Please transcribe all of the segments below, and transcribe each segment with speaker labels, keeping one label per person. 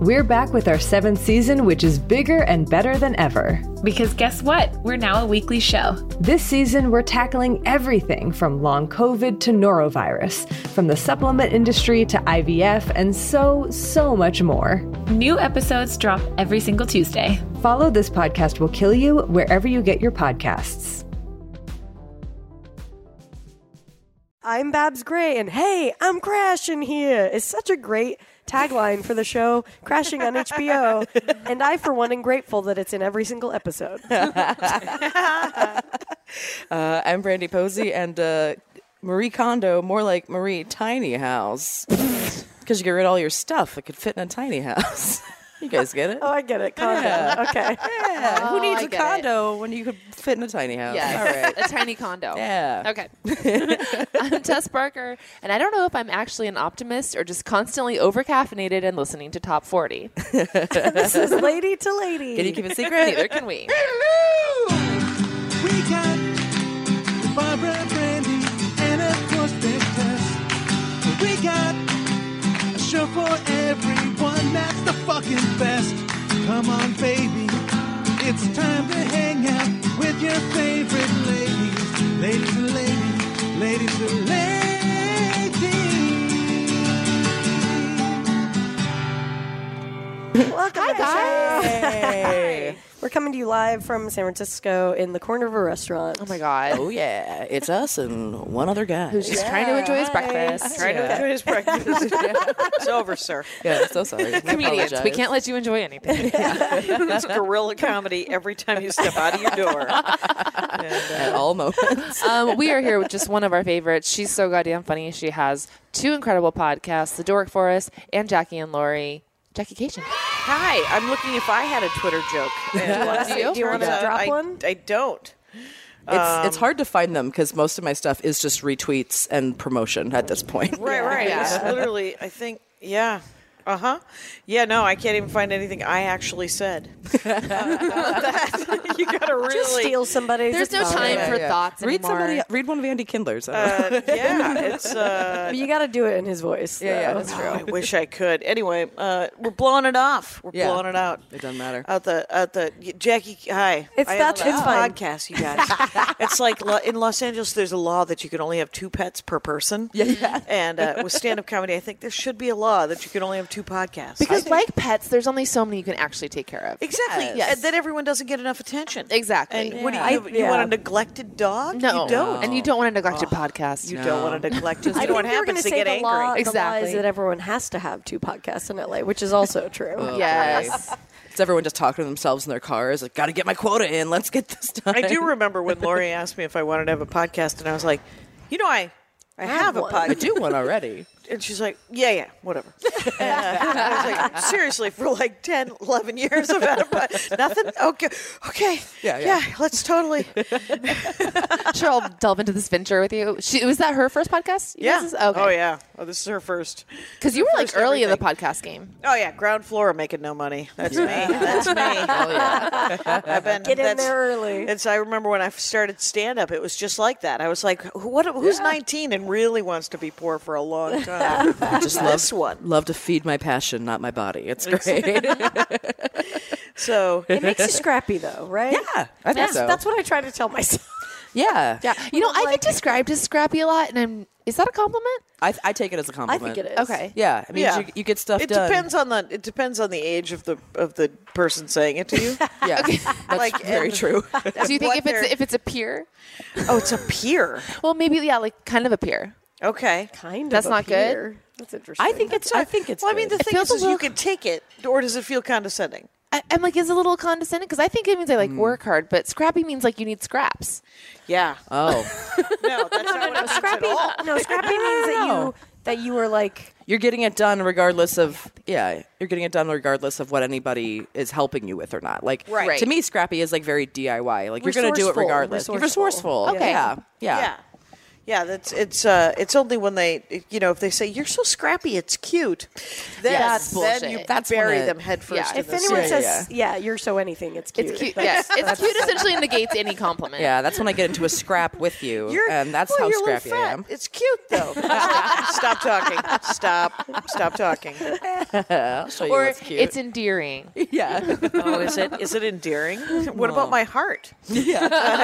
Speaker 1: We're back with our seventh season, which is bigger and better than ever.
Speaker 2: Because guess what? We're now a weekly show.
Speaker 1: This season, we're tackling everything from long COVID to norovirus, from the supplement industry to IVF, and so, so much more.
Speaker 2: New episodes drop every single Tuesday.
Speaker 1: Follow This Podcast Will Kill You wherever you get your podcasts.
Speaker 3: I'm Babs Gray, and hey, I'm crashing here. It's such a great tagline for the show, Crashing on HBO. And I, for one, am grateful that it's in every single episode.
Speaker 4: Uh, I'm Brandy Posey and uh, Marie Kondo, more like Marie Tiny House. Because you get rid of all your stuff that could fit in a tiny house. you guys get it?
Speaker 3: Oh, I get it. Condo. Okay.
Speaker 4: yeah. Who needs
Speaker 5: I
Speaker 4: a
Speaker 5: get it.
Speaker 4: condo when you could fit in a tiny house?
Speaker 5: Yeah, a tiny condo.
Speaker 4: Yeah.
Speaker 5: Okay. I'm Tess Barker, and I don't know if I'm actually an optimist or just constantly overcaffeinated and listening to Top 40.
Speaker 3: This is Lady to
Speaker 4: Can you
Speaker 3: Lady.
Speaker 4: keep a secret?
Speaker 5: Neither can we.
Speaker 6: We got Barbara Brandy and of course Big Tess. We got a show for everyone that's the fucking best. Come on, baby. It's time to hang out with your favorite ladies. Ladies and ladies, ladies and ladies.
Speaker 3: Welcome Hi, We're coming to you live from San Francisco in the corner of a restaurant.
Speaker 5: Oh my God.
Speaker 4: oh, yeah. It's us and one other guy.
Speaker 5: Who's just trying to enjoy his breakfast.
Speaker 7: Trying to enjoy his breakfast. It's over, sir.
Speaker 4: yeah, I'm so sorry. We
Speaker 5: Comedians, we
Speaker 4: apologize.
Speaker 5: can't let you enjoy anything.
Speaker 7: It's guerrilla comedy every time you step out of your door.
Speaker 4: At all moments.
Speaker 5: um, we are here with just one of our favorites. She's so goddamn funny. She has two incredible podcasts, The Dork Forest and Jackie and Laurie. Jackie Cation.
Speaker 7: Hi, I'm looking if I had a Twitter joke. And
Speaker 5: Do you?
Speaker 7: it
Speaker 5: Do you
Speaker 3: wanna
Speaker 7: turns out
Speaker 3: drop
Speaker 7: I-
Speaker 3: one?
Speaker 7: I don't.
Speaker 4: It's, it's hard to find them because most of my stuff is just retweets and promotion at this point.
Speaker 7: Right, right. It's literally, I think, yeah. Uh huh. Yeah, no, I can't even find anything I actually said. you gotta really.
Speaker 3: Just steal somebody's.
Speaker 5: There's no
Speaker 3: phone.
Speaker 5: time for thoughts
Speaker 4: Read
Speaker 5: anymore.
Speaker 4: somebody. Read one of Andy Kindler's.
Speaker 7: Uh, yeah, it's. Uh,
Speaker 3: But you got to do it in his voice.
Speaker 4: yeah, yeah,
Speaker 3: though.
Speaker 4: that's true.
Speaker 7: I wish I could. Anyway, uh, we're blowing it off. We're
Speaker 4: Yeah.
Speaker 7: blowing it out.
Speaker 4: It doesn't matter.
Speaker 7: Out the out the Jackie. Hi.
Speaker 3: It's-
Speaker 7: I
Speaker 3: that's-
Speaker 7: have
Speaker 3: it's
Speaker 7: a
Speaker 3: fine.
Speaker 7: podcast, you guys. it's like lo- in Los Angeles, there's a law that you can only have two pets per person. Yeah, yeah. And uh, with stand-up comedy, I think there should be a law that you can only have two podcasts.
Speaker 5: Because like pets, there's only so many you can actually take care of.
Speaker 7: exactly,
Speaker 5: Yes.
Speaker 7: and then everyone doesn't get enough attention.
Speaker 5: Exactly.
Speaker 7: And what do
Speaker 3: Yeah.
Speaker 7: you?
Speaker 3: I-
Speaker 7: you
Speaker 3: yeah.
Speaker 7: want a neglected dog?
Speaker 5: No,
Speaker 7: you don't.
Speaker 5: and you don't want to neglect your podcast.
Speaker 7: You don't want a neglected.
Speaker 3: I
Speaker 7: You
Speaker 3: think
Speaker 7: know what
Speaker 3: they were going to
Speaker 7: happens? They
Speaker 3: say
Speaker 7: get
Speaker 3: the
Speaker 7: angry.
Speaker 3: law, the law
Speaker 5: Exactly.
Speaker 3: is that everyone has to have two podcasts in LA, which is also true.
Speaker 5: Yes.
Speaker 4: It's everyone just talking to themselves in their cars. Like, gotta get my quota in. Let's get this done.
Speaker 7: I do remember when Lori asked me if I wanted to have a podcast, and I was like, you know, I, I have a
Speaker 3: one.
Speaker 4: I
Speaker 7: podcast.
Speaker 4: do one already.
Speaker 7: And she's like, yeah, yeah, whatever. And, uh, I was like, seriously, for like 10, 11 years, I've had a podcast. Nothing? Okay. Okay.
Speaker 4: Yeah, yeah.
Speaker 7: let's totally.
Speaker 5: sure, I'll delve into this venture with you. She, was that her first podcast? You
Speaker 7: Yeah.
Speaker 5: guys- Okay.
Speaker 7: Oh, yeah. Oh, this is her first.
Speaker 5: Because you were like
Speaker 7: First
Speaker 5: early in the
Speaker 7: everything.
Speaker 5: podcast game.
Speaker 7: Oh, yeah. Ground floor of making no money. That's me. That's
Speaker 4: Oh,
Speaker 7: me. I've been,
Speaker 3: Get in
Speaker 7: that's-
Speaker 3: there early.
Speaker 7: It's, I remember when I started stand up, it was just like that. I was like, who, what, who's 19 and really wants to be poor for a long time?
Speaker 4: I just love
Speaker 7: This one.
Speaker 4: Love to feed my passion, not my body. It's great.
Speaker 7: So
Speaker 3: It makes you scrappy, though, right?
Speaker 4: Yeah, I think
Speaker 3: that's,
Speaker 4: so.
Speaker 3: that's what I try to tell myself.
Speaker 4: yeah, yeah.
Speaker 5: You know,
Speaker 3: Well,
Speaker 5: I
Speaker 3: like-
Speaker 5: get described as scrappy a lot, and I'm. Is that a compliment?
Speaker 4: I, I take it as a
Speaker 3: I
Speaker 4: compliment.
Speaker 3: think it is.
Speaker 5: Okay.
Speaker 4: Yeah, I mean,
Speaker 7: yeah,
Speaker 4: you, you get stuff
Speaker 7: It
Speaker 4: done.
Speaker 7: depends on the it depends on the age of the of the person saying it to you.
Speaker 4: Yeah, that's
Speaker 7: Like,
Speaker 4: very
Speaker 7: and-
Speaker 4: true.
Speaker 5: Do you think
Speaker 7: What
Speaker 5: if it's
Speaker 7: they're-
Speaker 5: if it's a peer?
Speaker 7: oh, it's a peer.
Speaker 5: Well, maybe yeah, like kind of a peer.
Speaker 7: Okay.
Speaker 3: Kind of.
Speaker 5: That's
Speaker 3: a
Speaker 5: not good?
Speaker 3: peer. That's interesting.
Speaker 4: I think it's. I think it's.
Speaker 7: Well, I mean,
Speaker 4: good.
Speaker 7: the thing
Speaker 5: feels
Speaker 7: is,
Speaker 5: a
Speaker 7: is
Speaker 5: little-
Speaker 7: you can take it, or does it feel condescending?
Speaker 5: I, I'm like, is it a little condescending because I think it means I like work hard, but scrappy means like you need scraps.
Speaker 7: Yeah.
Speaker 4: oh,
Speaker 7: No, that's not what it means at
Speaker 3: scrappy.
Speaker 7: all.
Speaker 3: No, scrappy means that you that you were like
Speaker 4: you're getting it done regardless of. Yeah, you're getting it done regardless of what anybody is helping you with or not. Like,
Speaker 5: Right.
Speaker 4: to me, scrappy is like very DIY. Like you're going to do it
Speaker 3: Resourceful,
Speaker 4: regardless. You're
Speaker 3: resourceful.
Speaker 4: resourceful.
Speaker 5: Okay.
Speaker 4: Yeah. Yeah.
Speaker 7: Yeah. Yeah, that's it's uh, it's only when they you know if they say you're so scrappy, it's cute. Then,
Speaker 5: Yes. That's
Speaker 7: then you
Speaker 5: bullshit.
Speaker 4: That's
Speaker 7: bury
Speaker 4: when it-
Speaker 7: them headfirst.
Speaker 5: yeah.
Speaker 7: in
Speaker 5: If
Speaker 7: the
Speaker 3: If anyone
Speaker 7: sand.
Speaker 3: says, yeah. you're so anything, it's cute.
Speaker 5: It's cute.
Speaker 3: That's-
Speaker 5: Yeah, it's cute. Essentially negates any compliment.
Speaker 4: Yeah, that's when I get into a scrap with you,
Speaker 7: You're-
Speaker 4: and that's
Speaker 7: well,
Speaker 4: how
Speaker 7: you're a little
Speaker 4: scrappy I
Speaker 7: fat.
Speaker 4: am.
Speaker 7: It's cute though. Stop talking. Stop. Stop talking.
Speaker 4: I'll show you
Speaker 5: Or
Speaker 4: what's cute.
Speaker 5: it's endearing.
Speaker 4: yeah,
Speaker 7: Oh, is it is it endearing? What about my heart?
Speaker 4: I
Speaker 7: I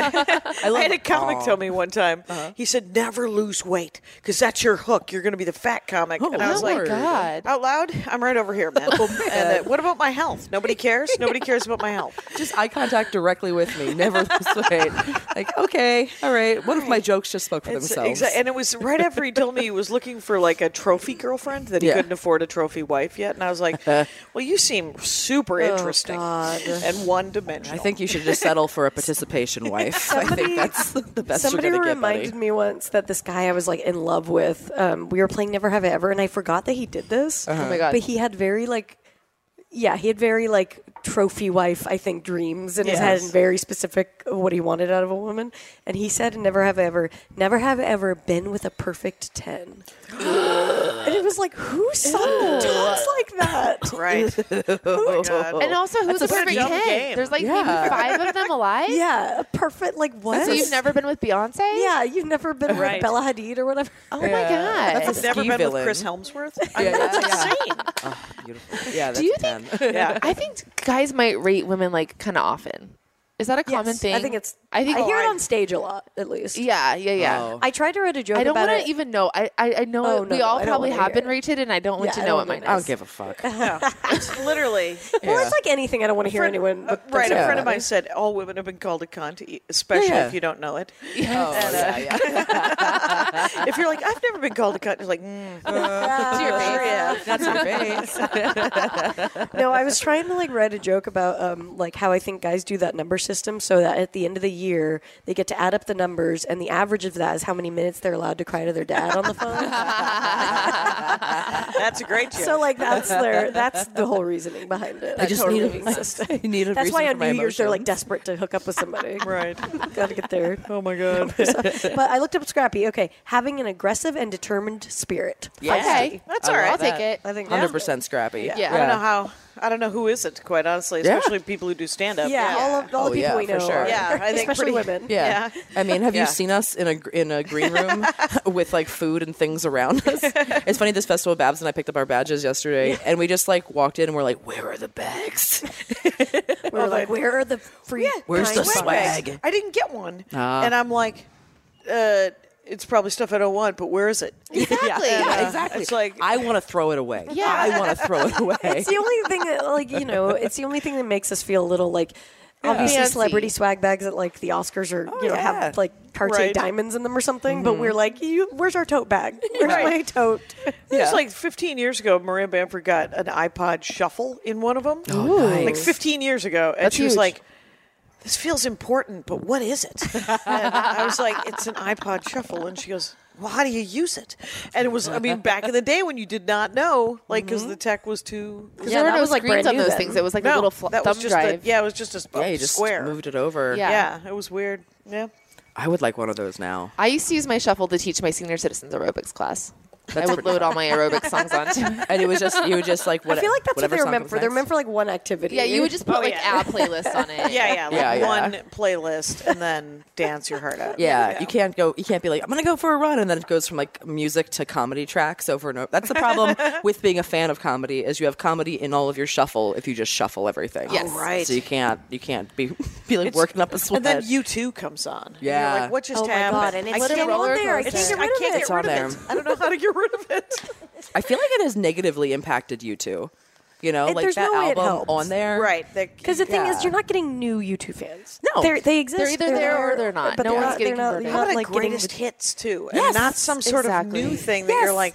Speaker 7: Uh-huh.
Speaker 4: love
Speaker 7: had a comic
Speaker 4: Aw.
Speaker 7: tell me one time. He said, "Never lose weight, because that's your hook. You're going to be the fat comic." and I was
Speaker 5: oh
Speaker 7: like,
Speaker 5: my God.
Speaker 7: "Out loud, I'm right over here, man."
Speaker 4: Oh,
Speaker 7: and uh, what about my health? Nobody cares. Nobody cares about my health.
Speaker 4: Just eye contact directly with me. Never lose weight. Like, okay, all right. What if my jokes just spoke for
Speaker 7: It's
Speaker 4: themselves?
Speaker 7: exa- and it was right after he told me he was looking for like a trophy girlfriend that he
Speaker 4: Yeah.
Speaker 7: couldn't afford a trophy wife yet, and I was like, "Well, you seem super interesting and one dimensional."
Speaker 4: Oh, I think you should just settle for a participation wife. I think that's the best
Speaker 3: Somebody
Speaker 4: you're gonna
Speaker 3: reminded
Speaker 4: get, buddy.
Speaker 3: me once that this guy I was like in love with, um, we were playing Never Have I Ever, and I forgot that he did this.
Speaker 5: Oh my God.
Speaker 3: But he had very like, yeah, he had very like trophy wife, I think, dreams in his head and very specific of what he wanted out of a woman. And he said, in "Never have I ever, never have I ever been with a perfect 10. and it was like, who suddenly talks like that?
Speaker 7: right.
Speaker 4: Oh,
Speaker 3: Who
Speaker 5: And also, who's
Speaker 7: a
Speaker 5: Oh. a perfect
Speaker 7: dumb
Speaker 5: ten?
Speaker 7: game.
Speaker 5: There's like
Speaker 4: Yeah.
Speaker 5: maybe five of them alive.
Speaker 3: Yeah, a perfect like what?
Speaker 5: So you've never been with Beyonce?
Speaker 3: yeah, you've never been
Speaker 7: Right.
Speaker 3: with Bella Hadid or whatever.
Speaker 5: Oh my god.
Speaker 4: That's a
Speaker 7: Never
Speaker 4: ski
Speaker 7: been
Speaker 4: villain.
Speaker 7: with Chris Helmsworth. I mean,
Speaker 4: Yeah,
Speaker 7: that's
Speaker 4: yeah,
Speaker 7: insane.
Speaker 4: Oh, beautiful. Yeah, that's
Speaker 5: you
Speaker 4: a 10.
Speaker 7: Yeah.
Speaker 5: I think guys might rate women like kind of often. Is that a common
Speaker 3: Yes,
Speaker 5: thing?
Speaker 3: I think it's.
Speaker 5: I think.
Speaker 3: hear it on stage a lot, at least.
Speaker 5: yeah, yeah, yeah.
Speaker 4: Oh.
Speaker 3: I tried to write a joke
Speaker 5: I don't
Speaker 3: about
Speaker 5: want
Speaker 3: it.
Speaker 5: to even know. I, I, I know
Speaker 3: Oh,
Speaker 5: it-
Speaker 3: no,
Speaker 5: we
Speaker 3: no, I
Speaker 5: all
Speaker 3: don't
Speaker 5: probably
Speaker 3: wanna
Speaker 5: have
Speaker 3: hear
Speaker 5: been
Speaker 3: it.
Speaker 5: rated, and I don't want
Speaker 3: Yeah,
Speaker 5: to
Speaker 3: I
Speaker 5: know
Speaker 3: don't
Speaker 5: what mine
Speaker 3: wanna
Speaker 4: I
Speaker 3: know.
Speaker 5: is.
Speaker 4: don't give a fuck. Oh,
Speaker 7: It's literally.
Speaker 3: Well,
Speaker 4: Yeah.
Speaker 3: it's like anything. I don't want to hear
Speaker 7: friend-
Speaker 3: anyone.
Speaker 7: uh,
Speaker 3: but
Speaker 7: right, a
Speaker 4: Yeah.
Speaker 7: friend of mine said all women have been called a cunt, e, especially
Speaker 4: Yeah, yeah.
Speaker 7: if you don't know it.
Speaker 4: Oh, yeah, yeah.
Speaker 7: if you're like, I've never been called a cunt, you're like, mm,
Speaker 5: To your face.
Speaker 4: Uh, That's your face.
Speaker 3: no, I was trying to like write a joke about um, like how I think guys do that number system, so that at the end of the year they get to add up the numbers, and the average of that is how many minutes they're allowed to cry to their dad on the phone.
Speaker 7: that's a great joke.
Speaker 3: so like that's their that's the whole reasoning behind it.
Speaker 4: I just
Speaker 3: Totally.
Speaker 4: need a, I need a
Speaker 3: That's why
Speaker 4: reason
Speaker 3: on
Speaker 4: for my
Speaker 3: New Year's they're like
Speaker 4: emotions.
Speaker 3: desperate to hook up with somebody.
Speaker 7: right.
Speaker 3: Gotta get there.
Speaker 7: Oh my god.
Speaker 3: but I looked up Scrappy. Okay, having an aggressive and determined spirit.
Speaker 5: Okay,
Speaker 7: That's
Speaker 5: all
Speaker 7: all right.
Speaker 5: I'll take it.
Speaker 3: I think that's-
Speaker 4: 100% scrappy. Yeah.
Speaker 7: I don't know how. I don't know who is it, quite honestly,
Speaker 4: Yeah.
Speaker 7: especially people who do stand up.
Speaker 3: Yeah, all of all
Speaker 4: Oh,
Speaker 3: the people
Speaker 4: yeah,
Speaker 3: we
Speaker 4: for
Speaker 3: know.
Speaker 4: sure.
Speaker 3: are-
Speaker 7: Yeah, I think
Speaker 3: especially
Speaker 7: pretty-
Speaker 3: women.
Speaker 4: Yeah. I mean, have
Speaker 7: Yeah.
Speaker 4: you seen us in a gr- in a green room with like food and things around us? It's funny this festival Babs and I picked up our badges yesterday and we just like walked in and we're like, "Where are the bags?"
Speaker 3: We were like, where are the free?
Speaker 4: Where's
Speaker 3: kind women?"
Speaker 4: the swag?
Speaker 7: I didn't get one,
Speaker 4: Ah.
Speaker 7: and I'm like, uh, it's probably stuff I don't want, but where is it?
Speaker 5: Exactly.
Speaker 7: Yeah.
Speaker 4: exactly.
Speaker 7: It's like-
Speaker 4: I want to throw it away.
Speaker 5: Yeah.
Speaker 4: I want to throw it away.
Speaker 3: It's the only thing that, like, you know, it's the only thing that makes us feel a little like. Obviously,
Speaker 5: Fancy.
Speaker 3: celebrity swag bags at like the Oscars or you know
Speaker 4: Oh, yeah.
Speaker 3: have like Cartier
Speaker 7: Right.
Speaker 3: diamonds in them or something. But we're like, you, where's our tote bag? Where's
Speaker 7: Right.
Speaker 3: my tote?
Speaker 7: It was like 15 years ago, Maria Bamford got an iPod Shuffle in one of them.
Speaker 4: Oh. nice.
Speaker 7: Like 15 years ago. And
Speaker 5: That's
Speaker 7: she was
Speaker 5: huge.
Speaker 7: like, this feels important, but what is it? and I was like, it's an iPod Shuffle. And she goes, well, how do you use it? And it was, I mean, back in the day when you did not know, like, because
Speaker 4: Mm-hmm.
Speaker 7: the tech was too.
Speaker 5: Because
Speaker 3: Yeah,
Speaker 5: there were
Speaker 3: that
Speaker 5: no
Speaker 3: was, like,
Speaker 5: screens
Speaker 3: brand
Speaker 5: on
Speaker 3: new
Speaker 5: those
Speaker 3: then.
Speaker 5: things. It was like a
Speaker 7: No,
Speaker 5: little fl-
Speaker 7: that
Speaker 5: thumb
Speaker 7: was just a-
Speaker 5: drive.
Speaker 7: yeah, it was just a s-
Speaker 4: yeah, you just
Speaker 7: square.
Speaker 4: moved it over.
Speaker 5: Yeah.
Speaker 7: Yeah, it was weird. Yeah.
Speaker 4: I would like one of those now.
Speaker 5: I used to use my shuffle to teach my senior citizens aerobics class. I would
Speaker 4: pretty
Speaker 5: load all my aerobics songs onto it.
Speaker 4: And it was just you would just like what
Speaker 3: I feel like that's what
Speaker 4: whatever
Speaker 3: they're
Speaker 4: song
Speaker 3: meant
Speaker 4: comes
Speaker 3: for. They're
Speaker 4: next.
Speaker 3: meant for like one activity.
Speaker 5: Oh, Yeah, you would just put like our playlist on it.
Speaker 7: Yeah, yeah. Like
Speaker 4: Yeah, yeah.
Speaker 7: one playlist and then dance your heart out.
Speaker 4: Yeah, you can't go. You can't be like, I'm gonna go for a run, and then it goes from like music to comedy tracks over and over. That's the problem with being a fan of comedy is you have comedy in all of your shuffle if you just shuffle everything.
Speaker 5: Yes. Oh,
Speaker 7: right.
Speaker 4: So you can't you can't be be like
Speaker 7: It's-
Speaker 4: working up a sweat.
Speaker 7: And then you too comes on. And you're
Speaker 4: Yeah.
Speaker 7: like, what just
Speaker 3: Oh my
Speaker 7: happened?
Speaker 3: god! And
Speaker 7: I
Speaker 3: it's
Speaker 7: can't-
Speaker 3: still on
Speaker 5: roller
Speaker 3: there. I
Speaker 5: coaster.
Speaker 3: can't get
Speaker 7: I
Speaker 3: rid of
Speaker 7: can't
Speaker 3: it.
Speaker 7: get
Speaker 4: on
Speaker 7: rid
Speaker 4: there.
Speaker 7: of it. I don't know how to get rid of it.
Speaker 4: I feel like it has negatively impacted you two. You know,
Speaker 3: It-
Speaker 4: like
Speaker 3: there's
Speaker 4: that
Speaker 3: no way it
Speaker 4: album
Speaker 3: helps.
Speaker 4: on there.
Speaker 7: right. That,
Speaker 3: Because the thing
Speaker 4: Yeah.
Speaker 3: is, you're not getting new U2 fans.
Speaker 4: No.
Speaker 3: they're, they exist.
Speaker 5: They're either there or they're not.
Speaker 3: But
Speaker 5: No
Speaker 3: they're
Speaker 5: one's
Speaker 3: not,
Speaker 5: getting
Speaker 3: they're not,
Speaker 5: converted.
Speaker 3: you're
Speaker 7: how
Speaker 3: not
Speaker 7: about
Speaker 3: like
Speaker 7: like greatest
Speaker 3: getting,
Speaker 7: hits too, and not some sort
Speaker 5: exactly.
Speaker 7: of new thing that you're
Speaker 3: Yes.
Speaker 7: like.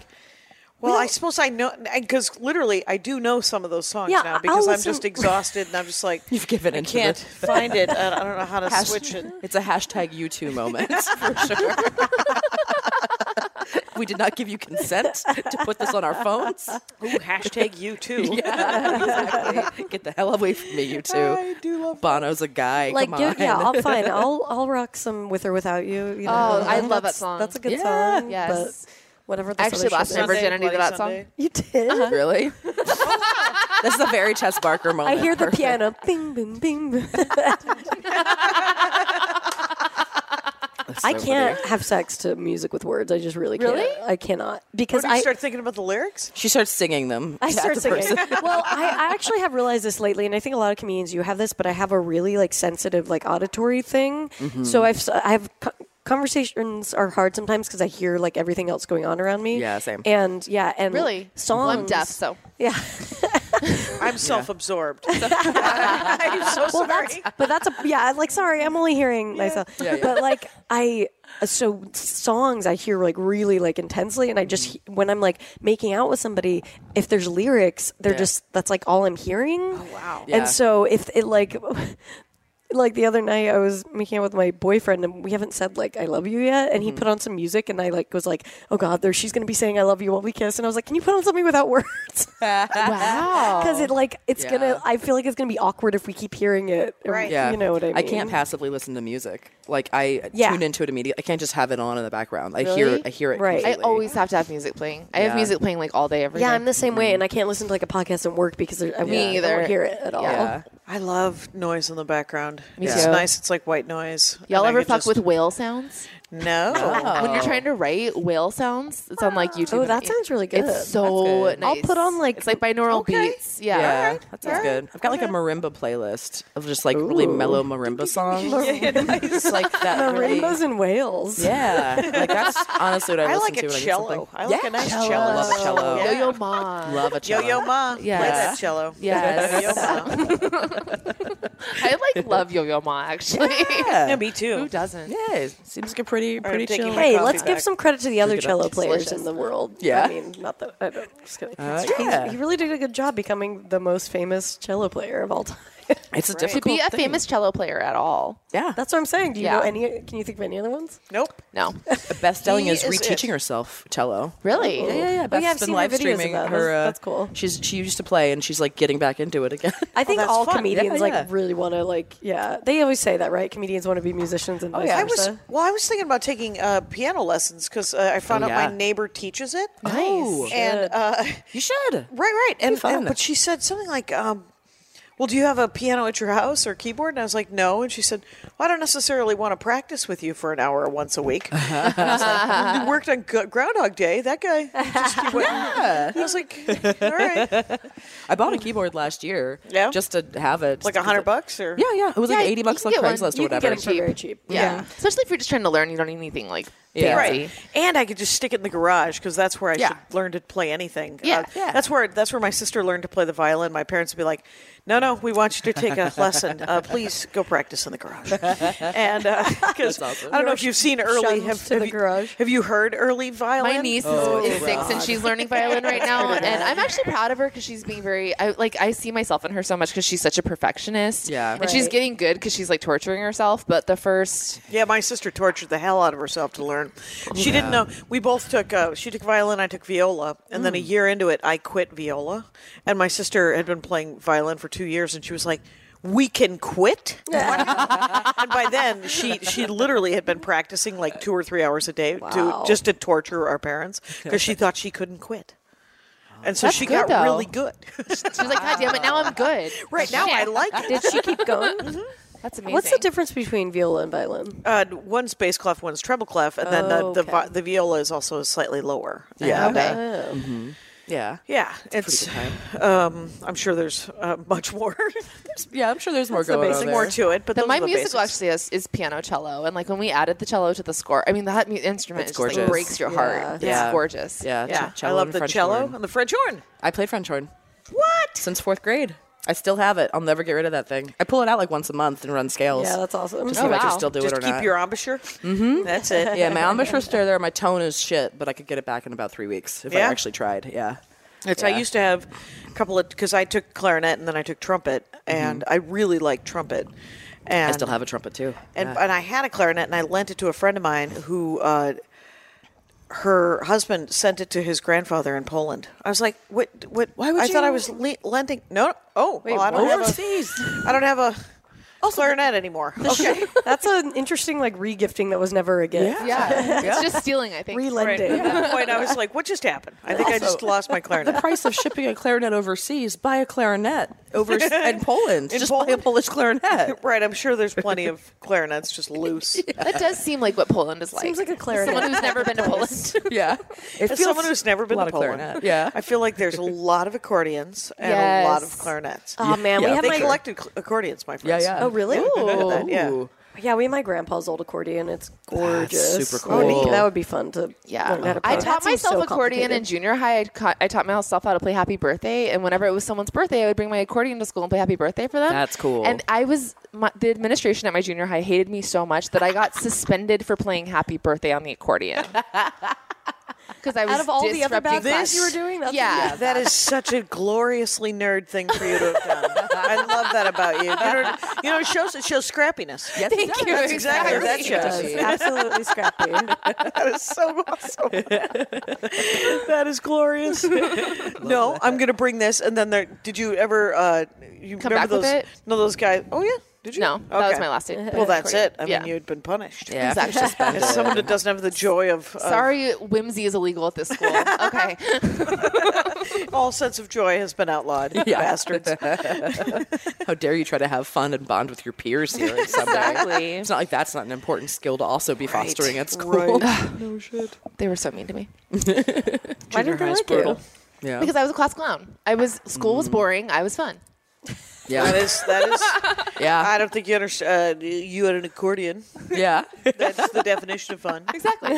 Speaker 7: Well, I
Speaker 3: No.
Speaker 7: suppose I know because literally I do know some of those songs
Speaker 3: Yeah,
Speaker 7: now
Speaker 3: I'll
Speaker 7: because I'm
Speaker 3: listen-
Speaker 7: just exhausted and I'm just like
Speaker 4: You've given
Speaker 7: I
Speaker 4: into
Speaker 7: can't
Speaker 4: the-
Speaker 7: find it. I I don't know how to
Speaker 4: Hash-
Speaker 7: switch it.
Speaker 4: It's a hashtag you two moment for sure. We did not give you consent to put this on our phones.
Speaker 7: Ooh, hashtag you too.
Speaker 4: Yeah, exactly. Get the hell away from me, you two. I do love Bono's a guy.
Speaker 3: Like,
Speaker 4: Come
Speaker 3: yeah,
Speaker 4: on.
Speaker 3: yeah, I'll fine. I'll I'll rock some with or without you. you know,
Speaker 5: Oh, I
Speaker 3: and
Speaker 5: love that
Speaker 3: that's-
Speaker 5: song.
Speaker 3: That's a good
Speaker 4: Yeah.
Speaker 3: song.
Speaker 5: Yes.
Speaker 3: But whatever. This
Speaker 5: I actually
Speaker 3: other shit
Speaker 5: lost my
Speaker 3: is.
Speaker 5: virginity Uh-huh. to that song.
Speaker 3: You did.
Speaker 4: Really? That's the very Tess Barker
Speaker 3: I
Speaker 4: moment.
Speaker 3: hear the
Speaker 4: Perfect.
Speaker 3: piano. Bing, boom, bing. boom. I can't have sex to music with words. I just really can't.
Speaker 5: Really?
Speaker 3: I cannot
Speaker 7: Or
Speaker 3: because
Speaker 7: do you
Speaker 3: I
Speaker 7: start thinking about the lyrics?
Speaker 4: She starts singing them.
Speaker 3: I
Speaker 4: at
Speaker 3: start
Speaker 4: the
Speaker 3: singing.
Speaker 4: person.
Speaker 3: well, I, I actually have realized this lately, and I think a lot of comedians you have this, but I have a really like sensitive like auditory thing.
Speaker 4: Mm-hmm.
Speaker 3: So I've s- I have co- conversations are hard sometimes because I hear like everything else going on around me.
Speaker 4: Yeah, same.
Speaker 3: And yeah, and
Speaker 5: Really?
Speaker 3: songs.
Speaker 5: Well, I'm deaf, so
Speaker 3: yeah.
Speaker 7: I'm self-absorbed. I'm so
Speaker 3: Well,
Speaker 7: sorry.
Speaker 3: that's but that's a yeah. Like, sorry, I'm only hearing myself.
Speaker 4: Yeah, yeah.
Speaker 3: But like, I so songs I hear like really like intensely, and I
Speaker 4: Mm.
Speaker 3: just he- when I'm like making out with somebody, if there's lyrics, they're
Speaker 4: Yeah.
Speaker 3: just that's like all I'm hearing. Oh
Speaker 7: wow.
Speaker 4: Yeah.
Speaker 3: And so if it like. Like the other night, I was making out with my boyfriend, and we haven't said like "I love you" yet. And he
Speaker 4: Mm-hmm.
Speaker 3: put on some music, and I like was like, "Oh God, there she's gonna be saying I love you while we kiss." And I was like, "Can you put on something without words?"
Speaker 5: wow.
Speaker 3: because it like it's
Speaker 4: Oh, Yeah.
Speaker 3: gonna i feel like it's gonna be awkward if we keep hearing it or-
Speaker 7: Right.
Speaker 4: Yeah.
Speaker 3: you know what i mean
Speaker 4: I can't passively listen to music. Like I
Speaker 3: Yeah.
Speaker 4: tune into it immediately. I can't just have it on in the background. I hear
Speaker 5: Really?
Speaker 4: I hear it.
Speaker 3: Right. I
Speaker 5: I
Speaker 4: Completely.
Speaker 5: always have to have music playing. I
Speaker 4: Yeah.
Speaker 5: have music playing like all day every
Speaker 3: yeah
Speaker 5: day.
Speaker 3: i'm the same
Speaker 4: Mm-hmm.
Speaker 3: way and i can't listen to like a podcast at work because there, I, won't-
Speaker 4: Me
Speaker 3: I
Speaker 5: either.
Speaker 3: won't hear it at all
Speaker 4: Yeah.
Speaker 7: I love noise in the background.
Speaker 5: Me
Speaker 7: it's
Speaker 5: too.
Speaker 7: nice. It's like white noise.
Speaker 5: Y'all
Speaker 7: And I
Speaker 5: ever
Speaker 7: could
Speaker 5: fuck
Speaker 7: just-
Speaker 5: with whale sounds?
Speaker 7: No.
Speaker 4: Oh.
Speaker 5: When you're trying to write whale sounds, it's on like YouTube.
Speaker 3: oh
Speaker 5: and
Speaker 3: that
Speaker 5: it-
Speaker 3: sounds really good
Speaker 5: It's so
Speaker 4: good.
Speaker 5: nice.
Speaker 3: I'll put on, like-
Speaker 5: it's like binaural
Speaker 7: Okay.
Speaker 5: beats. Yeah.
Speaker 4: Yeah, that sounds good. I've got like a marimba playlist of just like really mellow marimba songs. It's like that. really-
Speaker 3: marimbas in wales
Speaker 4: yeah, like that's honestly what I,
Speaker 7: I
Speaker 4: listen
Speaker 7: like
Speaker 4: to
Speaker 7: a
Speaker 4: when
Speaker 7: cello.
Speaker 4: I
Speaker 7: I like a nice cello.
Speaker 4: I love a cello.
Speaker 7: Yeah.
Speaker 5: Yo Yo Ma.
Speaker 4: get something. Love a
Speaker 7: Yo
Speaker 4: cello.
Speaker 7: Yo Ma. Play
Speaker 5: Yes.
Speaker 7: that cello.
Speaker 5: Yes.
Speaker 7: Yo Yo Ma.
Speaker 5: I like love Yo Yo Ma actually.
Speaker 7: No,
Speaker 4: Yeah,
Speaker 7: me
Speaker 5: Who
Speaker 7: too.
Speaker 5: doesn't?
Speaker 4: yeah, it seems like a pretty
Speaker 7: I'm
Speaker 4: pretty
Speaker 7: taking
Speaker 4: chill.
Speaker 7: my
Speaker 3: hey
Speaker 7: coffee
Speaker 3: let's give
Speaker 7: back.
Speaker 3: some credit to the other
Speaker 4: it up.
Speaker 3: cello players
Speaker 5: Delicious.
Speaker 3: in the world
Speaker 4: Yeah.
Speaker 3: i mean not that i don't just kidding
Speaker 4: Uh,
Speaker 3: He's-
Speaker 4: yeah.
Speaker 3: he really did a good job becoming the most famous cello player of all time
Speaker 4: It's a
Speaker 5: To
Speaker 4: difficult
Speaker 5: be a
Speaker 4: thing.
Speaker 5: famous cello player at all?
Speaker 4: Yeah,
Speaker 3: that's what i'm saying do you know
Speaker 5: Yeah.
Speaker 3: any can you think of any other ones
Speaker 7: Nope.
Speaker 5: No,
Speaker 4: best selling
Speaker 7: He
Speaker 4: is,
Speaker 7: is
Speaker 4: reteaching
Speaker 7: it.
Speaker 4: herself cello.
Speaker 5: really.
Speaker 4: Yeah, yeah, yeah. Beth's
Speaker 3: I've
Speaker 4: been
Speaker 3: seen her
Speaker 4: live
Speaker 3: videos of
Speaker 4: streaming
Speaker 3: that.
Speaker 4: her.
Speaker 3: That's-
Speaker 4: uh,
Speaker 3: that's cool.
Speaker 4: She's she used to play, and she's like getting back into it again.
Speaker 3: I think
Speaker 7: that's
Speaker 3: all
Speaker 7: fun.
Speaker 3: comedians
Speaker 4: Yeah,
Speaker 3: like
Speaker 4: yeah.
Speaker 3: really want to like yeah. They always say that, right? Comedians want to be musicians and vice
Speaker 4: Oh, yeah.
Speaker 7: Oh, I was
Speaker 3: versa.
Speaker 7: well. I was thinking about taking uh, piano lessons because uh, I found
Speaker 4: Oh,
Speaker 7: out
Speaker 4: yeah.
Speaker 7: my neighbor teaches it,
Speaker 4: Oh,
Speaker 7: and uh, right,
Speaker 4: you should.
Speaker 7: right, and,
Speaker 4: fun.
Speaker 7: and- but she said something like, um, "Well, do you have a piano at your house or keyboard?" And I was like, "No," and she said, well, "I don't necessarily want to practice with you for an hour once a week." and I was like, well, you worked on G- Groundhog Day. That guy. Just keep yeah. I was like, "All right,
Speaker 4: I bought a keyboard last year.
Speaker 7: Yeah?
Speaker 4: Just to have it.
Speaker 7: like a hundred bucks or
Speaker 4: Yeah, yeah. It was like
Speaker 5: Yeah,
Speaker 4: eighty
Speaker 5: you
Speaker 4: bucks
Speaker 5: can
Speaker 4: on
Speaker 5: get one.
Speaker 4: Craigslist or
Speaker 5: You can
Speaker 4: whatever.
Speaker 5: get
Speaker 3: Get them for very cheap.
Speaker 5: Yeah. especially if you're just trying to learn, you don't need anything like
Speaker 4: Yeah.
Speaker 5: fancy.
Speaker 7: Right. And I could just stick it in the garage because that's where I
Speaker 4: Yeah.
Speaker 7: should learn to play anything. Uh,
Speaker 5: Yeah.
Speaker 4: Yeah.
Speaker 7: That's where that's where my sister learned to play the violin. My parents would be like, "No, no, we want you to take a lesson. Uh, please go practice in the garage." and because
Speaker 4: awesome.
Speaker 7: I don't know if you've seen early
Speaker 3: shunned
Speaker 7: have,
Speaker 3: to
Speaker 7: have
Speaker 3: the
Speaker 7: you,
Speaker 3: garage. Oh,
Speaker 7: Have you heard early violin?
Speaker 5: My niece is,
Speaker 7: Oh,
Speaker 5: is six and she's learning violin right now, and I'm actually proud of her because she's being very. I like I see myself in her so much because she's such a perfectionist.
Speaker 4: Yeah.
Speaker 5: and she's
Speaker 3: Right.
Speaker 5: getting good because she's like torturing herself. But the first,
Speaker 7: Yeah, my sister tortured the hell out of herself to learn. She didn't know. We both took. Uh, she took violin. I took viola. And then a year into it, I quit viola. And my sister had been playing violin for two years, and she was like, "We can quit." and by then, she she literally had been practicing like two or three hours a day
Speaker 3: Wow.
Speaker 7: to just to torture our parents because she thought she couldn't quit. And so
Speaker 5: That's
Speaker 7: she
Speaker 5: good,
Speaker 7: got
Speaker 5: though.
Speaker 7: really good.
Speaker 5: she's like, God damn it, now I'm good.
Speaker 7: right now, I like it.
Speaker 3: Did she keep going?
Speaker 5: That's amazing.
Speaker 3: What's the difference between viola and violin?
Speaker 7: Uh, one's bass clef, one's treble clef, and then uh, the
Speaker 3: Okay.
Speaker 7: vi- the viola is also slightly lower.
Speaker 4: Yeah.
Speaker 7: And, uh,
Speaker 4: Yeah.
Speaker 7: yeah, it's. Um, I'm sure there's uh, much more.
Speaker 4: Yeah, I'm sure there's more
Speaker 3: the
Speaker 4: going on
Speaker 3: basic
Speaker 7: there's
Speaker 4: there.
Speaker 7: more to it, but
Speaker 5: The,
Speaker 7: those
Speaker 5: my
Speaker 7: are the
Speaker 5: musical
Speaker 7: basics.
Speaker 5: actually is, is piano cello, and like when we added the cello to the score, I mean that mu- instrument
Speaker 4: It's
Speaker 5: is just, like
Speaker 4: gorgeous.
Speaker 5: breaks your heart.
Speaker 4: Yeah.
Speaker 5: It's gorgeous.
Speaker 4: Yeah,
Speaker 7: Yeah,
Speaker 4: uh, cello
Speaker 7: I love
Speaker 4: and
Speaker 7: the
Speaker 4: French
Speaker 7: cello
Speaker 4: horn.
Speaker 7: and the French horn.
Speaker 4: I played French horn. What? Since fourth grade. I still have it. I'll never get rid of that thing. I pull it out like once a month and run scales.
Speaker 3: Yeah, that's awesome.
Speaker 4: Just
Speaker 5: Oh,
Speaker 4: see if I
Speaker 5: wow.
Speaker 4: can still do
Speaker 7: Just
Speaker 4: it or
Speaker 7: keep
Speaker 4: not.
Speaker 7: your embouchure. Mm-hmm. That's it.
Speaker 4: yeah, my embouchure is still there. My tone is shit, but I could get it back in about three weeks if I
Speaker 7: Yeah?
Speaker 4: actually tried. Yeah.
Speaker 7: It's I
Speaker 4: Yeah.
Speaker 7: used to have a couple of because I took clarinet and then I took trumpet, and I really like trumpet. And
Speaker 4: Mm-hmm. I still have a trumpet too.
Speaker 7: and
Speaker 4: yeah.
Speaker 7: and I had a clarinet, and I lent it to a friend of mine who uh, her husband sent it to his grandfather in Poland. I was like, what? What? Why would I thought I was le- lending. No. Oh, well, I don't have a. I don't have a clarinet anymore. Okay.
Speaker 3: That's an interesting like regifting that was never a gift.
Speaker 5: Yeah. It's just stealing, I think.
Speaker 3: Relending.
Speaker 7: At that point, I was like, what just happened? I think I just lost my
Speaker 4: the
Speaker 7: clarinet.
Speaker 4: price of shipping a clarinet overseas, buy a clarinet over in Poland.
Speaker 7: In
Speaker 4: just buy a
Speaker 7: Poland?
Speaker 4: Polish clarinet.
Speaker 7: Right, I'm sure there's plenty of clarinets just loose.
Speaker 5: That does seem like what Poland is like.
Speaker 3: Seems like a clarinet.
Speaker 5: Someone who's never been to Poland.
Speaker 4: Yeah, it
Speaker 7: As someone who's never been
Speaker 4: a lot
Speaker 7: to
Speaker 4: of
Speaker 7: Poland,
Speaker 4: clarinet. Yeah,
Speaker 7: I feel like there's a lot of accordions and a lot of
Speaker 5: Yes.
Speaker 7: clarinets.
Speaker 3: Oh man,
Speaker 4: Yeah.
Speaker 3: we have
Speaker 7: they
Speaker 3: my
Speaker 7: collected cl- accordions, my
Speaker 4: yeah,
Speaker 7: friends.
Speaker 4: yeah.
Speaker 3: Oh really?
Speaker 7: Ooh. That, yeah.
Speaker 4: Ooh.
Speaker 3: Yeah, we have my grandpa's old accordion. It's gorgeous.
Speaker 4: super
Speaker 3: I would be-
Speaker 4: cool.
Speaker 3: that would be fun to learn how
Speaker 5: Yeah,
Speaker 3: to play.
Speaker 5: I
Speaker 3: That
Speaker 5: taught
Speaker 3: seems
Speaker 5: myself
Speaker 3: so
Speaker 5: accordion in
Speaker 3: complicated.
Speaker 5: junior high. I, ca- I taught myself how to play Happy Birthday, and whenever it was someone's birthday, I would bring my accordion to school and play Happy Birthday for them.
Speaker 4: That's cool.
Speaker 5: And I was my, the administration at my junior high hated me so much that I got suspended for playing Happy Birthday on the accordion. Because I was
Speaker 3: Out of all the other
Speaker 5: disrupting
Speaker 3: bad
Speaker 5: class.
Speaker 3: things you were doing, that's
Speaker 5: yeah,
Speaker 7: That is such a gloriously nerd thing for you to have done. I love that about you. You know, you know it shows it shows scrappiness.
Speaker 4: Yes, it does.
Speaker 5: you.
Speaker 7: That's exactly what that
Speaker 5: Exactly.
Speaker 7: shows.
Speaker 3: Yes, absolutely scrappy.
Speaker 7: That is so awesome. that is glorious. no, I'm gonna bring this, and then there. Did you ever? Uh, you
Speaker 5: Come
Speaker 7: remember
Speaker 5: back with
Speaker 7: those?
Speaker 5: it?
Speaker 7: No, those guys. Oh yeah. Did you?
Speaker 5: No, that was
Speaker 7: Okay.
Speaker 5: my last day.
Speaker 7: Well, that's it. I mean,
Speaker 5: Yeah.
Speaker 7: you had been punished.
Speaker 4: Yeah,
Speaker 5: Exactly.
Speaker 4: suspended.
Speaker 7: As someone that doesn't have the joy of, uh, of
Speaker 3: uh,
Speaker 5: Sorry, whimsy is illegal at this school. Okay.
Speaker 7: all sense of joy has been outlawed.
Speaker 4: Yeah.
Speaker 7: Bastards.
Speaker 4: How dare you try to have fun and bond with your peers here in some way?
Speaker 5: exactly.
Speaker 4: It's not like that's not an important skill to also be fostering at school.
Speaker 5: They were so mean to me.
Speaker 3: Why did they like you? Oh.
Speaker 4: Yeah.
Speaker 5: Because I was a class clown. I was school was boring. I was fun.
Speaker 7: That
Speaker 4: yeah.
Speaker 7: is. That is. I
Speaker 4: Yeah.
Speaker 7: don't think you understand. Uh, you had an accordion.
Speaker 4: Yeah.
Speaker 7: That's the definition of fun.
Speaker 5: Exactly.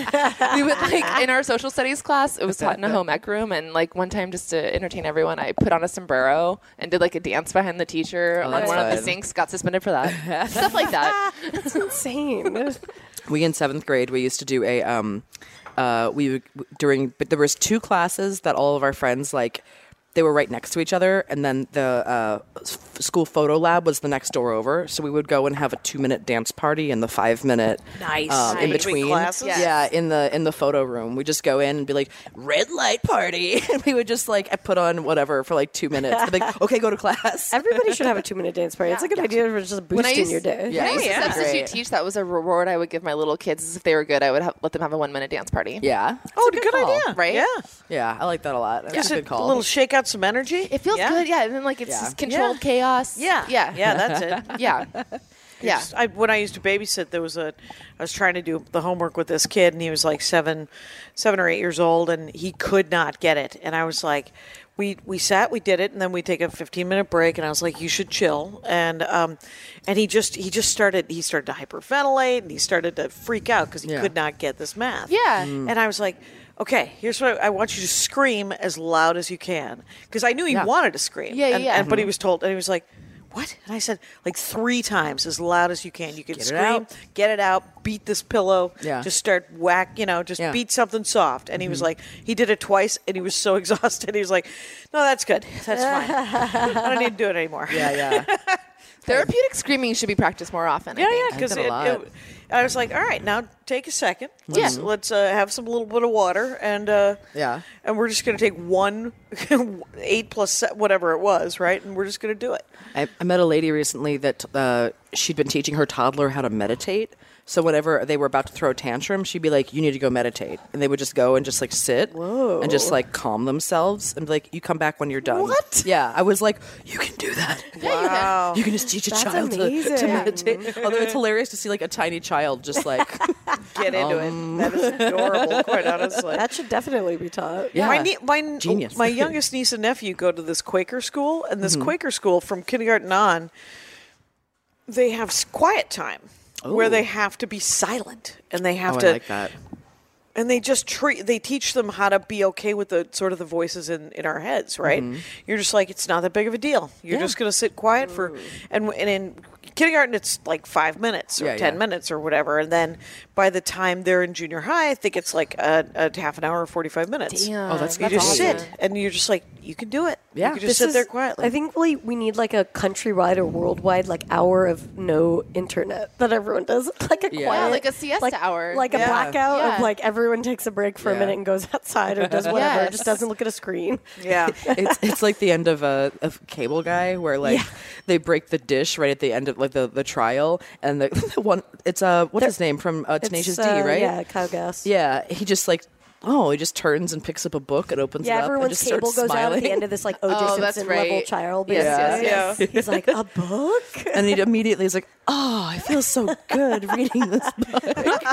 Speaker 5: we would like in our social studies class, it was taught in a home ec room, and like one time just to entertain everyone, I put on a sombrero and did like a dance behind the teacher on
Speaker 4: Oh, that's
Speaker 5: one of the
Speaker 4: fun.
Speaker 5: sinks. Got suspended for that. Stuff like that.
Speaker 3: That's insane.
Speaker 4: we in seventh grade we used to do a um uh we would during but there was two classes that all of our friends like they were right next to each other and then the uh, s- f- school photo lab was the next door over so we would go and have a two minute dance party and the five minute
Speaker 7: Nice.
Speaker 4: um, in
Speaker 7: Nice. Between
Speaker 4: between
Speaker 7: classes? Yes.
Speaker 4: yeah in the in the photo room we just go in and be like red light party and we would just like put on whatever for like two minutes They'd be like okay go to class
Speaker 3: Everybody should have a two-minute dance party. It's a good idea for just boosting your day.
Speaker 5: when I used to
Speaker 4: Yeah.
Speaker 5: substitute
Speaker 4: Great.
Speaker 5: teach, that was a reward I would give my little kids. is If they were good, I would have, let them have a one minute dance party.
Speaker 4: yeah
Speaker 7: Oh, good,
Speaker 5: call,
Speaker 7: idea.
Speaker 5: right?
Speaker 7: Yeah.
Speaker 4: yeah I like that a lot that's
Speaker 7: Just
Speaker 4: a good call
Speaker 7: little shake out some energy.
Speaker 5: It feels
Speaker 7: Yeah.
Speaker 5: good, yeah. And then like it's
Speaker 4: Yeah.
Speaker 5: just controlled chaos.
Speaker 7: Yeah.
Speaker 5: Yeah.
Speaker 7: Yeah, that's it.
Speaker 5: Yeah. Yeah.
Speaker 7: Just- I, when I used to babysit, there was a. I was trying to do the homework with this kid, and he was like seven, seven or eight years old, and he could not get it. And I was like, we we sat, we did it, and then we take a fifteen minute break, and I was like, you should chill. And um, and he just he just started he started to hyperventilate, and he started to freak out because he
Speaker 4: Yeah.
Speaker 7: could not get this math.
Speaker 5: Yeah.
Speaker 7: And I was like, okay, here's what I, I want you to scream as loud as you can because I knew he wanted to scream.
Speaker 5: Yeah, yeah,
Speaker 7: And-
Speaker 5: yeah.
Speaker 7: and- But he was told, and he was like, "What?" And I said, "Like three times as loud as you can. You can
Speaker 4: Get it
Speaker 7: scream,
Speaker 4: out.
Speaker 7: get it out, beat this pillow,
Speaker 4: Yeah.
Speaker 7: just start whack, you know, just
Speaker 4: Yeah. Mm-hmm.
Speaker 7: beat something soft." And he was like, he did it twice, and he was so exhausted. He was like, "No, that's good. That's fine. I don't need to do it anymore."
Speaker 4: yeah yeah
Speaker 5: Therapeutic screaming should be practiced more often. I
Speaker 7: Yeah,
Speaker 5: think.
Speaker 7: yeah, because
Speaker 4: done
Speaker 7: it,
Speaker 4: a lot. Mm-hmm.
Speaker 7: it- I was like, all right, now take a second. Let's,
Speaker 5: Yeah.
Speaker 7: let's uh, have some little bit of water, and uh,
Speaker 4: Yeah.
Speaker 7: and we're just gonna take one eight plus se- whatever it was, right? And we're just gonna do it.
Speaker 4: I, I met a lady recently that uh, she'd been teaching her toddler how to meditate. So whenever they were about to throw a tantrum, she'd be like, "You need to go meditate," and they would just go and just like sit and just like calm themselves and be like, "You come back when you're done." What? Yeah, I was like, "You can do that.
Speaker 7: Wow.
Speaker 4: You can just teach a
Speaker 3: That's
Speaker 4: child to, to
Speaker 3: amazing.
Speaker 4: meditate." Although it's hilarious to see like a tiny child just like,
Speaker 7: Get into it. That is adorable, quite honestly.
Speaker 3: Um, That should definitely be taught.
Speaker 4: yeah,
Speaker 7: My, nie- my, n-
Speaker 4: Genius. Mm-hmm.
Speaker 7: my youngest niece and nephew go to this Quaker school, and this Quaker school from kindergarten on, they have s- quiet time where
Speaker 4: Ooh.
Speaker 7: they have to be silent and they have
Speaker 4: oh,
Speaker 7: to
Speaker 4: I like that.
Speaker 7: and they just treat they teach them how to be okay with the sort of the voices in in our
Speaker 4: Mm-hmm.
Speaker 7: heads right you're just like it's not that big of a deal you're just going to sit quiet for and and in kindergarten it's like five minutes or
Speaker 4: Yeah,
Speaker 7: ten
Speaker 4: yeah.
Speaker 7: minutes or whatever and then by the time they're in junior high i think it's like a, a half an hour or 45 minutes
Speaker 5: Damn. Oh, that's-
Speaker 7: you
Speaker 5: that's
Speaker 7: just
Speaker 5: awesome.
Speaker 7: sit and you're just like you can do it
Speaker 4: Yeah.
Speaker 7: you can just
Speaker 3: This
Speaker 7: sit there
Speaker 3: is-
Speaker 7: quietly
Speaker 3: I think we, we need like a countrywide or worldwide like hour of no internet that everyone does, like a
Speaker 4: Yeah.
Speaker 3: quiet,
Speaker 4: Yeah,
Speaker 5: like a siesta
Speaker 3: like-
Speaker 5: hour.
Speaker 3: like a
Speaker 5: Yeah.
Speaker 3: blackout of
Speaker 5: Yeah.
Speaker 3: like everyone takes a break for a
Speaker 4: Yeah.
Speaker 3: minute and goes outside or does whatever,
Speaker 5: Yes.
Speaker 3: just doesn't look at a screen.
Speaker 7: yeah
Speaker 4: it's it's like the end of a of Cable Guy, where like they break the dish right at the end of like the, the trial, and the, the one it's uh what's his name from uh, Tenacious
Speaker 3: It's,
Speaker 4: D,
Speaker 3: uh,
Speaker 4: right?
Speaker 3: Yeah, Kyle Gass.
Speaker 4: Yeah, he just like oh, he just turns and picks up a book and opens
Speaker 3: Yeah,
Speaker 4: it up and
Speaker 3: everyone's
Speaker 4: just
Speaker 3: cable
Speaker 4: starts
Speaker 3: goes
Speaker 4: smiling.
Speaker 3: out at the end of this like O.J.
Speaker 5: Oh, that's
Speaker 3: Simpson level
Speaker 5: right.
Speaker 3: child.
Speaker 5: Yes,
Speaker 3: basically.
Speaker 7: yes,
Speaker 3: He's like a book.
Speaker 4: and he immediately is like, "Oh, I feel so good reading this book."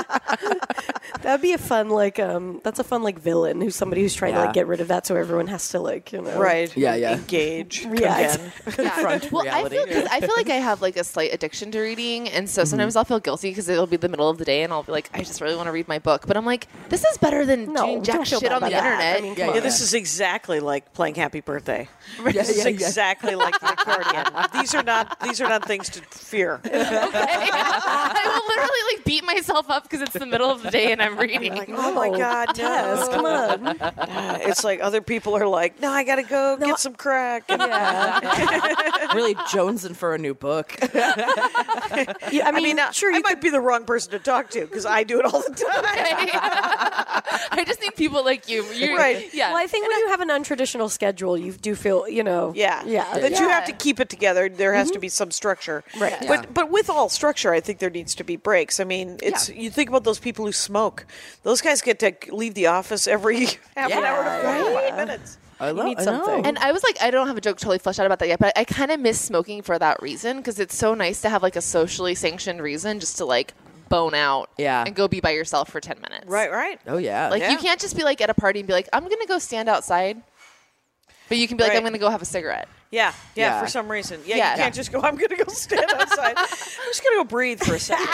Speaker 3: That'd be a fun like um. That's a fun like villain who's somebody who's trying to
Speaker 4: Yeah.
Speaker 3: like get rid of that, so everyone has to like you know
Speaker 7: right
Speaker 4: Yeah, yeah.
Speaker 7: engage
Speaker 3: Yeah,
Speaker 7: again.
Speaker 4: Confront
Speaker 5: well,
Speaker 4: reality. Mm-hmm.
Speaker 5: I feel, 'cause I feel like I have like a slight addiction to reading, and so sometimes I'll feel guilty because it'll be the middle of the day, and I'll be like, I just really want to read my book, but I'm like, this is better than
Speaker 3: No,
Speaker 5: doing jack
Speaker 3: don't feel
Speaker 5: shit
Speaker 3: bad
Speaker 5: on the
Speaker 3: about that.
Speaker 5: internet.
Speaker 3: I mean,
Speaker 4: Yeah,
Speaker 3: come
Speaker 7: Yeah,
Speaker 3: on.
Speaker 7: this is exactly like playing Happy Birthday. this is
Speaker 4: yeah, yeah.
Speaker 7: exactly like the accordion. these are not these are not things to fear.
Speaker 3: Oh,
Speaker 5: I will literally like beat myself up because it's the middle of the day and I'm reading.
Speaker 7: Like, oh my God,
Speaker 3: Yes,
Speaker 7: no.
Speaker 3: come on.
Speaker 7: It's like other people are like, no, I gotta go get some crack. And
Speaker 4: really jonesing for a new book.
Speaker 3: Yeah, I mean,
Speaker 7: I mean, uh,
Speaker 3: sure,
Speaker 7: I
Speaker 3: you
Speaker 7: might be the wrong person to talk to because I do it all the time.
Speaker 5: I just need people like you. you
Speaker 7: Right.
Speaker 5: Yeah.
Speaker 3: Well, I think when you have an untraditional schedule, you do feel, you know,
Speaker 7: Yeah,
Speaker 3: yeah, Mm-hmm.
Speaker 7: That you have to keep it together. There has to be some structure,
Speaker 3: Right. Yeah.
Speaker 7: But but with all structure, I think there needs to be breaks. I mean, it's you think about those people who smoke; those guys get to leave the office every half an hour to forty-five minutes.
Speaker 4: I love
Speaker 3: need
Speaker 4: I
Speaker 3: something.
Speaker 4: know.
Speaker 5: And I was like, I don't have a joke totally fleshed out about that yet, but I kind of miss smoking for that reason because it's so nice to have like a socially sanctioned reason just to like bone out
Speaker 4: Yeah.
Speaker 5: and go be by yourself for 10 minutes.
Speaker 7: Right, right.
Speaker 4: oh yeah,
Speaker 5: Like
Speaker 7: Yeah.
Speaker 5: you can't just be like at a party and be like, I'm going to go stand outside. But you can be like,
Speaker 7: Right.
Speaker 5: I'm going to go have a cigarette.
Speaker 7: Yeah, yeah,
Speaker 4: Yeah.
Speaker 7: for some reason. Yeah,
Speaker 5: Yeah.
Speaker 7: you can't just go, I'm going to go stand outside. I'm just going to go breathe for a second.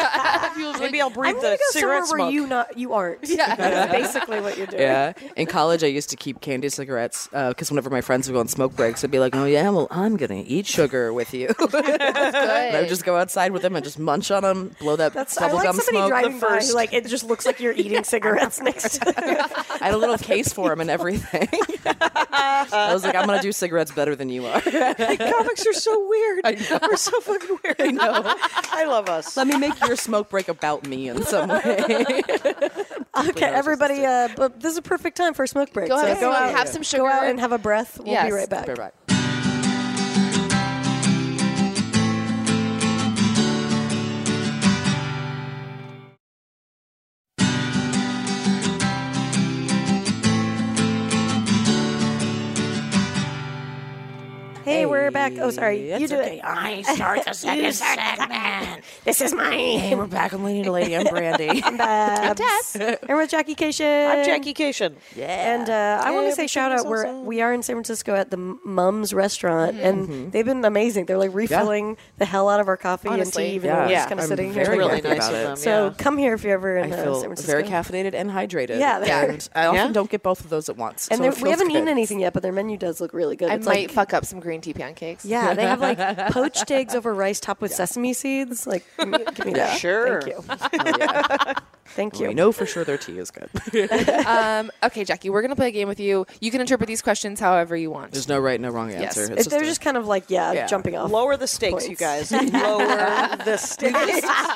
Speaker 5: Feels like-
Speaker 7: Maybe I'll
Speaker 3: I'm
Speaker 7: breathe the
Speaker 3: gonna go somewhere
Speaker 7: cigarette smoke.
Speaker 3: where you not you aren't.
Speaker 5: Yeah.
Speaker 3: That's basically what you're doing.
Speaker 4: Yeah. In college, I used to keep candy cigarettes because whenever my friends would go on smoke breaks, I'd be like, oh, yeah, well, I'm going to eat sugar with you. And I would just go outside with them and just munch on them, blow that
Speaker 3: That's I like
Speaker 4: bubblegum
Speaker 3: somebody
Speaker 4: smoke.
Speaker 3: driving by
Speaker 7: first.
Speaker 3: who, like it just looks like you're eating cigarettes next. to
Speaker 4: I had a little case for them and everything. I was like, I'm going to do cigarettes better than you are.
Speaker 7: Comics are so weird.
Speaker 4: I know.
Speaker 7: We're so fucking weird.
Speaker 4: I know.
Speaker 7: I love us.
Speaker 4: Let me make your smoke break about me in some way.
Speaker 3: Okay, everybody, uh, but this is a perfect time for a smoke break.
Speaker 5: Go
Speaker 3: so
Speaker 5: have,
Speaker 3: go
Speaker 5: some-
Speaker 3: out,
Speaker 5: have some sugar.
Speaker 3: go out and have a breath. We'll be
Speaker 5: Yes.
Speaker 3: right back.
Speaker 4: Be right back.
Speaker 3: Hey, we're back. Oh, sorry,
Speaker 4: Hey,
Speaker 3: you
Speaker 4: that's
Speaker 3: do
Speaker 4: okay.
Speaker 3: it. I start the second segment. This is mine.
Speaker 4: We're back on Lady to Lady. I'm Brandy.
Speaker 3: I'm Tess. And we're Jackie Cation.
Speaker 7: I'm Jackie Cation.
Speaker 3: And uh, I want to say shout out. We're we are in San Francisco at the M- Mums Restaurant, and they've been amazing. They're like refilling the hell out of our coffee
Speaker 5: Honestly,
Speaker 3: and tea, even
Speaker 4: yeah.
Speaker 3: though we're
Speaker 4: Yeah.
Speaker 3: just kind of
Speaker 4: I'm
Speaker 3: sitting
Speaker 4: very
Speaker 3: here.
Speaker 4: Really
Speaker 7: Really
Speaker 4: happy
Speaker 7: nice
Speaker 4: about
Speaker 7: of
Speaker 4: it.
Speaker 7: them.
Speaker 3: So
Speaker 7: yeah.
Speaker 3: come here if you're ever in
Speaker 4: I
Speaker 3: uh,
Speaker 4: feel
Speaker 3: San Francisco.
Speaker 4: very caffeinated and hydrated.
Speaker 3: Yeah, they are.
Speaker 4: and I often
Speaker 7: Yeah.
Speaker 4: don't get both of those at once.
Speaker 3: and
Speaker 4: so
Speaker 3: they're-
Speaker 4: it
Speaker 3: we
Speaker 4: feels
Speaker 3: haven't
Speaker 4: good.
Speaker 3: eaten anything yet, but their menu does look really good.
Speaker 5: I
Speaker 3: it's
Speaker 5: might
Speaker 3: like,
Speaker 5: fuck up some green tea pancakes.
Speaker 3: yeah, they have like poached eggs over rice topped with sesame seeds. Like, give me, give me that.
Speaker 7: Sure.
Speaker 3: Thank you.
Speaker 4: Oh, yeah.
Speaker 3: Thank you.
Speaker 4: We know for sure their tea is good.
Speaker 5: Um, okay, Jackie, we're going to play a game with you. You can interpret these questions however you want.
Speaker 4: There's no right, no wrong answer.
Speaker 5: Yes.
Speaker 4: It's
Speaker 3: If they're
Speaker 4: a-
Speaker 3: just kind of like yeah,
Speaker 4: Yeah.
Speaker 3: jumping off.
Speaker 7: Lower the stakes, you
Speaker 3: Points.
Speaker 7: guys. Lower the stakes.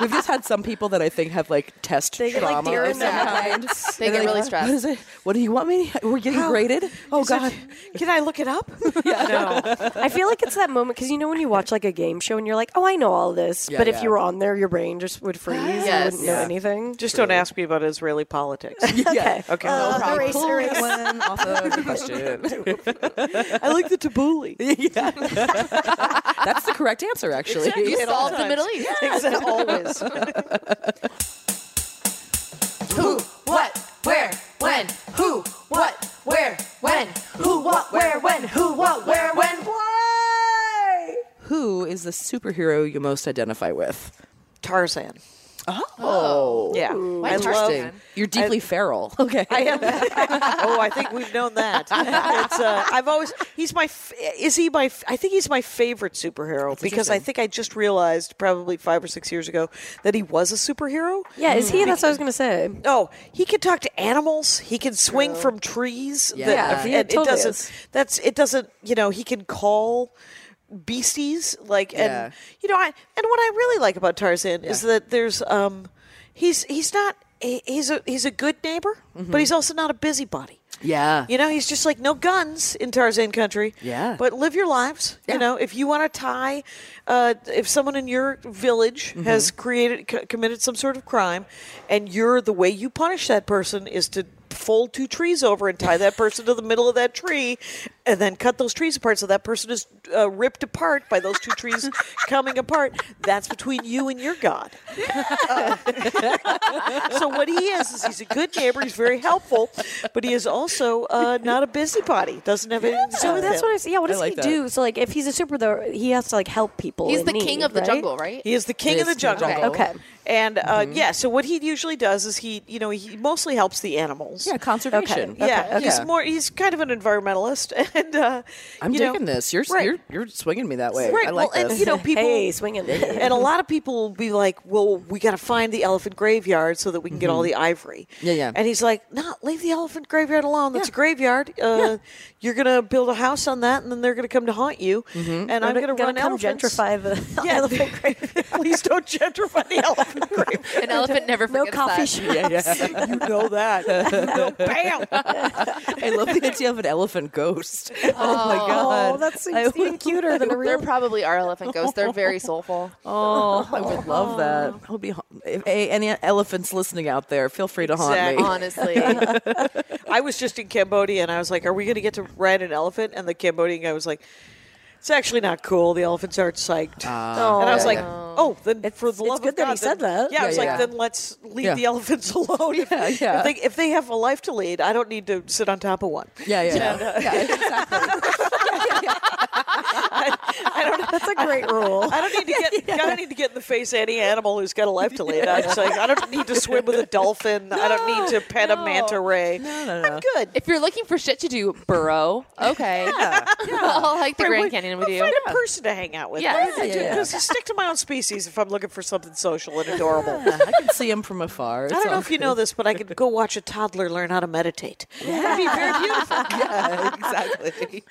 Speaker 4: We've just had some people that I think have like test
Speaker 3: They get, like,
Speaker 4: trauma
Speaker 3: deer
Speaker 4: of
Speaker 3: in the
Speaker 4: some kind.
Speaker 5: They
Speaker 4: They're
Speaker 5: get
Speaker 4: like,
Speaker 5: really
Speaker 4: "What-
Speaker 5: stressed.
Speaker 4: What is it? What do you want me? We're getting graded. Oh
Speaker 7: Is it-
Speaker 4: God.
Speaker 7: Can I look it up?
Speaker 3: I feel like it's that moment because you know when you watch like a game show and you're like, oh, I know all this,
Speaker 4: Yeah,
Speaker 3: but if
Speaker 4: yeah.
Speaker 3: you were on there, your brain just would freeze. You
Speaker 5: Yes.
Speaker 3: wouldn't know
Speaker 4: Yeah.
Speaker 3: anything.
Speaker 7: Just don't ask me about Israeli politics.
Speaker 4: Yeah.
Speaker 7: Okay.
Speaker 3: Uh,
Speaker 7: no problem.
Speaker 3: erase,
Speaker 4: Pull
Speaker 3: erase.
Speaker 4: that one off of the question.
Speaker 7: I like the tabbouleh.
Speaker 4: yeah. That's the correct answer, actually.
Speaker 5: You solved the Middle East.
Speaker 7: Exactly. Always.
Speaker 5: Who, what, where, when? Who, what, where, when? Who, what, where, when? Who, what, where, when?
Speaker 4: Who is the superhero you most identify with?
Speaker 7: Tarzan.
Speaker 4: Oh.
Speaker 7: Yeah.
Speaker 5: Why
Speaker 7: I
Speaker 5: Tarzan?
Speaker 7: love
Speaker 4: You're deeply feral. Okay.
Speaker 7: I am. oh, I think we've known that. It's, uh, I've always. He's my. f- Is he my? f- I think he's my favorite superhero because I
Speaker 4: interesting.
Speaker 7: think I just realized probably five or six years ago that he was a superhero.
Speaker 3: Yeah, is he? That's what I was gonna say.
Speaker 7: Oh, he can talk to animals. He can swing from trees. that-
Speaker 4: Yeah.
Speaker 3: Yeah,
Speaker 7: and it
Speaker 3: totally
Speaker 7: doesn't.
Speaker 3: is.
Speaker 7: That's it. Doesn't you know? He can call beasties like and
Speaker 4: Yeah.
Speaker 7: you know. I, and what I really like about Tarzan is
Speaker 4: Yeah.
Speaker 7: that there's um, he's he's not he- he's a he's a good neighbor,
Speaker 4: Mm-hmm.
Speaker 7: but he's also not a busybody.
Speaker 4: Yeah.
Speaker 7: You know, he's just like no guns in Tarzan country.
Speaker 4: Yeah.
Speaker 7: But live your lives.
Speaker 4: Yeah.
Speaker 7: You know, if you want to tie, uh, if someone in your village
Speaker 4: Mm-hmm.
Speaker 7: has created c- committed some sort of crime, and you're the way you punish that person is to fold two trees over and tie that person to the middle of that tree, and then cut those trees apart so that person is uh, ripped apart by those two trees coming apart. That's between you and your God. So what he is is he's a good neighbor. He's very helpful, but he is also uh, not a busybody. Doesn't have anything. to do
Speaker 3: So
Speaker 7: with
Speaker 3: that's
Speaker 7: him.
Speaker 3: what I was. Yeah, what does
Speaker 4: like
Speaker 3: he
Speaker 4: that.
Speaker 3: do? So like, if he's a super, though, he has to like help people.
Speaker 5: He's
Speaker 3: in
Speaker 5: the
Speaker 3: need,
Speaker 5: king of the
Speaker 3: right?
Speaker 5: jungle, right?
Speaker 7: He is the king of
Speaker 4: Is
Speaker 7: the jungle.
Speaker 4: jungle. Mm-hmm.
Speaker 3: Okay. Okay.
Speaker 7: And uh, yeah, so what he usually does is he, you know, he mostly helps the animals.
Speaker 4: Yeah, conservation.
Speaker 7: Yeah, he's
Speaker 4: okay.
Speaker 7: more. He's kind of an environmentalist, and uh,
Speaker 4: I'm
Speaker 7: you know-
Speaker 4: taking this. You're,
Speaker 7: right,
Speaker 4: you're you're swinging me that way.
Speaker 7: right.
Speaker 4: I like
Speaker 7: well,
Speaker 4: this.
Speaker 7: and you know, people
Speaker 3: Hey, swinging.
Speaker 7: and a lot of people will be like, "Well, we got to find the elephant graveyard so that we can get all the ivory."
Speaker 4: Mm-hmm. Yeah, yeah.
Speaker 7: And he's like, "No, leave the elephant graveyard alone. That's
Speaker 4: Yeah.
Speaker 7: a graveyard. Uh, You're gonna build a house on that, and then they're gonna come to haunt you.
Speaker 4: Mm-hmm.
Speaker 7: And I'm gonna,
Speaker 3: gonna
Speaker 7: run
Speaker 3: come
Speaker 7: elephants.
Speaker 3: gentrify the
Speaker 7: Yeah.
Speaker 3: elephant grave.
Speaker 7: Please don't gentrify the elephant graveyard.
Speaker 5: An elephant never
Speaker 3: no
Speaker 5: forgets
Speaker 3: coffee
Speaker 5: that.
Speaker 3: shop.
Speaker 7: you know that. You know, bam.
Speaker 4: I love the idea of an elephant ghost. Oh, my god.
Speaker 3: Oh, that seems even cuter than a
Speaker 5: There
Speaker 3: real.
Speaker 5: probably are elephant ghosts. They're very soulful.
Speaker 4: Oh, I would love that. I'll be ha- if a, any elephants listening out there, feel free to haunt me.
Speaker 7: Exactly.
Speaker 5: Honestly,
Speaker 7: I was just in Cambodia, and I was like, "Are we gonna get to ride an elephant?" And the Cambodian guy was like. It's actually not cool. The elephants aren't psyched.
Speaker 4: Ah,
Speaker 3: Oh,
Speaker 7: and I was
Speaker 3: yeah.
Speaker 7: like, "Oh, then for the
Speaker 3: it's
Speaker 7: love
Speaker 3: good
Speaker 7: of
Speaker 3: that
Speaker 7: God,
Speaker 3: he said
Speaker 7: then-
Speaker 3: that.
Speaker 7: Yeah, I was
Speaker 4: Yeah,
Speaker 7: like,
Speaker 4: yeah.
Speaker 7: "Then let's leave
Speaker 4: Yeah.
Speaker 7: the elephants alone. If-
Speaker 4: Yeah,
Speaker 7: if,
Speaker 4: yeah.
Speaker 7: they, if they have a life to lead, I don't need to sit on top of one.
Speaker 4: Yeah, yeah, yeah. yeah exactly.
Speaker 7: I don't.
Speaker 3: That's a great rule.
Speaker 7: I don't need to get. I don't need to get in the face of any animal who's got a life to lead. I was like, I don't need to swim with a dolphin. I don't need to pet a manta ray.
Speaker 4: no, no.
Speaker 7: I'm good.
Speaker 5: if you're looking for shit to do, burrow. Okay, I'll hike the Grand Canyon with
Speaker 7: I'll
Speaker 5: you.
Speaker 7: Find a person to hang out with.
Speaker 5: Yeah.
Speaker 7: Why would I
Speaker 4: Yeah,
Speaker 7: do-
Speaker 4: yeah, yeah.
Speaker 7: 'cause I stick to my own species if I'm looking for something social and adorable.
Speaker 4: Yeah, I can see him from afar. It's
Speaker 7: I don't know
Speaker 4: all
Speaker 7: if you know this, but I could go watch a toddler learn how to meditate. That'd be very beautiful.
Speaker 4: good. Yeah, exactly.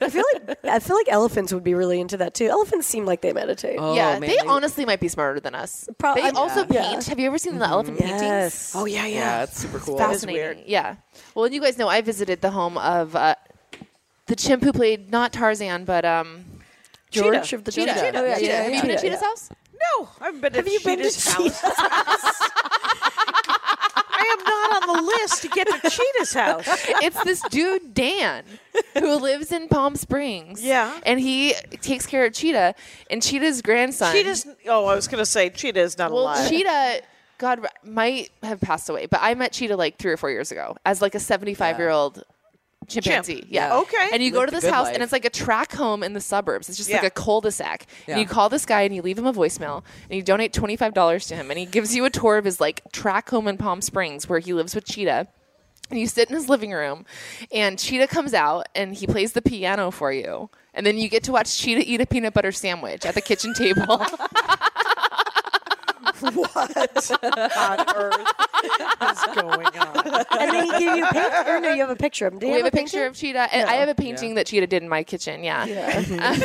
Speaker 3: I feel like I feel like elephants would be really into that too. Elephants seem like they meditate.
Speaker 4: Oh,
Speaker 5: yeah,
Speaker 4: man,
Speaker 5: they honestly might be smarter than us.
Speaker 3: Pro-
Speaker 5: they
Speaker 3: I'm-
Speaker 5: also
Speaker 3: yeah.
Speaker 5: paint. Have you ever seen the elephant paintings?
Speaker 3: yes.
Speaker 7: Oh yeah, yeah.
Speaker 4: Yeah, it's super cool.
Speaker 5: Fascinating. Yeah. Well, and you guys know I visited the home of uh, the chimp who played not Tarzan, but um,
Speaker 3: George
Speaker 7: Cheetah.
Speaker 3: of the
Speaker 5: Cheetah.
Speaker 3: Jungle. Oh, yeah,
Speaker 5: Cheetah. Have you been
Speaker 3: Cheetah,
Speaker 5: to Cheetah's
Speaker 3: yeah.
Speaker 5: house?
Speaker 7: No, I've been.
Speaker 3: Have you been to
Speaker 7: Cheetah's
Speaker 3: Cheetah's
Speaker 7: house? I am not on the list to get to Cheetah's house.
Speaker 5: it's this dude Dan who lives in Palm Springs.
Speaker 7: Yeah.
Speaker 5: and he takes care of Cheetah and Cheetah's grandson.
Speaker 7: Cheetah's. Oh, I was gonna say Cheetah is not
Speaker 5: well,
Speaker 7: alive.
Speaker 5: Cheetah. God r- might have passed away, but I met Cheetah like three or four years ago as like a 75 year old chimpanzee. Yeah.
Speaker 7: Yeah. Okay.
Speaker 5: And you go
Speaker 4: Lived
Speaker 5: to
Speaker 4: the
Speaker 5: this
Speaker 4: good
Speaker 5: house,
Speaker 4: life.
Speaker 5: and it's like a track home in the suburbs. It's just
Speaker 7: Yeah.
Speaker 5: like a cul-de-sac.
Speaker 4: Yeah.
Speaker 5: And you call this guy, and you leave him a voicemail, and you donate twenty five dollars to him, and he gives you a tour of his like track home in Palm Springs where he lives with Cheetah. And you sit in his living room, and Cheetah comes out, and he plays the piano for you. And then you get to watch Cheetah eat a peanut butter sandwich at the kitchen table.
Speaker 7: on Earth is going on?
Speaker 3: And then he gave you a picture. No, you have a picture of him. Do you
Speaker 5: we have a picture of Cheetah, and I have a painting that Cheetah did in my kitchen. Yeah.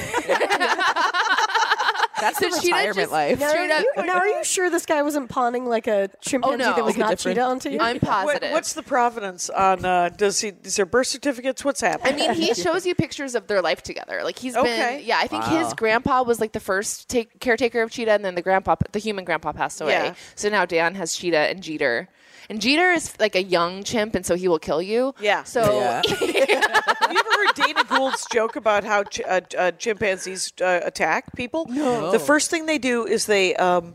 Speaker 4: That's
Speaker 5: So
Speaker 4: the
Speaker 5: Cheetah
Speaker 4: retirement
Speaker 5: just-
Speaker 4: life.
Speaker 3: Now,
Speaker 5: Straight
Speaker 3: are
Speaker 5: up-
Speaker 3: you, now, are you sure this guy wasn't pawning like a chimpanzee
Speaker 5: Oh, no.
Speaker 3: that was
Speaker 5: Like a
Speaker 3: not
Speaker 4: different-
Speaker 3: cheetah onto you?
Speaker 5: I'm
Speaker 7: What,
Speaker 5: positive.
Speaker 7: what's the provenance on? Uh, does he? Is there birth certificates? What's
Speaker 5: I
Speaker 7: happening?
Speaker 5: mean, he shows you pictures of their life together. Like he's
Speaker 7: Okay.
Speaker 5: been, yeah. I think his grandpa was like the first take, caretaker of Cheetah, and then the grandpa, the human grandpa, passed away.
Speaker 7: Yeah.
Speaker 5: So now Dan has Cheetah and Jeter, and Jeter is like a young chimp, and so he will kill you.
Speaker 7: Yeah.
Speaker 5: So
Speaker 4: Yeah.
Speaker 7: Have you ever heard Dana Gould's joke about how ch- uh, uh, chimpanzees uh, attack people? No. The first thing they do is they um,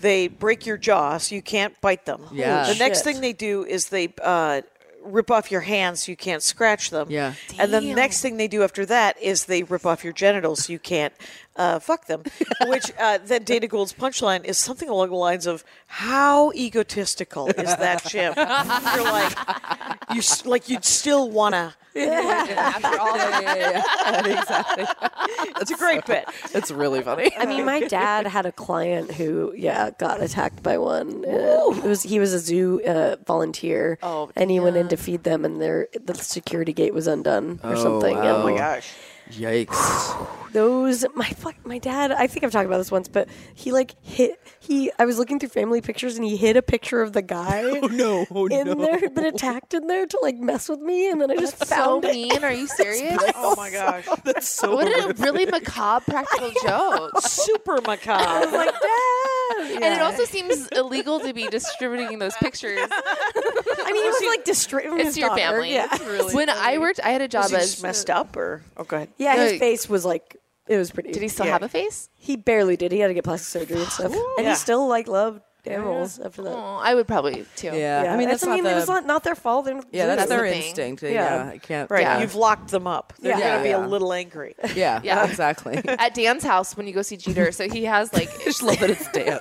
Speaker 7: they break your jaw so you can't bite them.
Speaker 4: Yeah.
Speaker 7: The next
Speaker 3: shit.
Speaker 7: thing they do is they uh, rip off your hands so you can't scratch them.
Speaker 4: Yeah.
Speaker 7: And then the next thing they do after that is they rip off your genitals so you can't uh, fuck them. Which uh, then Dana Gould's punchline is something along the lines of, "How egotistical is that chimp?" You're like, you s- like you'd still wanna.
Speaker 4: After all that, Oh, yeah, yeah, yeah. exactly.
Speaker 7: That's a great bit.
Speaker 4: It's really funny.
Speaker 3: I mean, my dad had a client who, yeah, got attacked by one. Uh, it was he was a zoo uh, volunteer,
Speaker 5: Oh,
Speaker 3: and he went in to feed them, and their the security gate was undone or something. Oh And
Speaker 4: wow.
Speaker 3: I'm like,
Speaker 7: Gosh.
Speaker 4: Yikes.
Speaker 3: those my fuck my dad i think i've talked about this once but he like hit he i was looking through family pictures and he hid a picture of the guy oh
Speaker 4: no. Oh,
Speaker 3: in
Speaker 4: no.
Speaker 3: there been attacked in there to like mess with me and then i just
Speaker 5: so
Speaker 3: found it
Speaker 5: mean. Are you serious?
Speaker 7: Oh my gosh.
Speaker 4: That's so
Speaker 5: What a really macabre practical joke.
Speaker 7: Super macabre.
Speaker 3: like dad
Speaker 5: And it also seems illegal to be distributing those pictures.
Speaker 3: i mean he was like distraught
Speaker 5: It's to your family.
Speaker 3: yeah
Speaker 5: when I worked, I had a job
Speaker 7: Was he
Speaker 5: as.
Speaker 7: just messed up or? Oh, go ahead.
Speaker 3: yeah his
Speaker 5: No.
Speaker 3: face was like it was pretty
Speaker 5: Did he still
Speaker 7: Yeah.
Speaker 5: have a face?
Speaker 3: he barely did he had to get plastic surgery and stuff and
Speaker 7: Yeah.
Speaker 3: he still like loved animals after that
Speaker 5: Oh, I would probably too.
Speaker 4: Yeah. I mean, that's,
Speaker 3: I mean,
Speaker 4: not
Speaker 3: it
Speaker 4: the.
Speaker 3: was not, not their fault. They didn't
Speaker 4: yeah,
Speaker 3: do
Speaker 4: that's
Speaker 3: it.
Speaker 4: their
Speaker 5: the thing.
Speaker 4: instinct.
Speaker 3: Yeah.
Speaker 4: Yeah. I can't.
Speaker 7: Right.
Speaker 4: Yeah.
Speaker 7: You've locked them up. They're
Speaker 3: Yeah.
Speaker 7: gonna be
Speaker 4: Yeah.
Speaker 7: a little angry.
Speaker 4: yeah.
Speaker 5: Yeah.
Speaker 4: Exactly.
Speaker 5: At Dan's house when you go see Jeter, so he has like
Speaker 4: just love that it's damn.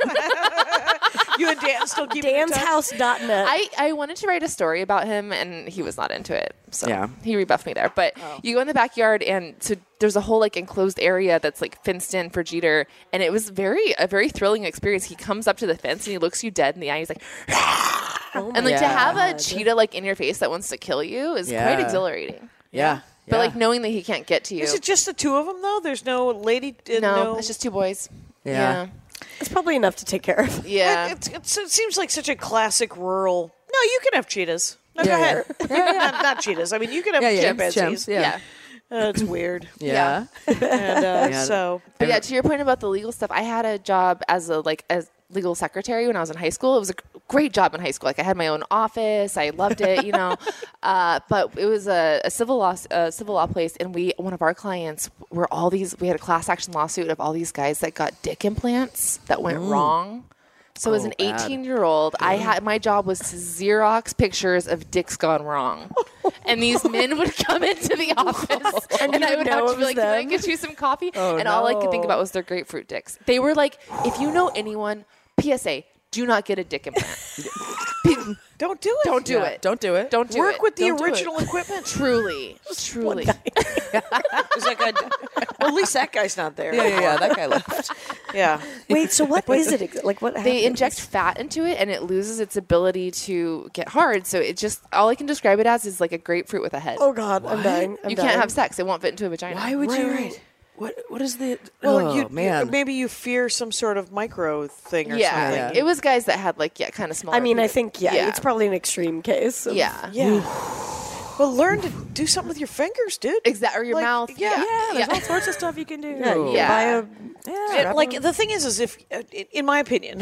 Speaker 7: You and Dan still keep in touch?
Speaker 3: Danshouse.net.
Speaker 5: I, I wanted to write a story about him and he was not into it. So
Speaker 4: Yeah. Oh.
Speaker 5: he rebuffed me there. But you go in the backyard and so there's a whole like enclosed area that's like fenced in for Jeter and it was very a very thrilling experience. He comes up to the fence and he looks you dead in the eye. He's like
Speaker 3: Oh
Speaker 5: and like to have a cheetah like in your face that wants to kill you is
Speaker 4: Yeah.
Speaker 5: quite exhilarating.
Speaker 4: Yeah.
Speaker 5: But like
Speaker 4: Yeah.
Speaker 5: knowing that he can't get to you.
Speaker 7: Is it just the two of them though? There's no lady. uh,
Speaker 5: no,
Speaker 7: no.
Speaker 5: it's just two boys.
Speaker 4: Yeah.
Speaker 3: It's probably enough to take care of.
Speaker 5: Yeah. Yeah.
Speaker 7: It, it's, it seems like such a classic rural. No, you can have cheetas. No,
Speaker 4: Yeah,
Speaker 7: go
Speaker 4: yeah.
Speaker 7: ahead. not, not cheetas. I mean, you can have
Speaker 4: Yeah, yeah,
Speaker 7: chimpanzees.
Speaker 4: chimps, yeah.
Speaker 5: yeah.
Speaker 7: Uh, it's weird.
Speaker 4: Yeah.
Speaker 7: And uh,
Speaker 4: Yeah.
Speaker 7: so,
Speaker 5: But yeah, to your point about the legal stuff, I had a job as a like as legal secretary when I was in high school. It was a g- great job in high school. Like I had my own office. I loved it, you know. uh, but it was a, a civil law s- a civil law place, and we one of our clients were all these. We had a class action lawsuit of all these guys that got dick implants that went wrong. So
Speaker 3: Oh,
Speaker 5: as an 18 year old, I had my job was to Xerox pictures of dicks gone wrong. And these men would come into the office, and, I
Speaker 3: would
Speaker 5: would
Speaker 3: know
Speaker 5: have
Speaker 3: it
Speaker 5: to be
Speaker 3: was
Speaker 5: like, "Can I
Speaker 3: them?"
Speaker 5: get you some coffee?" and all I could think about was their grapefruit dicks. They were like, "If you know anyone, PSA, do not get a dick implant.
Speaker 7: don't do it.
Speaker 5: Don't do
Speaker 4: Yeah.
Speaker 5: it.
Speaker 4: Don't do it.
Speaker 5: Don't do
Speaker 7: Work
Speaker 5: it.
Speaker 7: with the
Speaker 5: Don't do it.
Speaker 7: original equipment.
Speaker 5: Truly, truly.
Speaker 7: It's like, I, well, at least that guy's not there.
Speaker 4: Yeah. Yeah. yeah. That guy left.
Speaker 7: Yeah.
Speaker 3: Wait, so what is it exa- like? What happens?
Speaker 5: They inject fat into it, and it loses its ability to get hard. So it just all I can describe it as is like a grapefruit with a head.
Speaker 3: Oh God, I'm dying. I'm
Speaker 5: you
Speaker 3: dying.
Speaker 5: can't have sex; it won't fit into a vagina.
Speaker 4: Why would
Speaker 7: Right,
Speaker 4: you?
Speaker 7: right.
Speaker 4: What? What is the?
Speaker 7: Well,
Speaker 4: oh
Speaker 7: you,
Speaker 4: man.
Speaker 7: maybe you fear some sort of micro thing or
Speaker 5: yeah,
Speaker 7: something.
Speaker 5: it was guys that had like yeah, kind of small.
Speaker 3: I mean, I think yeah,
Speaker 5: Yeah.
Speaker 3: it's probably an extreme case. of-
Speaker 5: yeah,
Speaker 7: Yeah. Well, learn to do something with your fingers, dude.
Speaker 5: exactly, or your
Speaker 7: Like,
Speaker 5: mouth.
Speaker 7: yeah.
Speaker 5: yeah,
Speaker 8: there's all sorts of stuff you can do.
Speaker 3: yeah. You
Speaker 5: Yeah.
Speaker 3: yeah. Buy a,
Speaker 7: It- like the thing is, is if, uh, i- in my opinion,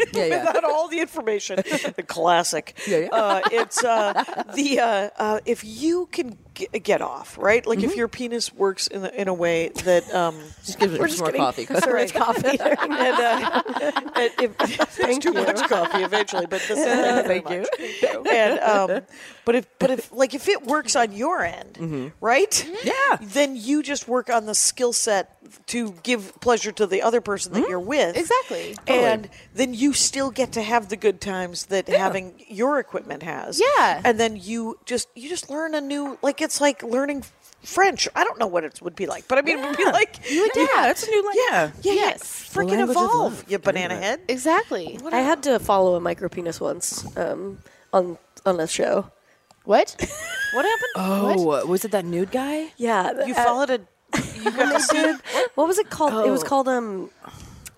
Speaker 4: Yeah, yeah.
Speaker 7: without all the information, the classic.
Speaker 4: Yeah, yeah.
Speaker 7: Uh, it's uh, the uh, uh, if you can g- get off, right? Like if your penis works in the, in a way that um,
Speaker 4: just give it some more coffee.
Speaker 3: so much coffee.
Speaker 7: and uh, and if, there's too much coffee eventually, but this is thank you. very much. And um, but if but if like if it works on your end, right?
Speaker 4: Yeah.
Speaker 7: Then you just work on the skill set to give pleasure to the other person that you're with.
Speaker 5: Exactly.
Speaker 7: And then you still get to have the good times that having your equipment has.
Speaker 5: Yeah.
Speaker 7: And then you just you just learn a new like it's like learning French. I don't know what it would be like, but I mean it would be like you
Speaker 4: Yeah, it's a new language.
Speaker 7: yeah, yeah, yeah.
Speaker 5: Yes.
Speaker 4: The
Speaker 7: Freaking
Speaker 4: language of
Speaker 7: evolve,
Speaker 4: love.
Speaker 7: you banana head.
Speaker 5: exactly.
Speaker 3: I had to follow a micro penis once um, on on a show.
Speaker 5: What?
Speaker 7: What happened?
Speaker 4: Oh, was it that nude guy?
Speaker 3: Yeah,
Speaker 7: You
Speaker 3: uh,
Speaker 7: followed a. You got to see.
Speaker 3: What was it called? It
Speaker 4: Oh.
Speaker 3: was called um.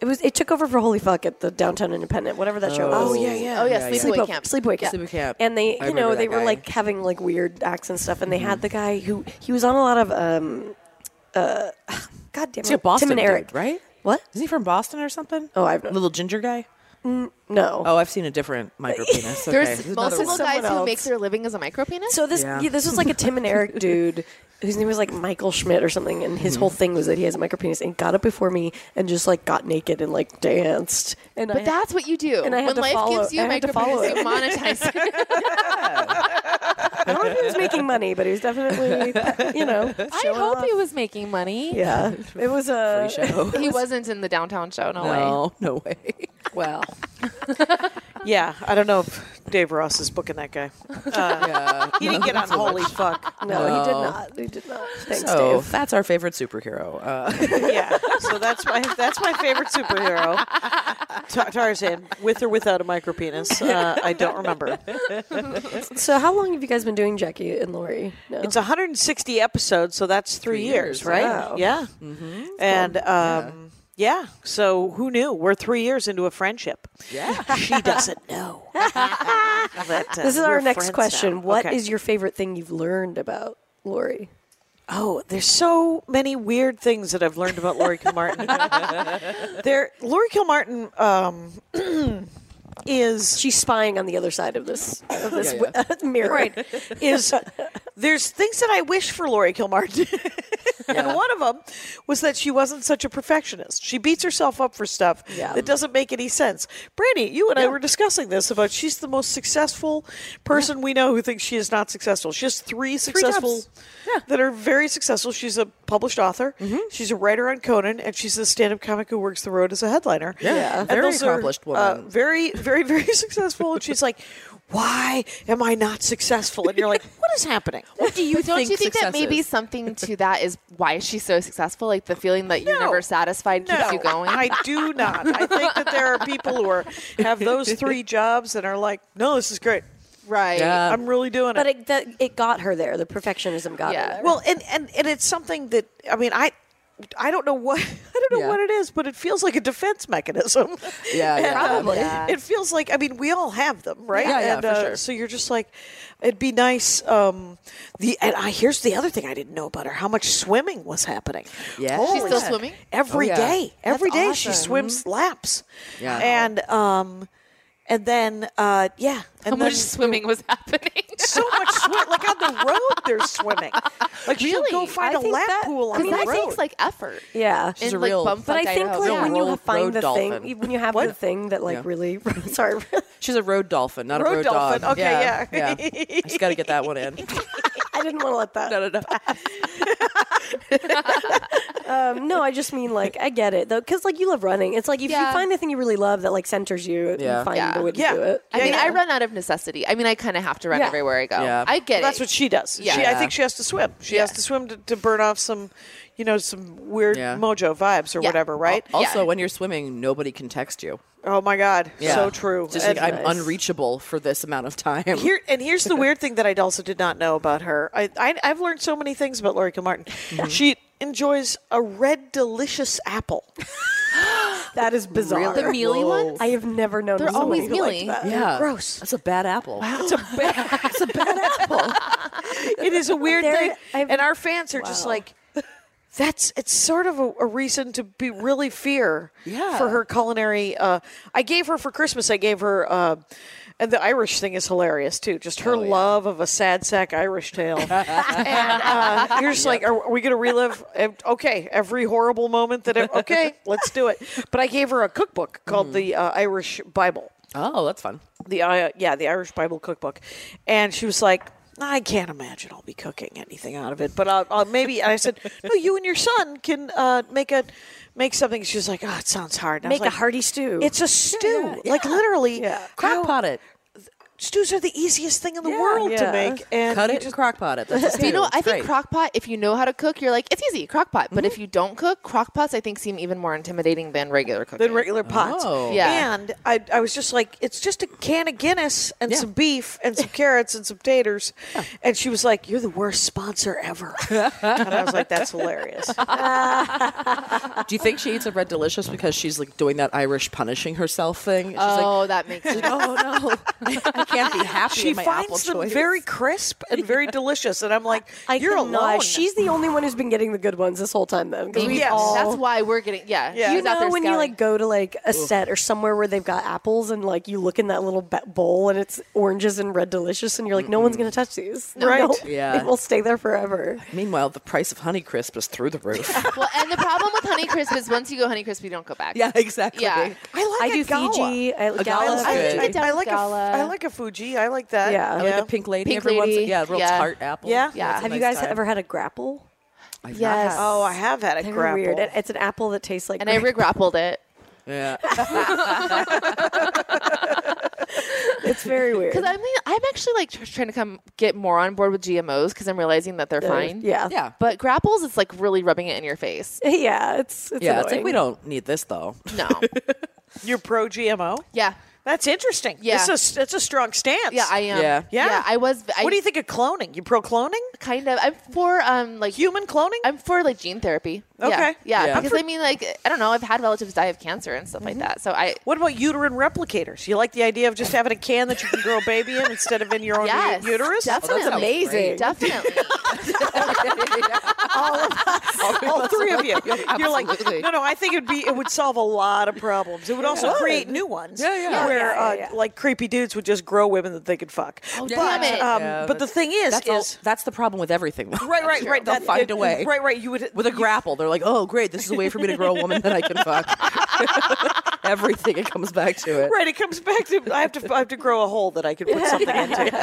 Speaker 3: It was. It took over for Holy Fuck at the Downtown Independent, whatever that show was.
Speaker 7: Oh yeah, yeah.
Speaker 5: Oh yeah,
Speaker 4: Yeah, yeah.
Speaker 5: sleepaway
Speaker 3: Sleepo-
Speaker 5: camp.
Speaker 3: Sleepaway camp.
Speaker 4: Sleepaway camp.
Speaker 3: And they,
Speaker 4: I
Speaker 3: you know,
Speaker 4: remember
Speaker 3: they
Speaker 4: that
Speaker 3: were
Speaker 4: guy. Mm-hmm.
Speaker 3: like having like weird acts and stuff. And they had the guy who he was on a lot of um, uh, God damn it,
Speaker 4: He's a Boston
Speaker 3: Tim and Eric,
Speaker 4: dude, right?
Speaker 3: What?
Speaker 4: Isn't he from Boston or something?
Speaker 3: Oh, I've-
Speaker 4: little ginger guy.
Speaker 3: No.
Speaker 4: Oh, I've seen a different micro penis. Okay.
Speaker 5: There's
Speaker 4: this is another
Speaker 5: multiple
Speaker 4: one.
Speaker 5: guys
Speaker 3: Someone
Speaker 5: who make
Speaker 3: else.
Speaker 5: their living as a micropenis.
Speaker 3: So this
Speaker 4: Yeah.
Speaker 3: yeah, this was like a Tim and Eric dude whose name was like Michael Schmidt or something, and his whole thing was that he has a micro penis and got up before me and just like got naked and like danced. And
Speaker 5: but
Speaker 3: I,
Speaker 5: that's what you do.
Speaker 3: And I had
Speaker 5: when
Speaker 3: to
Speaker 5: life
Speaker 3: follow-
Speaker 5: gives you
Speaker 3: I
Speaker 5: a
Speaker 3: had to
Speaker 5: micropenis,
Speaker 3: follow
Speaker 5: you monetize it.
Speaker 3: I don't know if he was making money, but he was definitely, you know.
Speaker 5: I
Speaker 3: showing
Speaker 5: hope
Speaker 3: off.
Speaker 5: he was making money.
Speaker 3: Yeah, it was a.
Speaker 4: Free show.
Speaker 5: He wasn't in the downtown show, no, way.
Speaker 4: No, no way.
Speaker 5: Well,
Speaker 7: Yeah, I don't know if Dave Ross is booking that guy. Uh,
Speaker 4: Yeah.
Speaker 7: He didn't get on. Holy fuck!
Speaker 3: No, he did not. He did not. Thanks,
Speaker 4: So
Speaker 3: Dave.
Speaker 4: that's our favorite superhero. Uh,
Speaker 7: Yeah. So that's my that's my favorite superhero, Ta- Tarzan, with or without a micro penis. Uh, I don't remember.
Speaker 3: So, how long have you guys been doing Jackie and Lori? No.
Speaker 7: It's 160 episodes, so that's three, years,
Speaker 4: years,
Speaker 7: right?
Speaker 3: wow.
Speaker 7: Yeah. And um, yeah. So who knew? We're three years into a friendship. Yeah. she doesn't know. But, uh,
Speaker 3: this is our
Speaker 7: we're
Speaker 3: next
Speaker 7: friends
Speaker 3: question.
Speaker 7: now.
Speaker 3: What is
Speaker 7: Okay.
Speaker 3: your favorite thing you've learned about Lori?
Speaker 7: Oh, there's so many weird things that I've learned about Lori Kilmartin. there, Lori Kilmartin um, is
Speaker 3: She's spying on the other side of this of this
Speaker 4: Yeah,
Speaker 3: mirror.
Speaker 7: right is uh, there's things that I wish for Lori Kilmartin. And one of them was that she wasn't such a perfectionist. She beats herself up for stuff
Speaker 3: Yeah.
Speaker 7: that doesn't make any sense. Brandy, you and I were discussing this about she's the most successful person we know who thinks she is not successful. She has three successful that are very successful. She's a published author. She's a writer on Conan, and she's a stand-up comic who works the road as a headliner.
Speaker 4: Yeah.
Speaker 7: And
Speaker 4: Very
Speaker 7: those are,
Speaker 4: accomplished
Speaker 7: uh,
Speaker 4: woman.
Speaker 7: very, very, very successful. And she's like, why am I not successful? And you're like, what is happening?
Speaker 5: do you don't
Speaker 4: think
Speaker 5: you think that
Speaker 4: success
Speaker 5: maybe
Speaker 4: is?
Speaker 5: something to that is why she's so successful? Like the feeling that you're
Speaker 7: No.
Speaker 5: never satisfied keeps you going.
Speaker 7: I do not. I think that there are people who are have those three jobs and are like, no, this is great.
Speaker 5: right.
Speaker 4: Yeah.
Speaker 7: I'm really doing
Speaker 3: But it that, it got her there. The perfectionism got her
Speaker 5: Yeah.
Speaker 3: there.
Speaker 7: Well, and, and and it's something that I mean, I I don't know what I don't know
Speaker 4: Yeah.
Speaker 7: what it is, but it feels like a defense mechanism.
Speaker 4: Yeah,
Speaker 7: And,
Speaker 4: yeah.
Speaker 7: um,
Speaker 4: Probably.
Speaker 5: Yeah.
Speaker 7: It feels like I mean, we all have them, right?
Speaker 4: Yeah, yeah,
Speaker 7: and,
Speaker 4: for
Speaker 7: uh,
Speaker 4: sure.
Speaker 7: So you're just like, it'd be nice. Um, the and I here's the other thing I didn't know about her: how much swimming was happening.
Speaker 4: Yeah.
Speaker 7: Holy
Speaker 4: She's
Speaker 5: still
Speaker 7: shit.
Speaker 5: swimming?
Speaker 7: every
Speaker 4: Oh, yeah. Mm-hmm.
Speaker 7: day. Every day she
Speaker 5: awesome.
Speaker 7: swims laps.
Speaker 4: Yeah.
Speaker 7: and um, and then uh, yeah, and
Speaker 5: How
Speaker 7: then
Speaker 5: much swimming was happening?
Speaker 7: so much swim. Like on the road, they're swimming. Like she'll
Speaker 5: Really?
Speaker 7: go find
Speaker 3: I
Speaker 7: a
Speaker 3: think
Speaker 7: lap
Speaker 3: that-
Speaker 7: pool on
Speaker 5: Because
Speaker 7: the
Speaker 5: that
Speaker 7: road.
Speaker 5: takes like effort.
Speaker 3: yeah.
Speaker 4: She's
Speaker 5: In,
Speaker 4: a real-
Speaker 5: like bump
Speaker 3: But I think like
Speaker 4: real
Speaker 3: when you
Speaker 4: road-
Speaker 3: find
Speaker 4: road
Speaker 3: the thing,
Speaker 4: dolphin.
Speaker 3: when you have the thing that like really sorry.
Speaker 4: she's a road dolphin, not
Speaker 7: Road
Speaker 4: a road
Speaker 7: dolphin.
Speaker 4: dog.
Speaker 7: Okay, yeah.
Speaker 4: I just got to get that one in.
Speaker 3: I didn't want to let that.
Speaker 4: no, no, no.
Speaker 3: Um, no, I just mean like I get it though, because like you love running. It's like if
Speaker 5: Yeah.
Speaker 3: you find the thing you really love that like centers you, you
Speaker 4: Yeah.
Speaker 3: find
Speaker 5: Yeah.
Speaker 3: the way to
Speaker 7: Yeah.
Speaker 3: do it.
Speaker 5: I mean, I run out of necessity. I mean, I kind of have to run
Speaker 3: Yeah.
Speaker 5: everywhere I go.
Speaker 4: Yeah.
Speaker 5: I get
Speaker 7: Well, that's
Speaker 5: it.
Speaker 7: what she does.
Speaker 5: Yeah.
Speaker 7: She, I think she has to swim. She has
Speaker 5: Yeah.
Speaker 7: to swim to, to burn off some, you know, some weird
Speaker 4: Yeah.
Speaker 7: mojo vibes or
Speaker 5: Yeah. Oh.
Speaker 7: whatever, right?
Speaker 5: Al-
Speaker 4: Also,
Speaker 5: Yeah.
Speaker 4: when you're swimming, nobody can text you.
Speaker 7: Oh my God,
Speaker 4: Yeah.
Speaker 7: so true.
Speaker 4: Just
Speaker 7: And-
Speaker 4: like I'm unreachable for this amount of time.
Speaker 7: Here and here's the weird thing that I also did not know about her. I, I I've learned so many things about Lori Kilmartin.
Speaker 5: Mm-hmm.
Speaker 7: She enjoys a red delicious apple.
Speaker 3: That is bizarre.
Speaker 5: the mealy ones?
Speaker 3: I have never known.
Speaker 5: They're
Speaker 3: somebody
Speaker 5: always
Speaker 3: who liked
Speaker 5: mealy.
Speaker 3: that.
Speaker 4: yeah,
Speaker 7: gross.
Speaker 4: That's a bad apple.
Speaker 7: It's a bad, it's a bad apple. It is a weird
Speaker 3: There-
Speaker 7: thing,
Speaker 3: I've-
Speaker 7: and our fans are just
Speaker 3: Wow.
Speaker 7: like, that's it's sort of a, a reason to be really fear
Speaker 4: Yeah.
Speaker 7: for her culinary. Uh, I gave her for Christmas. I gave her. Uh, and the Irish thing is hilarious too. Just her love of a sad sack Irish tale. and uh, you're just like, are, are we going to relive? ev- Okay, every horrible moment that. ev- Okay, let's do it. But I gave her a cookbook called the uh, Irish Bible
Speaker 4: Oh, that's fun.
Speaker 7: the I yeah the Irish Bible cookbook, and she was like, I can't imagine I'll be cooking anything out of it, but I'll, I'll maybe. And I said, No, you and your son can uh, make a make something. She was like, Oh, it sounds hard. And I was
Speaker 3: Make a
Speaker 7: like,
Speaker 3: hearty stew.
Speaker 7: It's a stew, like literally.
Speaker 3: Yeah.
Speaker 4: Crock pot it.
Speaker 7: Stews are the easiest thing in Uh, the
Speaker 4: Yeah.
Speaker 7: world
Speaker 3: Yeah.
Speaker 7: to make, and
Speaker 4: Cut
Speaker 7: you
Speaker 4: it and
Speaker 7: just-
Speaker 4: crock pot it. That's a
Speaker 5: Do you
Speaker 4: stew.
Speaker 5: know,
Speaker 4: It's
Speaker 5: I think
Speaker 4: great.
Speaker 5: crock pot, if you know how to cook, you're like, it's easy, crock pot. But if you don't cook, crock pots, I think, seem even more intimidating than regular cooking.
Speaker 7: than regular pots.
Speaker 4: Oh.
Speaker 5: Yeah.
Speaker 7: And I, I was just like, it's just a can of Guinness and
Speaker 4: Yeah.
Speaker 7: some beef and some carrots and some taters. And she was like, You're the worst sponsor ever. and I was like, That's hilarious.
Speaker 4: Do you think she eats a red delicious because she's like doing that Irish punishing herself thing? She's
Speaker 5: oh,
Speaker 4: like,
Speaker 5: that makes sense.
Speaker 4: oh no, I can't be happy.
Speaker 7: she
Speaker 4: in my apple
Speaker 7: finds them
Speaker 4: choice.
Speaker 7: very crisp and very delicious. And I'm like,
Speaker 3: I
Speaker 7: You're
Speaker 3: cannot-
Speaker 7: alone.
Speaker 3: She's the only one who's been getting the good ones this whole time, though. 'cause we
Speaker 7: Yes.
Speaker 3: all-
Speaker 5: That's why we're getting, yeah.
Speaker 7: Yeah.
Speaker 5: she's
Speaker 3: You
Speaker 7: Who's
Speaker 5: out
Speaker 3: know
Speaker 5: there
Speaker 3: when you
Speaker 5: scouting.
Speaker 3: like go to like a set or somewhere where they've got apples and like you look in that little ba- bowl and it's oranges and red delicious and you're like no one's gonna touch these
Speaker 7: Right.
Speaker 3: No,
Speaker 4: Yeah.
Speaker 3: it will stay there forever
Speaker 4: Meanwhile, the price of Honeycrisp is through the roof.
Speaker 5: Well, and the problem with Honeycrisp is once you go Honeycrisp, you don't go back.
Speaker 4: exactly.
Speaker 5: Yeah.
Speaker 7: I like
Speaker 3: I
Speaker 7: a
Speaker 3: do
Speaker 7: Gala.
Speaker 3: Fiji I,
Speaker 4: Gala's
Speaker 3: Gala,
Speaker 4: good.
Speaker 7: I,
Speaker 5: I
Speaker 7: I,
Speaker 5: done
Speaker 7: like a, f-
Speaker 5: Gala.
Speaker 7: I like a Fuji. I like that.
Speaker 3: Yeah. I like
Speaker 4: I like the pink lady
Speaker 5: Pink
Speaker 4: every once
Speaker 5: lady,
Speaker 4: in, yeah, real
Speaker 5: yeah.
Speaker 4: tart apple.
Speaker 7: Yeah.
Speaker 5: Yeah.
Speaker 4: That's a
Speaker 3: Have you
Speaker 4: nice
Speaker 3: guys
Speaker 4: time.
Speaker 3: ever had a grapple?
Speaker 4: I've not
Speaker 5: Yes.
Speaker 4: had-
Speaker 7: Oh, I have had a
Speaker 3: They're
Speaker 7: grapple.
Speaker 3: weird. It- It's an apple that tastes like.
Speaker 5: And I
Speaker 3: grape-
Speaker 5: regrappled it
Speaker 4: Yeah.
Speaker 3: it's very weird.
Speaker 5: because I mean I'm actually like tr- trying to come get more on board with GMOs because I'm realizing that they're fine.
Speaker 3: Yeah.
Speaker 4: Yeah.
Speaker 5: But grapples, it's like really rubbing it in your face.
Speaker 3: Yeah. It's. it's
Speaker 4: Yeah, it's like
Speaker 3: annoying.
Speaker 4: we don't need this though.
Speaker 5: No.
Speaker 7: You're pro GMO.
Speaker 5: yeah.
Speaker 7: That's interesting.
Speaker 5: Yeah.
Speaker 7: It's a s- that's a strong stance.
Speaker 5: Yeah, I am.
Speaker 4: Yeah.
Speaker 7: Yeah.
Speaker 5: I was. I,
Speaker 7: what do you think of cloning? You pro cloning?
Speaker 5: Kind of. I'm for um like
Speaker 7: Human cloning?
Speaker 5: I'm for like gene therapy. Yeah.
Speaker 7: Okay.
Speaker 5: Yeah.
Speaker 4: Yeah. I'm
Speaker 5: Because I mean, like, I don't know. I've had relatives die of cancer and stuff like
Speaker 7: Mm-hmm.
Speaker 5: that. So I.
Speaker 7: what about uterine replicators? You like the idea of just having a can that you can grow a baby in instead of in your own
Speaker 5: Yes.
Speaker 7: u- uterus? Oh,
Speaker 5: Definitely.
Speaker 4: sounds great.
Speaker 5: Definitely.
Speaker 7: All three of you. You're like,
Speaker 5: Absolutely.
Speaker 7: no, no. I think it'd be it would solve a lot of problems. It would also create new ones. Yeah,
Speaker 4: yeah.
Speaker 7: Where
Speaker 3: Yeah, yeah,
Speaker 7: uh,
Speaker 3: yeah.
Speaker 7: like creepy dudes would just grow women that they could fuck. Oh, but,
Speaker 5: damn it.
Speaker 7: Um,
Speaker 4: Yeah,
Speaker 7: but the
Speaker 4: that's-
Speaker 7: thing is,
Speaker 4: That's all-
Speaker 7: is
Speaker 4: that's the problem with everything. Though.
Speaker 7: right, right, right.
Speaker 4: They'll
Speaker 7: that-
Speaker 4: find
Speaker 7: it-
Speaker 4: a way.
Speaker 7: Right, right. You would
Speaker 4: With a grapple, they're like, "Oh, great! This is a way for me to grow a woman that I can fuck." Everything it comes back to it.
Speaker 7: Right, it comes back to I have to I have to grow a hole that I can put something into,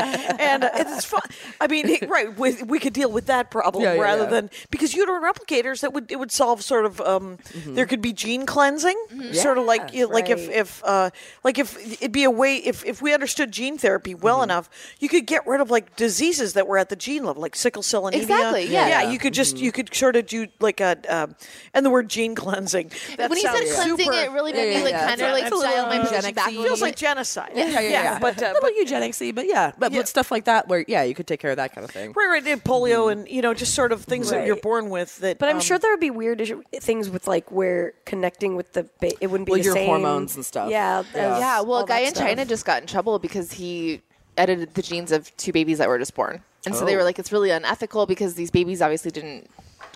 Speaker 7: and uh, it's fun. I mean, it- right, we, we could deal with that problem
Speaker 4: Yeah, yeah,
Speaker 7: rather
Speaker 4: yeah.
Speaker 7: than because uterine replicators that would it would solve sort of um,
Speaker 5: Mm-hmm.
Speaker 7: there could be gene cleansing, sort of like you like if
Speaker 3: right.
Speaker 7: if uh, like if it'd be a way if if we understood gene therapy well
Speaker 5: Mm-hmm.
Speaker 7: enough, you could get rid of like diseases that were at the gene level, like sickle cell anemia.
Speaker 5: Exactly, yeah. Mm-hmm.
Speaker 7: yeah. You could just you could sort of do like a um and the word gene cleansing. That
Speaker 5: when he said
Speaker 7: sounds
Speaker 5: cleansing,
Speaker 7: super-
Speaker 5: it really
Speaker 4: Yeah,
Speaker 5: made me
Speaker 4: yeah,
Speaker 5: like
Speaker 4: yeah.
Speaker 5: kind of
Speaker 4: It's
Speaker 5: like
Speaker 4: a little
Speaker 5: dial my
Speaker 4: eugenics-y.
Speaker 5: back. a little
Speaker 7: feels like
Speaker 5: bit.
Speaker 7: genocide.
Speaker 4: Yeah, yeah, yeah.
Speaker 7: But uh,
Speaker 4: Not
Speaker 7: but
Speaker 4: like eugenicsy, but yeah, but, but stuff like that, where yeah, you could take care of that kind of thing.
Speaker 7: Right, right. And polio and, you know, just sort of things that you're
Speaker 3: Right.
Speaker 7: born with that.
Speaker 3: But I'm
Speaker 7: um,
Speaker 3: sure there would be weird issue- things with like where connecting with the ba- it wouldn't be
Speaker 4: Well,
Speaker 3: the
Speaker 4: your
Speaker 3: same-
Speaker 4: hormones and stuff.
Speaker 3: Yeah,
Speaker 4: Yeah.
Speaker 3: as
Speaker 5: Yeah. Well,
Speaker 3: all
Speaker 5: a guy
Speaker 3: that
Speaker 5: in
Speaker 3: stuff.
Speaker 5: China just got in trouble because he edited the genes of two babies that were just born, and so they were like, it's really unethical because these babies obviously didn't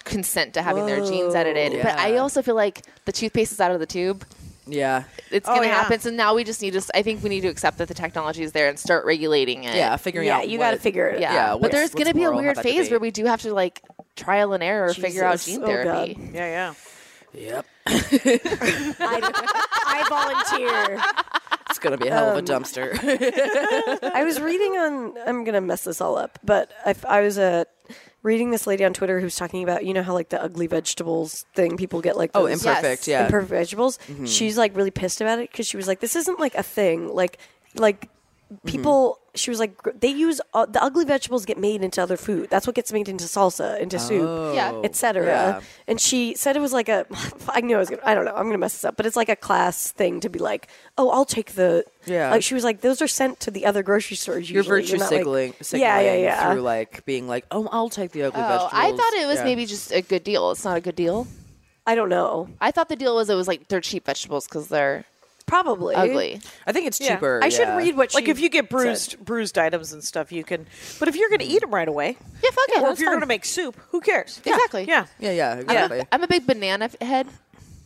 Speaker 5: consent to having their genes edited. But I
Speaker 4: Yeah.
Speaker 5: also feel like the toothpaste is out of the tube.
Speaker 4: Yeah,
Speaker 5: It's
Speaker 7: Oh,
Speaker 5: going to
Speaker 7: yeah.
Speaker 5: happen. So now we just need to. s- I think we need to accept that the technology is there and start regulating it.
Speaker 4: yeah, figuring
Speaker 3: Yeah,
Speaker 4: out.
Speaker 3: you
Speaker 4: what-
Speaker 3: got to figure it.
Speaker 5: Yeah.
Speaker 4: Yeah,
Speaker 5: but
Speaker 4: what's-
Speaker 5: there's going to
Speaker 4: what's
Speaker 5: be a
Speaker 4: moral, how
Speaker 5: weird
Speaker 4: about the
Speaker 5: phase where
Speaker 4: debate?
Speaker 5: we do have to like trial and error, figure out
Speaker 3: Jesus.
Speaker 5: gene
Speaker 3: Oh,
Speaker 5: therapy.
Speaker 3: God.
Speaker 7: Yeah, yeah.
Speaker 4: Yep,
Speaker 3: out. I, I volunteer.
Speaker 4: it's gonna be a hell of a dumpster.
Speaker 3: I was reading on. I'm gonna mess this all up, but I, f- I was uh, reading this lady on Twitter who was talking about you know how like the ugly vegetables thing people get like
Speaker 4: oh,
Speaker 3: those-
Speaker 4: imperfect. Yeah, Mm-hmm.
Speaker 3: imperfect vegetables. She's like really pissed about it because she was like, this isn't like a thing. Like, like
Speaker 4: Mm-hmm.
Speaker 3: people. She was like, gr- they use uh, the ugly vegetables get made into other food. That's what gets made into salsa, into
Speaker 4: Oh.
Speaker 3: soup,
Speaker 5: Yeah.
Speaker 3: etc.
Speaker 4: yeah.
Speaker 3: And she said it was like a. I knew I was gonna. I don't know. I'm gonna mess this up, but it's like a class thing to be like, oh, I'll take the.
Speaker 4: Yeah.
Speaker 3: Like she was like, those are sent to the other grocery stores.
Speaker 4: You're
Speaker 3: Usually.
Speaker 4: virtue
Speaker 3: not, like-
Speaker 4: signaling, signaling
Speaker 3: yeah, yeah, yeah.
Speaker 4: through like being like, "Oh, I'll take the ugly
Speaker 5: Oh,
Speaker 4: vegetables."
Speaker 5: I thought it was
Speaker 4: Yeah.
Speaker 5: maybe just a good deal. It's not a good deal.
Speaker 3: I don't know.
Speaker 5: I thought the deal was it was like they're cheap vegetables because they're
Speaker 3: Probably
Speaker 5: ugly.
Speaker 4: I think it's cheaper.
Speaker 3: I should
Speaker 4: yeah.
Speaker 3: read what she
Speaker 7: Like if you get bruised, bruised items and stuff, you can. But if you're going to eat them right away,
Speaker 5: Oh, Yeah, fuck it.
Speaker 7: or if
Speaker 5: that's
Speaker 7: you're
Speaker 5: fine.
Speaker 7: going to make soup, who cares?
Speaker 5: Exactly.
Speaker 7: Yeah.
Speaker 4: Yeah, yeah, exactly.
Speaker 5: I'm a big banana f- head,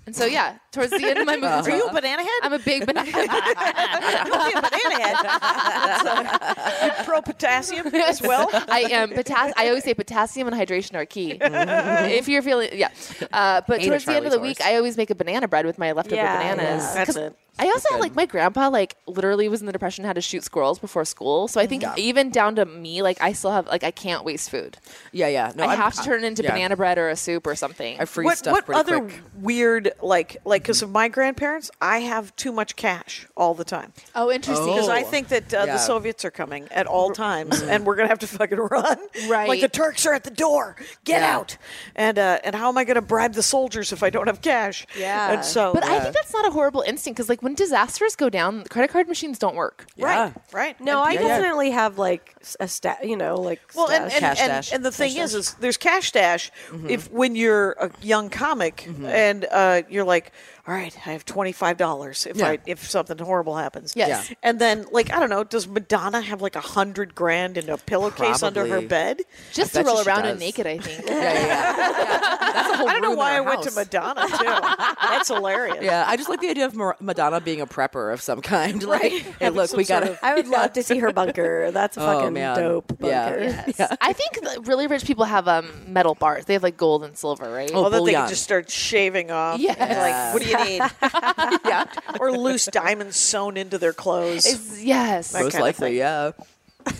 Speaker 5: and so yeah, towards the end of my movie,
Speaker 7: Are you a banana head?
Speaker 5: I'm a big banana.
Speaker 7: You'll be a banana head. That's, uh, you're pro potassium as well.
Speaker 5: I am potass- I always say potassium and hydration are key. if you're feeling, yeah. Uh, but
Speaker 4: Mm. Hate a
Speaker 5: towards the end of
Speaker 4: Charlie's
Speaker 5: the week,
Speaker 4: horse.
Speaker 5: I always make a banana bread with my leftover
Speaker 3: Yeah,
Speaker 5: bananas.
Speaker 3: yeah.
Speaker 7: That's
Speaker 5: 'Cause
Speaker 7: it.
Speaker 5: I also had like my grandpa like literally was in the depression had to shoot squirrels before school. So I think even down to me like I still have like I can't waste food.
Speaker 4: yeah, yeah. No,
Speaker 5: I
Speaker 4: I'm-
Speaker 5: have to turn it into
Speaker 4: yeah.
Speaker 5: banana bread or a soup or something.
Speaker 4: I freeze
Speaker 7: What,
Speaker 4: stuff
Speaker 7: what
Speaker 4: pretty
Speaker 7: other
Speaker 4: quick.
Speaker 7: weird like like because of my grandparents, I have too much cash all the time.
Speaker 5: oh, interesting.
Speaker 7: Because I
Speaker 4: Oh.
Speaker 7: think that uh,
Speaker 4: Yeah. Mm-hmm.
Speaker 7: the Soviets are coming at all times, and we're gonna have to fucking run.
Speaker 5: Right.
Speaker 7: like the Turks are at the door. Get
Speaker 4: Yeah.
Speaker 7: out! And uh, and how am I gonna bribe the soldiers if I don't have cash?
Speaker 3: Yeah.
Speaker 7: And so, uh,
Speaker 5: But I think that's not a horrible instinct because like when disasters go down, credit card machines don't work.
Speaker 7: right,
Speaker 4: Yeah.
Speaker 7: right.
Speaker 3: No, I
Speaker 4: Yeah, yeah.
Speaker 3: definitely have like s- a stat, you know, like
Speaker 7: Well, and, and,
Speaker 3: stash.
Speaker 4: Cash Mm-hmm.
Speaker 7: and,
Speaker 4: stash.
Speaker 7: and the thing is, is there's cash dash if when you're a young comic
Speaker 4: Mm-hmm.
Speaker 7: and uh, you're like, all right, I have twenty five dollars if
Speaker 4: Yeah.
Speaker 7: I if something horrible happens.
Speaker 5: Yes. Yeah.
Speaker 7: And then like I don't know, does Madonna have like a hundred grand in a pillowcase under her
Speaker 4: Probably.
Speaker 7: bed?
Speaker 5: Just
Speaker 4: I bet
Speaker 5: to
Speaker 4: you
Speaker 5: roll
Speaker 4: she
Speaker 5: around and
Speaker 4: does.
Speaker 5: naked, I think.
Speaker 4: Yeah, yeah, yeah. That's a whole
Speaker 7: I don't know
Speaker 4: room in
Speaker 7: why
Speaker 4: our
Speaker 7: I went to
Speaker 4: house.
Speaker 7: Madonna too. That's hilarious.
Speaker 4: Yeah, I just like the idea of Mar- Madonna Madonna being a prepper of some kind. Like, hey, look, we got to.
Speaker 3: I would love to see her bunker. That's a fucking
Speaker 4: Oh, man.
Speaker 3: dope
Speaker 4: Yeah.
Speaker 3: bunker.
Speaker 4: Yeah.
Speaker 5: I think that really rich people have um, metal bars. They have like gold and silver, right?
Speaker 4: Oh,
Speaker 7: Although they
Speaker 4: bullion.
Speaker 7: could just start shaving off.
Speaker 5: Yes.
Speaker 7: and, Like, what do you need? yeah. Or loose diamonds sewn into their clothes.
Speaker 5: It's- yes.
Speaker 7: That
Speaker 4: Most
Speaker 7: kind of
Speaker 4: likely,
Speaker 7: thing.
Speaker 4: yeah.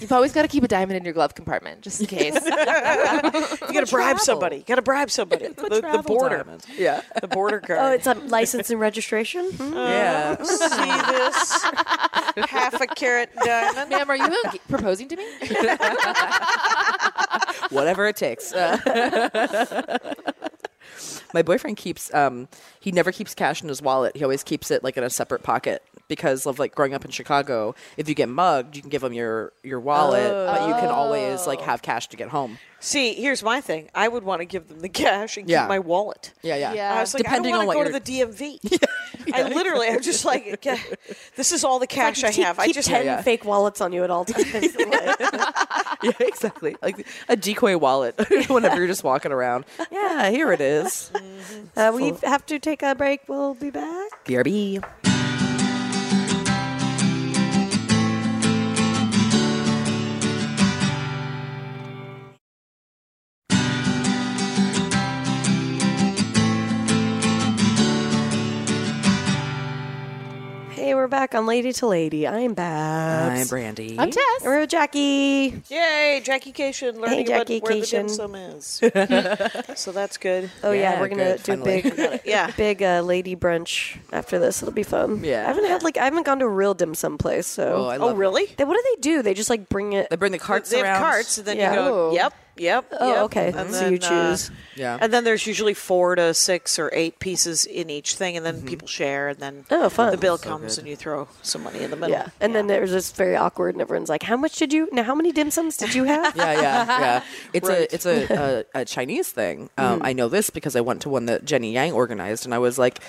Speaker 5: You've always got to keep a diamond in your glove compartment just in case.
Speaker 7: you got to bribe somebody. You got to bribe somebody. the, the border.
Speaker 4: Yeah.
Speaker 7: The border guard.
Speaker 3: Oh, it's a license and registration.
Speaker 4: Mm-hmm. Uh,
Speaker 3: Hmm?
Speaker 4: Yeah.
Speaker 7: See this half a carat diamond?
Speaker 5: Ma'am, are you enga- proposing to me?
Speaker 4: whatever it takes. Uh, My boyfriend keeps um he never keeps cash in his wallet. He always keeps it like in a separate pocket because of like growing up in Chicago, if you get mugged, you can give him your your wallet, but you can always like have cash to get home.
Speaker 7: See, here's my thing. I would want to give them the cash and
Speaker 4: Yeah.
Speaker 7: keep my wallet.
Speaker 4: Yeah, yeah.
Speaker 5: Yeah.
Speaker 7: I was like,
Speaker 4: Depending
Speaker 7: I
Speaker 4: on
Speaker 7: don't
Speaker 4: what
Speaker 7: want to
Speaker 4: you're-
Speaker 7: go to the DMV. I literally, I'm just like, "Okay, this is all the cash I
Speaker 3: keep,
Speaker 7: have. I
Speaker 3: keep
Speaker 7: just
Speaker 3: ten
Speaker 4: yeah.
Speaker 3: fake wallets on you at all times. Like,
Speaker 4: Yeah, exactly. Like a decoy wallet whenever you're just walking around. Yeah, here it is.
Speaker 3: uh, we have to take a break. We'll be back.
Speaker 4: BRB.
Speaker 3: Hey, we're back on Lady to Lady. I'm Babs.
Speaker 4: I'm Brandy.
Speaker 5: I'm Tess.
Speaker 3: We're with Jackie.
Speaker 7: Yay, Jackie Cation learning
Speaker 3: Jackie
Speaker 7: about where the
Speaker 3: Cation.
Speaker 7: dim sum is. so that's good.
Speaker 3: Oh yeah,
Speaker 4: Yeah,
Speaker 3: we're gonna
Speaker 4: good,
Speaker 3: do
Speaker 4: finally.
Speaker 3: big,
Speaker 7: Yeah.
Speaker 3: big uh, lady brunch after this. It'll be fun.
Speaker 4: Yeah.
Speaker 3: I haven't had like I haven't gone to a real dim sum place. So
Speaker 4: Oh, I love
Speaker 7: Oh, really?
Speaker 3: They- what do they do? They just like bring it.
Speaker 4: They bring the carts
Speaker 7: they have
Speaker 4: around.
Speaker 7: carts, and then
Speaker 3: Yeah.
Speaker 7: you go,
Speaker 5: Oh.
Speaker 7: yep, yep.
Speaker 3: Oh,
Speaker 7: yep.
Speaker 3: okay.
Speaker 7: And
Speaker 3: So you
Speaker 7: then, uh,
Speaker 3: choose.
Speaker 4: Yeah.
Speaker 7: And then there's usually four to six or eight pieces in each thing, and then
Speaker 4: Mm-hmm.
Speaker 7: people share, and then
Speaker 3: Oh, fun.
Speaker 7: the bill comes, and you throw some money in the middle.
Speaker 3: Yeah, and then there's just very awkward, and everyone's like, "How much did you? Now, how many dim sums did you have?"
Speaker 4: yeah, yeah, yeah. It's a it's a, a, a Chinese thing.
Speaker 7: Mm-hmm.
Speaker 4: Um, I know this because I went to one that Jenny Yang organized, and I was like,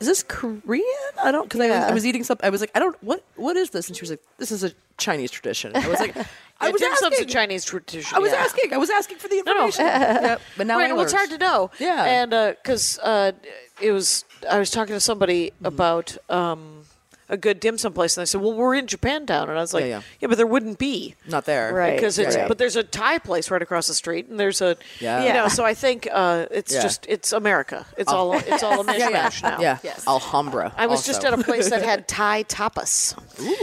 Speaker 4: "Is this Korean?" I don't because I, was, I was eating something. I was like, "I don't what what is this?" And she was like, "This is a Chinese tradition." I was like, "I
Speaker 7: I
Speaker 4: was
Speaker 7: was
Speaker 4: asking."
Speaker 7: a Chinese tradition.
Speaker 4: I was
Speaker 7: yeah.
Speaker 4: asking. I was asking for the
Speaker 7: no.
Speaker 4: information. Yep, But now
Speaker 7: Right,
Speaker 4: I
Speaker 7: well, it's hard
Speaker 4: learned.
Speaker 7: to know.
Speaker 4: Yeah.
Speaker 7: and because uh, it was, I was talking to somebody
Speaker 4: Mm-hmm.
Speaker 7: about um, a good dim sum place, and they said, "Well, we're in Japantown," and I was like,
Speaker 4: yeah.
Speaker 7: "Yeah, but there wouldn't be."
Speaker 4: Not there.
Speaker 3: Right.
Speaker 7: because it's
Speaker 4: right.
Speaker 7: but there's a Thai place right across the street, and there's a
Speaker 4: Yeah.
Speaker 7: you know. So I think uh, it's
Speaker 4: Yeah. Oh.
Speaker 7: just it's America. It's all it's all a
Speaker 4: Yeah, yeah.
Speaker 7: mishmash now.
Speaker 4: yeah. Alhambra.
Speaker 7: I was
Speaker 4: also.
Speaker 7: just at a place that had Thai tapas,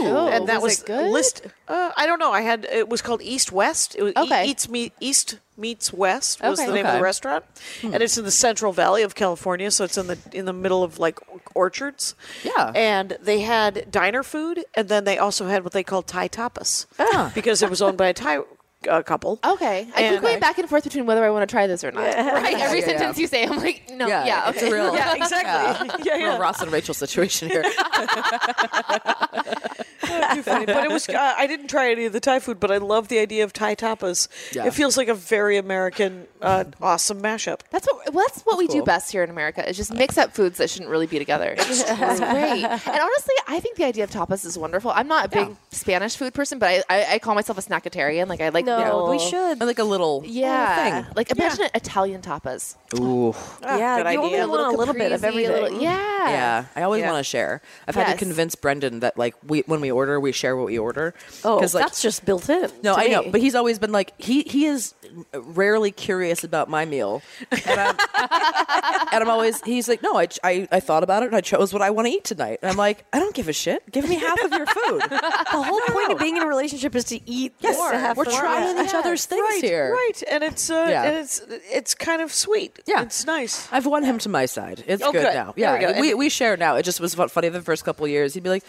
Speaker 5: Oh,
Speaker 7: and that was,
Speaker 5: it good?
Speaker 7: list. Uh, I don't know. I had it was called East West. It was E-
Speaker 5: Okay.
Speaker 7: Eats Me- East Meets West was
Speaker 5: Okay.
Speaker 7: the name of
Speaker 4: Okay.
Speaker 7: the restaurant, and it's in the Central Valley of California, so it's in the in the middle of like orchards.
Speaker 4: Yeah.
Speaker 7: and they had diner food, and then they also had what they called Thai tapas
Speaker 4: Ah.
Speaker 7: because it was owned by a Thai uh, couple.
Speaker 5: Okay. I keep
Speaker 7: And-
Speaker 5: going back and forth between whether I want to try this or not. Right. Every
Speaker 4: Yeah, yeah.
Speaker 5: sentence you say, I'm like, no,
Speaker 4: Yeah,
Speaker 5: yeah,
Speaker 4: it's
Speaker 5: okay.
Speaker 4: a real
Speaker 7: Yeah, exactly. Yeah,
Speaker 4: real Ross and Rachel situation here.
Speaker 7: Too funny. But it was. Uh, I didn't try any of the Thai food, but I love the idea of Thai tapas.
Speaker 4: Yeah.
Speaker 7: It feels like a very American, uh, awesome mashup.
Speaker 5: That's what well, that's what we do
Speaker 4: cool. Uh,
Speaker 5: best here in America is just mix up foods that shouldn't really be together. It's great. And honestly, I think the idea of tapas is wonderful. I'm not a big Spanish food person, but I, I, I call myself a snackatarian. Like I like you know,
Speaker 3: No, Oh, we should.
Speaker 4: like a little
Speaker 5: yeah,
Speaker 4: thing.
Speaker 5: like imagine an Italian tapas.
Speaker 4: Ooh.
Speaker 3: yeah,
Speaker 7: Ah, good
Speaker 3: you
Speaker 7: idea.
Speaker 3: only want a little bit of
Speaker 5: Caprese, a
Speaker 3: everything.
Speaker 5: little- yeah,
Speaker 4: Yeah, I always
Speaker 7: Yeah.
Speaker 4: want to share. I've had
Speaker 5: Yes.
Speaker 4: to convince Brendan that like we when we order, we share what we order.
Speaker 3: Oh,
Speaker 4: 'Cause, like,
Speaker 3: that's just built in.
Speaker 4: no,
Speaker 3: to
Speaker 4: I know,
Speaker 3: me.
Speaker 4: but he's always been like he he is rarely curious about my meal, and I'm, and I'm always he's like, no, I, I I thought about it and I chose what I want to eat tonight, and I'm like, I don't give a shit. Give me half of your food.
Speaker 3: the whole point of being in a relationship is to eat.
Speaker 4: Yes,
Speaker 3: more, to have
Speaker 4: we're
Speaker 3: fun.
Speaker 4: trying each other's things
Speaker 7: right,
Speaker 4: here.
Speaker 7: right, and it's uh,
Speaker 4: Yeah.
Speaker 7: and it's it's kind of sweet.
Speaker 4: Yeah.
Speaker 7: it's nice.
Speaker 4: I've won him to my side. It's
Speaker 7: Oh,
Speaker 4: good,
Speaker 7: good.
Speaker 4: now.
Speaker 7: There
Speaker 4: Yeah,
Speaker 7: we go.
Speaker 4: we,
Speaker 7: And-
Speaker 4: we share now. It just was fu- funny the first couple of years. He'd be like,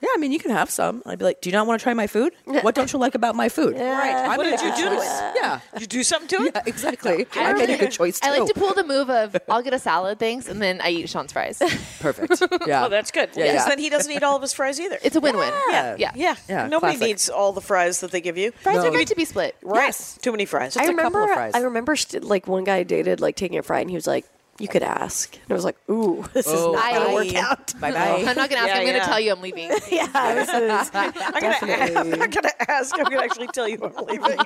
Speaker 4: "Yeah, I mean, you can have some." And I'd be like, "Do you not want to try my food? What don't you like about my food?" Right. I
Speaker 7: What
Speaker 4: made
Speaker 7: did
Speaker 4: a
Speaker 7: you
Speaker 4: good
Speaker 7: do to
Speaker 4: choice.
Speaker 7: it?
Speaker 4: Yeah.
Speaker 7: You do something to it.
Speaker 4: Yeah, exactly. I, made a good choice too.
Speaker 5: I like to pull the move of I'll get a salad, thanks, and then I eat Sean's fries.
Speaker 4: Perfect. Yeah.
Speaker 7: Oh, that's good.
Speaker 4: Yeah,
Speaker 7: because
Speaker 4: yeah.
Speaker 7: then he doesn't eat all of his fries either.
Speaker 5: It's a win-win.
Speaker 4: Yeah.
Speaker 5: yeah.
Speaker 7: yeah,
Speaker 4: Yeah,
Speaker 7: Nobody
Speaker 4: classic.
Speaker 7: needs all the fries that they give you.
Speaker 5: Fries
Speaker 4: No.
Speaker 5: are great to be split.
Speaker 7: Right. Too many fries.
Speaker 3: I
Speaker 4: a couple
Speaker 3: remember.
Speaker 4: of fries.
Speaker 3: I remember. St- like one guy I dated, like taking a fry, and he was like, "You could ask," and I was like, "Ooh, this
Speaker 4: Oh,
Speaker 3: is not
Speaker 5: I-
Speaker 3: gonna work out."
Speaker 4: Bye
Speaker 5: I'm
Speaker 4: bye.
Speaker 5: not gonna ask.
Speaker 7: Yeah,
Speaker 5: I'm gonna
Speaker 7: yeah.
Speaker 5: tell you I'm leaving.
Speaker 3: yeah, this is
Speaker 7: I'm, gonna, I'm not gonna ask. I'm gonna actually tell you I'm leaving.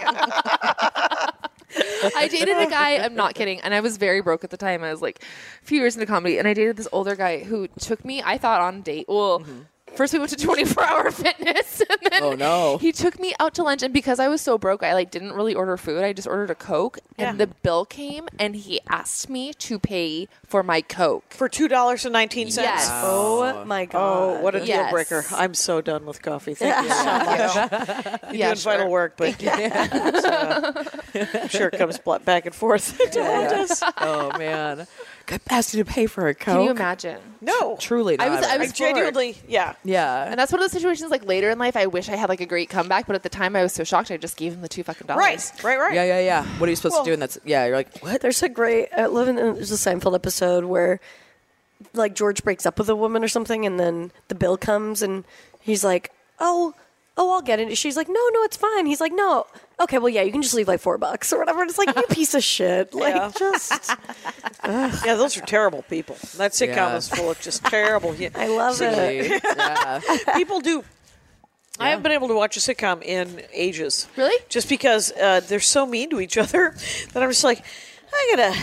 Speaker 5: I dated a guy. I'm not kidding. And I was very broke at the time. I was like a few years into comedy, and I dated this older guy who took me. I thought on a date. Well. First, we went to 24 hour fitness. And then
Speaker 4: Mm-hmm. Oh, no.
Speaker 5: He took me out to lunch. And because I was so broke, I like didn't really order food. I just ordered a Coke. And the bill came, and he asked me to pay for my Coke.
Speaker 7: for two dollars and nineteen cents.
Speaker 5: Yes.
Speaker 3: Oh my god.
Speaker 7: Oh, what a deal
Speaker 5: Yes.
Speaker 7: breaker! I'm so done with coffee. Thank you so much. You're
Speaker 5: Yeah,
Speaker 7: doing vital
Speaker 5: sure.
Speaker 7: work, but it's, uh, I'm sure it comes bl- back and forth.
Speaker 4: oh man, I asked you to pay for a coke.
Speaker 5: Can you imagine?
Speaker 7: No,
Speaker 4: Truly,
Speaker 5: I was-
Speaker 4: not.
Speaker 5: I
Speaker 7: I
Speaker 5: was-
Speaker 7: genuinely, yeah.
Speaker 4: yeah.
Speaker 5: And that's one of those situations like later in life, I wish I had like a great comeback, but at the time I was so shocked, I just gave him the two fucking dollars.
Speaker 7: Right, right, right.
Speaker 4: Yeah, yeah, yeah. What are you supposed to do? And that's yeah. You're like, what?
Speaker 3: There's a great I live in there's a Seinfeld episode where like George breaks up with a woman or something and then the bill comes and he's like, "Oh, oh, I'll get it." She's like, "No, no, it's fine." He's like, "No. Okay, well, yeah, you can just leave like 4 bucks or whatever." And it's like, "You piece of shit." Like
Speaker 7: Yeah.
Speaker 3: just
Speaker 7: Yeah, those are terrible people. That sitcom
Speaker 4: Yeah.
Speaker 7: is full of just terrible. hu-
Speaker 3: I love it.
Speaker 4: yeah.
Speaker 7: people do. I haven't been able to watch a sitcom in ages.
Speaker 5: Really?
Speaker 7: Just because uh, they're so mean to each other that I'm just like, I gotta.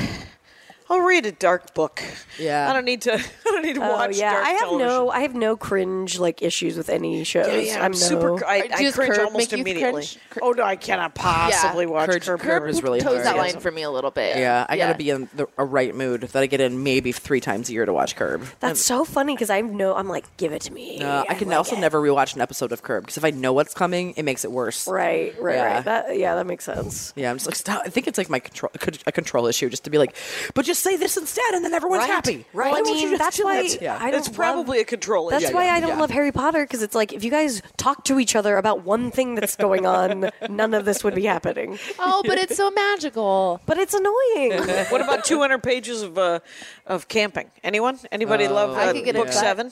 Speaker 7: I'll read a dark book.
Speaker 4: Yeah.
Speaker 7: I don't need to. I don't need to
Speaker 3: Oh
Speaker 7: watch.
Speaker 3: yeah,
Speaker 7: dark
Speaker 3: I have
Speaker 7: television.
Speaker 3: no, I have no cringe like issues with any shows.
Speaker 7: Yeah, yeah,
Speaker 3: I'm
Speaker 7: I'm
Speaker 3: no,
Speaker 7: super. I, I
Speaker 5: Does
Speaker 7: cringe
Speaker 5: Curb make
Speaker 7: almost
Speaker 5: you
Speaker 7: immediately.
Speaker 5: cringe? Cur-
Speaker 7: oh no, I cannot possibly watch
Speaker 4: Curb-
Speaker 7: Curb,
Speaker 4: Curb
Speaker 7: Your
Speaker 4: is really
Speaker 5: Toes that
Speaker 4: hard.
Speaker 5: line for me a little bit.
Speaker 4: Yeah, I gotta be in the, a right mood that I get in maybe three times a year to watch Curb.
Speaker 3: That's so funny because I know I'm like, give it to me.
Speaker 4: Uh, I can
Speaker 3: like
Speaker 4: also
Speaker 3: it."
Speaker 4: never rewatch an episode of Curb because if I know what's coming, it makes it worse.
Speaker 3: Right, right,
Speaker 4: Yeah.
Speaker 3: right. That yeah, that makes sense.
Speaker 4: Yeah, I'm just like stop. I think it's like my control could- a control issue just to be like, but just say this instead, and then everyone's happy.
Speaker 3: Right.
Speaker 4: Why
Speaker 3: I
Speaker 4: won't
Speaker 3: mean,
Speaker 4: you just
Speaker 3: that's
Speaker 4: do
Speaker 3: why
Speaker 4: that? Yeah.
Speaker 3: I don't
Speaker 7: That's probably
Speaker 3: love,
Speaker 7: a control
Speaker 3: That's
Speaker 7: issue.
Speaker 3: why
Speaker 4: yeah,
Speaker 3: I don't
Speaker 4: yeah.
Speaker 3: love Harry Potter because it's like if you guys talk to each other about one thing that's going on, none of this would be happening.
Speaker 5: Oh, but it's so magical.
Speaker 3: But it's annoying.
Speaker 7: what about 200 pages of uh, of camping? Anyone? Anybody love
Speaker 4: I
Speaker 7: uh,
Speaker 5: could get
Speaker 7: book
Speaker 5: into that.
Speaker 7: seven?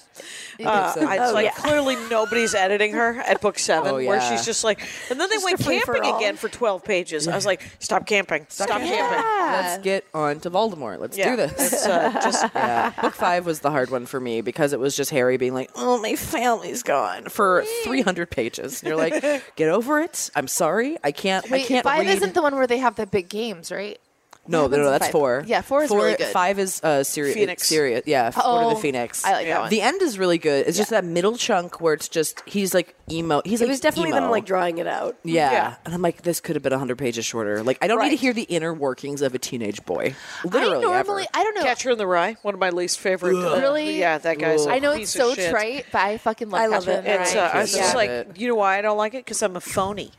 Speaker 7: Uh,
Speaker 4: seven.
Speaker 7: it's
Speaker 4: Oh,
Speaker 7: like
Speaker 3: yeah.
Speaker 7: clearly nobody's editing her at book seven,
Speaker 4: Oh,
Speaker 7: where
Speaker 4: yeah.
Speaker 7: she's just like, and then they
Speaker 3: Just
Speaker 7: went
Speaker 3: a free-for-all.
Speaker 7: camping again for 12 pages. I was like, stop camping, stop,
Speaker 4: camping.
Speaker 7: camping.
Speaker 4: Let's get on to Voldemort. Let's
Speaker 7: Yeah,
Speaker 4: do this.
Speaker 7: It's, uh, just
Speaker 4: yeah. Book five was the hard one for me because it was just Harry being like, "Oh, my family's gone" for 300 pages. And you're like, "Get over it. I'm sorry. I can't. I
Speaker 5: Wait,
Speaker 4: can't
Speaker 5: five
Speaker 4: read."
Speaker 5: isn't the one where they have the big games, right?
Speaker 4: no, no,
Speaker 5: happens
Speaker 4: no.
Speaker 5: in
Speaker 4: That's
Speaker 5: five?
Speaker 4: four.
Speaker 5: Yeah, four is really good.
Speaker 4: Five is uh, Siri-
Speaker 7: Phoenix.
Speaker 4: Sirius. Yeah, Order of the
Speaker 5: Oh,
Speaker 4: Phoenix.
Speaker 5: I like that one.
Speaker 4: The end is really good. It's just that middle chunk where it's just he's like emo. He's
Speaker 3: it
Speaker 4: like
Speaker 3: was definitely
Speaker 4: emo.
Speaker 3: them like drawing it out.
Speaker 4: Yeah.
Speaker 7: Yeah.
Speaker 4: And I'm like, this could have been 100 pages shorter. Like, I don't need to hear the inner workings of a teenage boy. Literally.
Speaker 5: I normally,
Speaker 4: ever.
Speaker 5: I don't know.
Speaker 7: Catcher in the Rye, one of my least favorite. uh,
Speaker 5: Really?
Speaker 7: Yeah, that guy's. a
Speaker 5: I know it's
Speaker 7: piece of
Speaker 5: so
Speaker 7: shit.
Speaker 5: trite, but I fucking love
Speaker 3: I love it.
Speaker 5: Catcher in the
Speaker 7: It's,
Speaker 5: Rye.
Speaker 7: uh, I was
Speaker 4: Yeah.
Speaker 7: just like,
Speaker 4: Love
Speaker 7: you know why I don't like it? Because I'm a phony.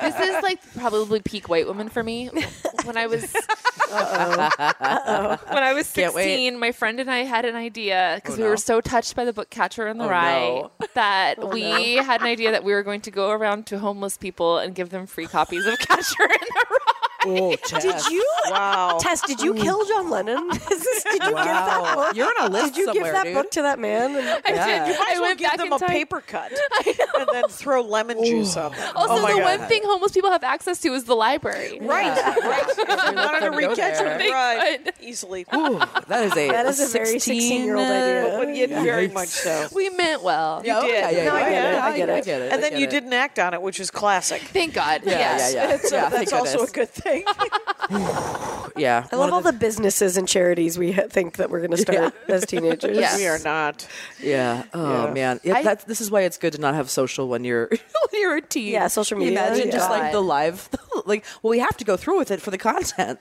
Speaker 5: this is like probably peak white woman for me. When I was when I was
Speaker 4: Can't wait. Oh,
Speaker 5: 16, my friend and I had an idea because we
Speaker 4: no.
Speaker 5: were so touched by the book Catcher in the
Speaker 4: Oh,
Speaker 5: Rye
Speaker 4: no. Oh,
Speaker 5: that we had an idea that we were going to go around to homeless people and give them free copies of Catcher in the Rye.
Speaker 4: Oh,
Speaker 3: Did
Speaker 4: Tess.
Speaker 3: you,
Speaker 7: Wow.
Speaker 3: Tess? Did you kill John Lennon? Is this, did you give that
Speaker 4: Wow.
Speaker 3: book?
Speaker 4: You're on a list
Speaker 3: Did you give
Speaker 4: somewhere,
Speaker 3: that
Speaker 4: dude.
Speaker 3: book to that man? And-
Speaker 5: I did.
Speaker 7: You might as
Speaker 5: I
Speaker 7: well
Speaker 5: went
Speaker 7: give
Speaker 5: back
Speaker 7: them
Speaker 5: in
Speaker 7: a
Speaker 5: time.
Speaker 7: paper cut and then throw lemon juice on them.
Speaker 5: Also,
Speaker 7: oh my
Speaker 5: the
Speaker 7: God.
Speaker 5: one thing homeless people have access to is the library.
Speaker 7: Right, right. If you wanted to
Speaker 4: them go
Speaker 7: recatch
Speaker 4: there.
Speaker 7: them, right,
Speaker 5: They could.
Speaker 7: easily.
Speaker 4: Ooh, that is a
Speaker 3: That is a very 16-year-old idea.
Speaker 7: But yet very much so.
Speaker 5: We meant well.
Speaker 4: Yeah, okay,
Speaker 7: did.
Speaker 4: yeah, yeah,
Speaker 7: No, I
Speaker 4: yeah,
Speaker 7: get it,
Speaker 4: yeah,
Speaker 3: I get
Speaker 4: I
Speaker 3: it.
Speaker 4: get it.
Speaker 7: And
Speaker 4: I
Speaker 7: then
Speaker 4: get
Speaker 7: you
Speaker 4: it.
Speaker 7: didn't act on it, which is classic.
Speaker 5: Thank God.
Speaker 4: Yeah,
Speaker 5: yes.
Speaker 4: yeah, yeah.
Speaker 7: So
Speaker 4: yeah,
Speaker 7: that's
Speaker 4: thank
Speaker 7: also a
Speaker 4: goodness.
Speaker 7: good thing.
Speaker 4: Yeah.
Speaker 3: I love all the businesses and charities we ha- think that we're going to start as teenagers.
Speaker 5: Yes.
Speaker 7: We are not.
Speaker 4: Yeah. Oh
Speaker 7: Yeah.
Speaker 4: man. Yeah, that's, this is why it's good to not have social when you're when you're a teen.
Speaker 3: Yeah, social media,
Speaker 4: Imagine just
Speaker 3: yeah.
Speaker 4: like the live, like well, we have to go through with it for the content.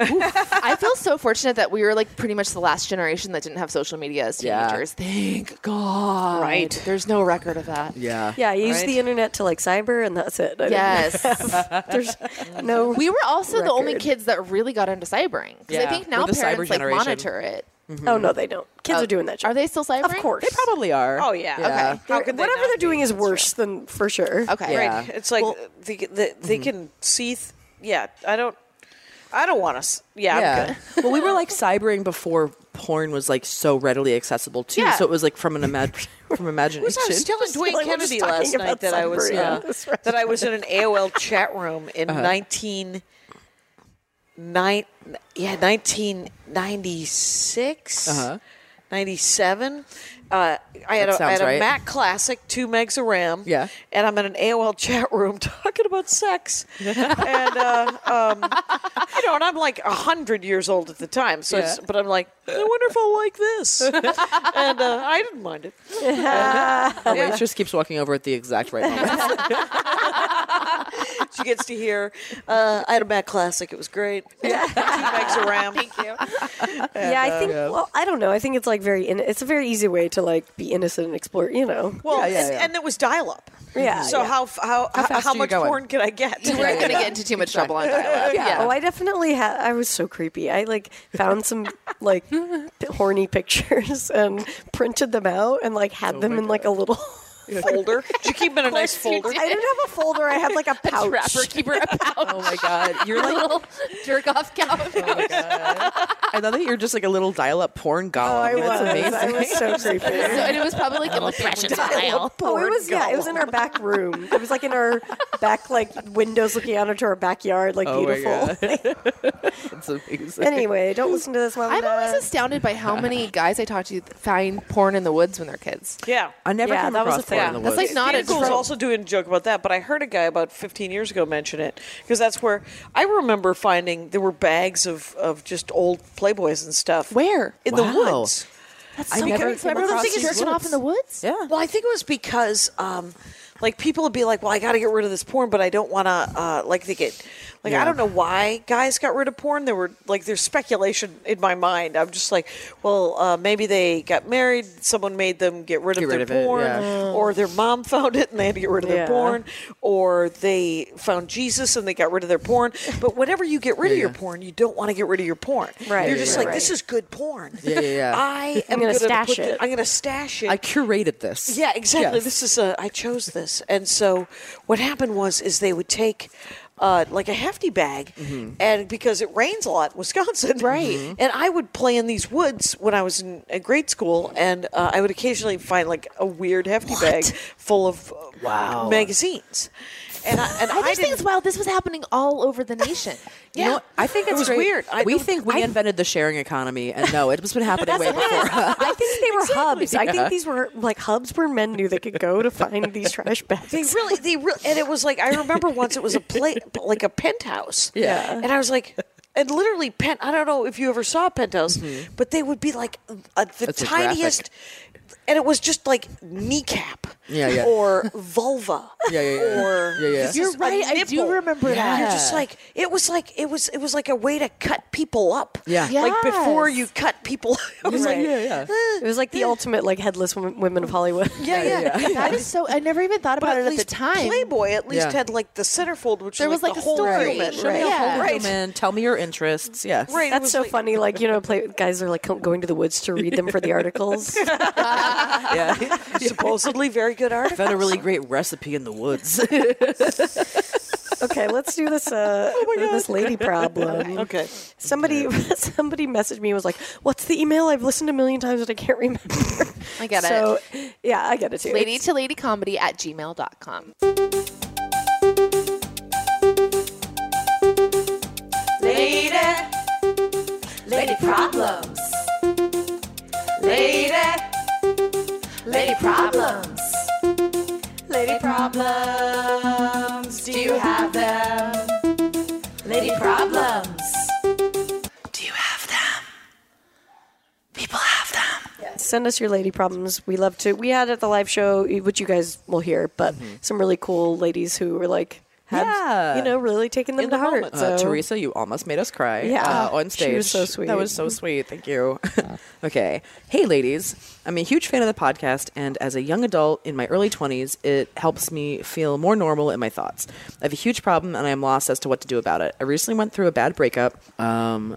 Speaker 5: I feel so fortunate that we were like pretty much the last generation that didn't have social media as
Speaker 4: Yeah.
Speaker 5: teenagers. Thank God.
Speaker 7: Right.
Speaker 5: There's no record of that.
Speaker 4: Yeah.
Speaker 3: Yeah, I use
Speaker 7: Right.
Speaker 3: the internet to like cyber, and that's it. I don't-
Speaker 5: Yes.
Speaker 3: there's no.
Speaker 5: we were also the only
Speaker 3: Record.
Speaker 5: kids that really got into cybering. Because I
Speaker 4: Yeah.
Speaker 5: think now
Speaker 4: We're the cyber
Speaker 5: parents like
Speaker 4: generation.
Speaker 5: monitor it.
Speaker 3: Oh no, they don't. Kids are doing that. shit.
Speaker 5: Are they still cybering?
Speaker 3: Of course.
Speaker 4: They probably are.
Speaker 7: Oh yeah.
Speaker 4: Yeah.
Speaker 7: Okay. How could they
Speaker 3: Whatever
Speaker 7: not
Speaker 3: they're
Speaker 7: be?
Speaker 3: doing is
Speaker 7: That's
Speaker 3: worse than for sure.
Speaker 5: Okay.
Speaker 4: Yeah. Mm-hmm.
Speaker 7: Right. It's like they, they, they can see. Th- yeah. I don't. I don't want to. Yeah. I'm
Speaker 4: Yeah.
Speaker 7: good.
Speaker 4: well, we were like cybering before porn was like so readily accessible too.
Speaker 5: Yeah.
Speaker 4: So it was like from an imag- from imagination.
Speaker 7: I was telling Dwayne
Speaker 3: telling- we're just
Speaker 7: Kennedy
Speaker 3: talking
Speaker 7: last night
Speaker 3: about
Speaker 7: that I was
Speaker 3: Sunbury.
Speaker 7: uh,
Speaker 3: That's right.
Speaker 7: that I was in an AOL chat room in nineteen nine yeah nineteen ninety six.
Speaker 4: Uh-huh.
Speaker 7: 97. Uh, I had,
Speaker 4: That
Speaker 7: a, I had
Speaker 4: sounds
Speaker 7: a
Speaker 4: right.
Speaker 7: Mac Classic, two megs of RAM.
Speaker 4: Yeah.
Speaker 7: And I'm in an AOL chat room talking about sex. and uh, um, you know, and I'm like 100 years old at the time. So, it's,
Speaker 4: Yeah.
Speaker 7: but I'm like, I wonder if I'll like this. and uh, I didn't mind it.
Speaker 4: Our waitress keeps walking over at the exact right moment.
Speaker 7: She gets to hear. Uh, I had a Mac Classic. It was great. Yeah. two megs of RAM.
Speaker 3: yeah, I think. Well, I don't know. I think it's like very. In, it's a very easy way to like be innocent and explore. You know.
Speaker 7: Well,
Speaker 4: Yeah, yeah,
Speaker 7: and,
Speaker 4: yeah.
Speaker 7: and it was dial up.
Speaker 3: Yeah,
Speaker 7: So
Speaker 3: yeah.
Speaker 7: how f- how how, how,
Speaker 4: fast are you
Speaker 7: much
Speaker 4: going?
Speaker 7: porn can I get?
Speaker 5: You weren't going to get into too much trouble on dial-up. Yeah.
Speaker 3: Oh, I definitely had. I was so creepy. I like found some like horny pictures and printed them out and like had them in like a little.
Speaker 7: folder. Did you keep it in a nice folder?
Speaker 3: I didn't have a folder. I had like a pouch.
Speaker 5: Trapper keeper a pouch.
Speaker 4: oh my god, you're
Speaker 5: a
Speaker 4: like.
Speaker 5: little jerk off couch.
Speaker 4: I thought that you're just like a little dial-up porn
Speaker 3: Oh, I
Speaker 4: golem.
Speaker 3: was.
Speaker 4: That's amazing.
Speaker 3: I was so creepy.
Speaker 5: So- and it was probably like in the fashion style.
Speaker 3: Oh, it was yeah. It was in our back room. It was like in our back, like windows looking out into our backyard, like
Speaker 4: Oh my
Speaker 3: beautiful.
Speaker 4: That's amazing.
Speaker 3: anyway, don't listen to this, mom.
Speaker 5: I'm always
Speaker 3: Dad.
Speaker 5: astounded by how many guys I talk to that find porn in the woods when they're kids.
Speaker 7: Yeah.
Speaker 4: I never
Speaker 3: Yeah,
Speaker 4: came
Speaker 3: that was
Speaker 4: across
Speaker 3: a thing.
Speaker 4: porn in the
Speaker 5: That's
Speaker 4: woods.
Speaker 5: like not a
Speaker 7: Dana Cole was
Speaker 5: trope.
Speaker 7: also doing a joke about that, but I heard a guy about 15 years ago mention it because that's where I remember finding there were bags of, of just old Playboys and stuff.
Speaker 5: Where?
Speaker 7: In the
Speaker 4: Wow.
Speaker 7: woods.
Speaker 5: That's
Speaker 4: I
Speaker 5: so
Speaker 4: never
Speaker 5: crazy.
Speaker 4: came
Speaker 5: Remember those
Speaker 4: across
Speaker 5: things
Speaker 4: these
Speaker 5: jerking off in the woods?
Speaker 4: yeah.
Speaker 7: Well, I think it was because, um, like, people would be like, "Well, I got to get rid of this porn, but I don't want to." Uh, like, they get, like, I
Speaker 4: Yeah.
Speaker 7: don't know why guys got rid of porn. There were like, there's speculation in my mind. I'm just like, well, uh, maybe they got married, someone made them get rid
Speaker 4: Get
Speaker 7: of
Speaker 4: rid
Speaker 7: their
Speaker 4: of it,
Speaker 7: porn,
Speaker 4: yeah.
Speaker 7: or their mom found it and they had to get rid of
Speaker 3: Yeah.
Speaker 7: their porn, or they found Jesus and they got rid of their porn. But whenever you get rid of your porn, you don't want to get rid of your porn.
Speaker 3: Right,
Speaker 7: You're just
Speaker 3: yeah,
Speaker 7: like,
Speaker 3: right.
Speaker 7: this is good porn.
Speaker 4: Yeah, yeah, yeah.
Speaker 7: I am
Speaker 3: gonna
Speaker 7: gonna
Speaker 3: stash
Speaker 7: put thi-
Speaker 3: it.
Speaker 7: I'm going to stash it.
Speaker 4: I curated this.
Speaker 7: Yeah, exactly.
Speaker 4: Yes.
Speaker 7: This is a I chose this, and so what happened was is they would take uh, like a hefty bag, and because it rains a lot in Wisconsin, right? And I would play in these woods when I was in, in grade school, and uh, I would occasionally find like a weird hefty bag full of uh,
Speaker 4: Wow.
Speaker 7: magazines, and I, and
Speaker 5: Oh,
Speaker 7: I
Speaker 5: there's
Speaker 7: didn't.
Speaker 5: things. Wow, this was happening all over the nation.
Speaker 4: You know what? I think
Speaker 7: It
Speaker 4: it's
Speaker 7: was
Speaker 4: great.
Speaker 7: weird. I
Speaker 4: we
Speaker 7: don't-
Speaker 4: think we
Speaker 7: I-
Speaker 4: invented the sharing economy, and no, it's been happening way before. us.
Speaker 3: I think they were hubs. I
Speaker 4: yeah.
Speaker 3: think these were like hubs where men knew they could go to find these trash bags.
Speaker 7: They really, they really, and it was like I remember once it was a play, like a penthouse.
Speaker 4: Yeah.
Speaker 7: and I was like, and literally pent. I don't know if you ever saw a penthouse, but they would be like uh, the
Speaker 4: Mm-hmm. That's a graphic.
Speaker 7: tiniest, and it was just like kneecap.
Speaker 4: Yeah, yeah.
Speaker 7: Or vulva.
Speaker 4: Yeah, yeah, yeah.
Speaker 7: Or
Speaker 4: Yeah, yeah.
Speaker 7: this
Speaker 5: You're
Speaker 7: is a
Speaker 5: right, I do
Speaker 7: nipple.
Speaker 5: remember that.
Speaker 7: You're just like it was like it was it was like a way to cut people up.
Speaker 4: Yeah.
Speaker 7: like before
Speaker 5: Yes.
Speaker 7: you cut people. I was like,
Speaker 4: yeah, yeah.
Speaker 3: It was like the ultimate like headless women, women of Hollywood.
Speaker 7: yeah, yeah, yeah.
Speaker 5: That is so. I never even thought
Speaker 7: But
Speaker 5: about it at the time.
Speaker 7: Playboy at least
Speaker 4: Yeah.
Speaker 7: had like the centerfold, which
Speaker 5: There
Speaker 7: was like,
Speaker 5: was, like,
Speaker 7: the
Speaker 5: a
Speaker 7: whole
Speaker 5: story.
Speaker 7: human.
Speaker 5: Show me a
Speaker 7: Yeah.
Speaker 5: whole
Speaker 7: right.
Speaker 4: Human, tell me your interests. Yes.
Speaker 7: Right. it
Speaker 3: That's
Speaker 7: was
Speaker 3: so
Speaker 7: like-
Speaker 3: funny. Like you know, play, guys are like going to the woods to read them for the articles.
Speaker 4: Yeah.
Speaker 7: Supposedly very good article.
Speaker 4: Found a really great recipe in the woods.
Speaker 3: okay, let's do this. Uh, this lady problem.
Speaker 7: Oh Okay.
Speaker 3: Somebody somebody messaged me and was like, "What's the email? I've listened a million times and I can't remember."
Speaker 5: I get
Speaker 3: so,
Speaker 5: it.
Speaker 3: yeah, I get it too.
Speaker 5: Lady
Speaker 3: It's-
Speaker 5: to lady comedy at gmail.com.
Speaker 3: send us your lady problems. We love to. We had at the live show, which you guys will hear, but some really cool ladies who were like, had,
Speaker 4: Mm-hmm. Yeah.
Speaker 3: you know, really taking them
Speaker 7: In
Speaker 3: to
Speaker 7: the
Speaker 3: heart.
Speaker 7: moment.
Speaker 4: Uh,
Speaker 3: so.
Speaker 4: Teresa, you almost made us cry.
Speaker 3: Yeah.
Speaker 4: uh, on stage.
Speaker 3: She was so sweet.
Speaker 4: That was so sweet. Thank you. okay. Hey, ladies. I'm a huge fan of the podcast, and as a young adult in my early 20s, it helps me feel more normal in my thoughts. I have a huge problem, and I am lost as to what to do about it. I recently went through a bad breakup, um,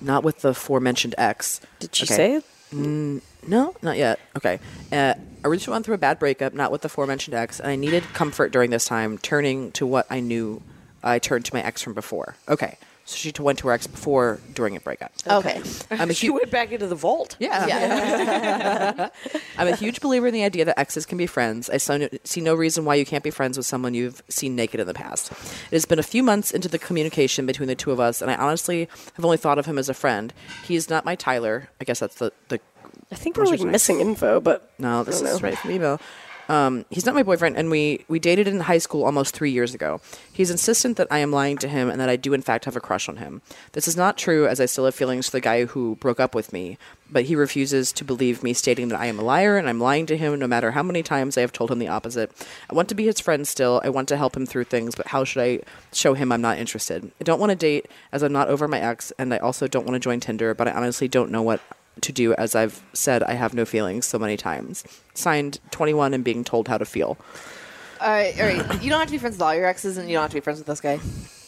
Speaker 4: not with the aforementioned ex.
Speaker 3: Did she
Speaker 4: Okay.
Speaker 3: say it?
Speaker 4: No, not yet. Okay. Uh, I recently went through a bad breakup, not with the aforementioned ex, and I needed comfort during this time, turning to what I knew I turned to my ex from before. Okay. So she went to her ex before, during a breakup.
Speaker 5: Okay.
Speaker 4: I'm a
Speaker 7: she
Speaker 4: hu-
Speaker 7: went back into the vault.
Speaker 4: yeah. I'm a huge believer in the idea that exes can be friends. I so- see no reason why you can't be friends with someone you've seen naked in the past. It has been a few months into the communication between the two of us, and I honestly have only thought of him as a friend. He is not my Tyler. I guess that's the, the
Speaker 3: I think we're like
Speaker 4: your name?
Speaker 3: missing info, but
Speaker 4: no, this
Speaker 3: I don't
Speaker 4: is
Speaker 3: know.
Speaker 4: right from email. Um, he's not my boyfriend, and we, we dated in high school almost three years ago. He's insistent that I am lying to him and that I do, in fact, have a crush on him. This is not true, as I still have feelings for the guy who broke up with me, but he refuses to believe me, stating that I am a liar and I'm lying to him no matter how many times I have told him the opposite. I want to be his friend still. I want to help him through things, but how should I show him I'm not interested? I don't want to date, as I'm not over my ex, and I also don't want to join Tinder, but I honestly don't know what to do as I've said I have no feelings so many times. Signed 21 and being told how to feel.
Speaker 5: All right, all right. You don't have to be friends with all your exes, and you don't have to be friends with this guy.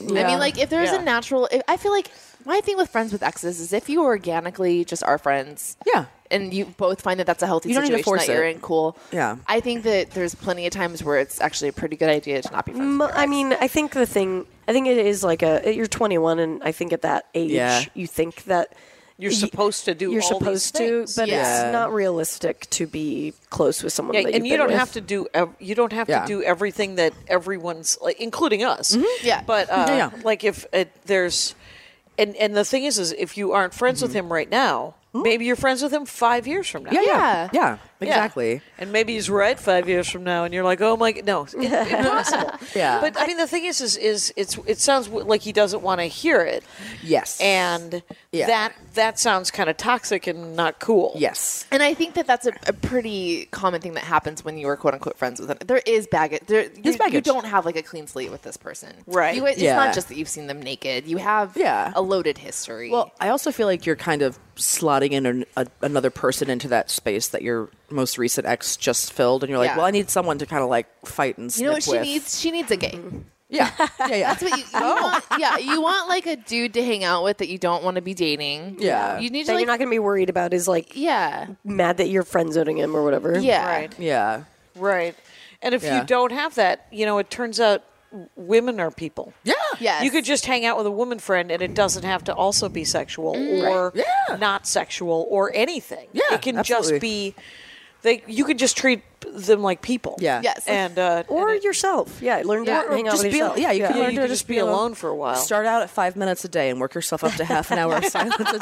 Speaker 5: I mean, like, if there's
Speaker 7: Yeah.
Speaker 5: a natural, if, I feel like my thing with friends with exes is if you organically just are friends,
Speaker 4: Yeah.
Speaker 5: and you both find that that's a healthy
Speaker 4: You don't need to
Speaker 5: situation
Speaker 4: force
Speaker 5: that you're
Speaker 4: it.
Speaker 5: in, cool.
Speaker 4: Yeah.
Speaker 5: I think that there's plenty of times where it's actually a pretty good idea to not be friends.
Speaker 3: M-
Speaker 5: with your
Speaker 3: Um, I
Speaker 5: ex.
Speaker 3: mean, I think the thing, I think it is like a, you're 21, and I think at that age,
Speaker 4: Yeah.
Speaker 3: you think that
Speaker 7: You're
Speaker 3: y-
Speaker 7: supposed to do
Speaker 3: You're
Speaker 7: all these
Speaker 3: supposed to,
Speaker 7: things.
Speaker 3: but
Speaker 4: Yeah.
Speaker 3: it's not realistic to be close with someone.
Speaker 7: Yeah,
Speaker 3: that
Speaker 7: and
Speaker 3: you've
Speaker 7: you
Speaker 3: been
Speaker 7: don't
Speaker 3: with.
Speaker 7: have to do ev- you don't have
Speaker 4: Yeah. Mm-hmm.
Speaker 7: to do everything that everyone's like, including us.
Speaker 5: Yeah.
Speaker 7: but uh,
Speaker 4: Yeah, yeah.
Speaker 7: like if it, there's and and the thing is is if you aren't friends with him right now, maybe you're friends with him five years from now.
Speaker 4: Mm-hmm. Yeah.
Speaker 5: Yeah.
Speaker 4: Yeah.
Speaker 7: Yeah.
Speaker 4: Exactly.
Speaker 7: And maybe he's right five years from now, and you're like, oh my, g- no, it's impossible.
Speaker 4: Yeah.
Speaker 7: But I mean, the thing is, is, is it's it sounds w- like he doesn't want to hear it,
Speaker 4: Yes.
Speaker 7: and
Speaker 4: Yeah.
Speaker 7: that that sounds kind of toxic and not cool.
Speaker 4: yes.
Speaker 5: And I think that that's a, a pretty common thing that happens when you are quote unquote friends with them. There is baggage. There, you, you
Speaker 4: baggage.
Speaker 5: don't have like a clean slate with this person.
Speaker 7: Right.
Speaker 5: You, it's
Speaker 4: Yeah.
Speaker 5: not just that you've seen them naked. You have
Speaker 4: Yeah.
Speaker 5: a loaded history.
Speaker 4: Well, I also feel like you're kind of slotting in an, a, another person into that space that your most recent ex just filled, and you're like,
Speaker 5: Yeah.
Speaker 4: well, I need someone to kind of like fight and
Speaker 5: you know what she
Speaker 4: snip with.
Speaker 5: needs? She needs a gay.
Speaker 4: Yeah. Yeah. Yeah.
Speaker 5: That's what you, you want. Yeah, you want like a dude to hang out with that you don't want to be dating.
Speaker 4: Yeah.
Speaker 5: You need to
Speaker 3: That
Speaker 5: like
Speaker 3: you're not going to be worried about is like
Speaker 5: yeah.
Speaker 3: mad that you're friend zoning him or whatever.
Speaker 5: Yeah.
Speaker 7: Right.
Speaker 4: yeah.
Speaker 7: Right. And if
Speaker 4: Yeah.
Speaker 7: you don't have that, you know, it turns out w- women are people.
Speaker 4: Yeah.
Speaker 5: Yes.
Speaker 7: You could just hang out with a woman friend and it doesn't have to also be sexual or
Speaker 4: Mm, Yeah.
Speaker 7: not sexual or anything.
Speaker 4: Yeah,
Speaker 7: It can
Speaker 4: absolutely.
Speaker 7: just be they you could just treat them like people.
Speaker 4: Yeah.
Speaker 5: Yes.
Speaker 7: And uh
Speaker 3: Or
Speaker 7: and it-
Speaker 3: yourself. Yeah, learn to
Speaker 5: Yeah.
Speaker 3: hang out
Speaker 4: Just
Speaker 3: with
Speaker 4: be,
Speaker 3: yourself.
Speaker 4: yeah, you can
Speaker 7: Yeah,
Speaker 4: learn
Speaker 7: you
Speaker 4: to
Speaker 7: can
Speaker 4: just
Speaker 7: just be
Speaker 4: be
Speaker 7: alone for a while.
Speaker 4: Start out at five minutes a day and work yourself up to half an hour of silence a
Speaker 7: by the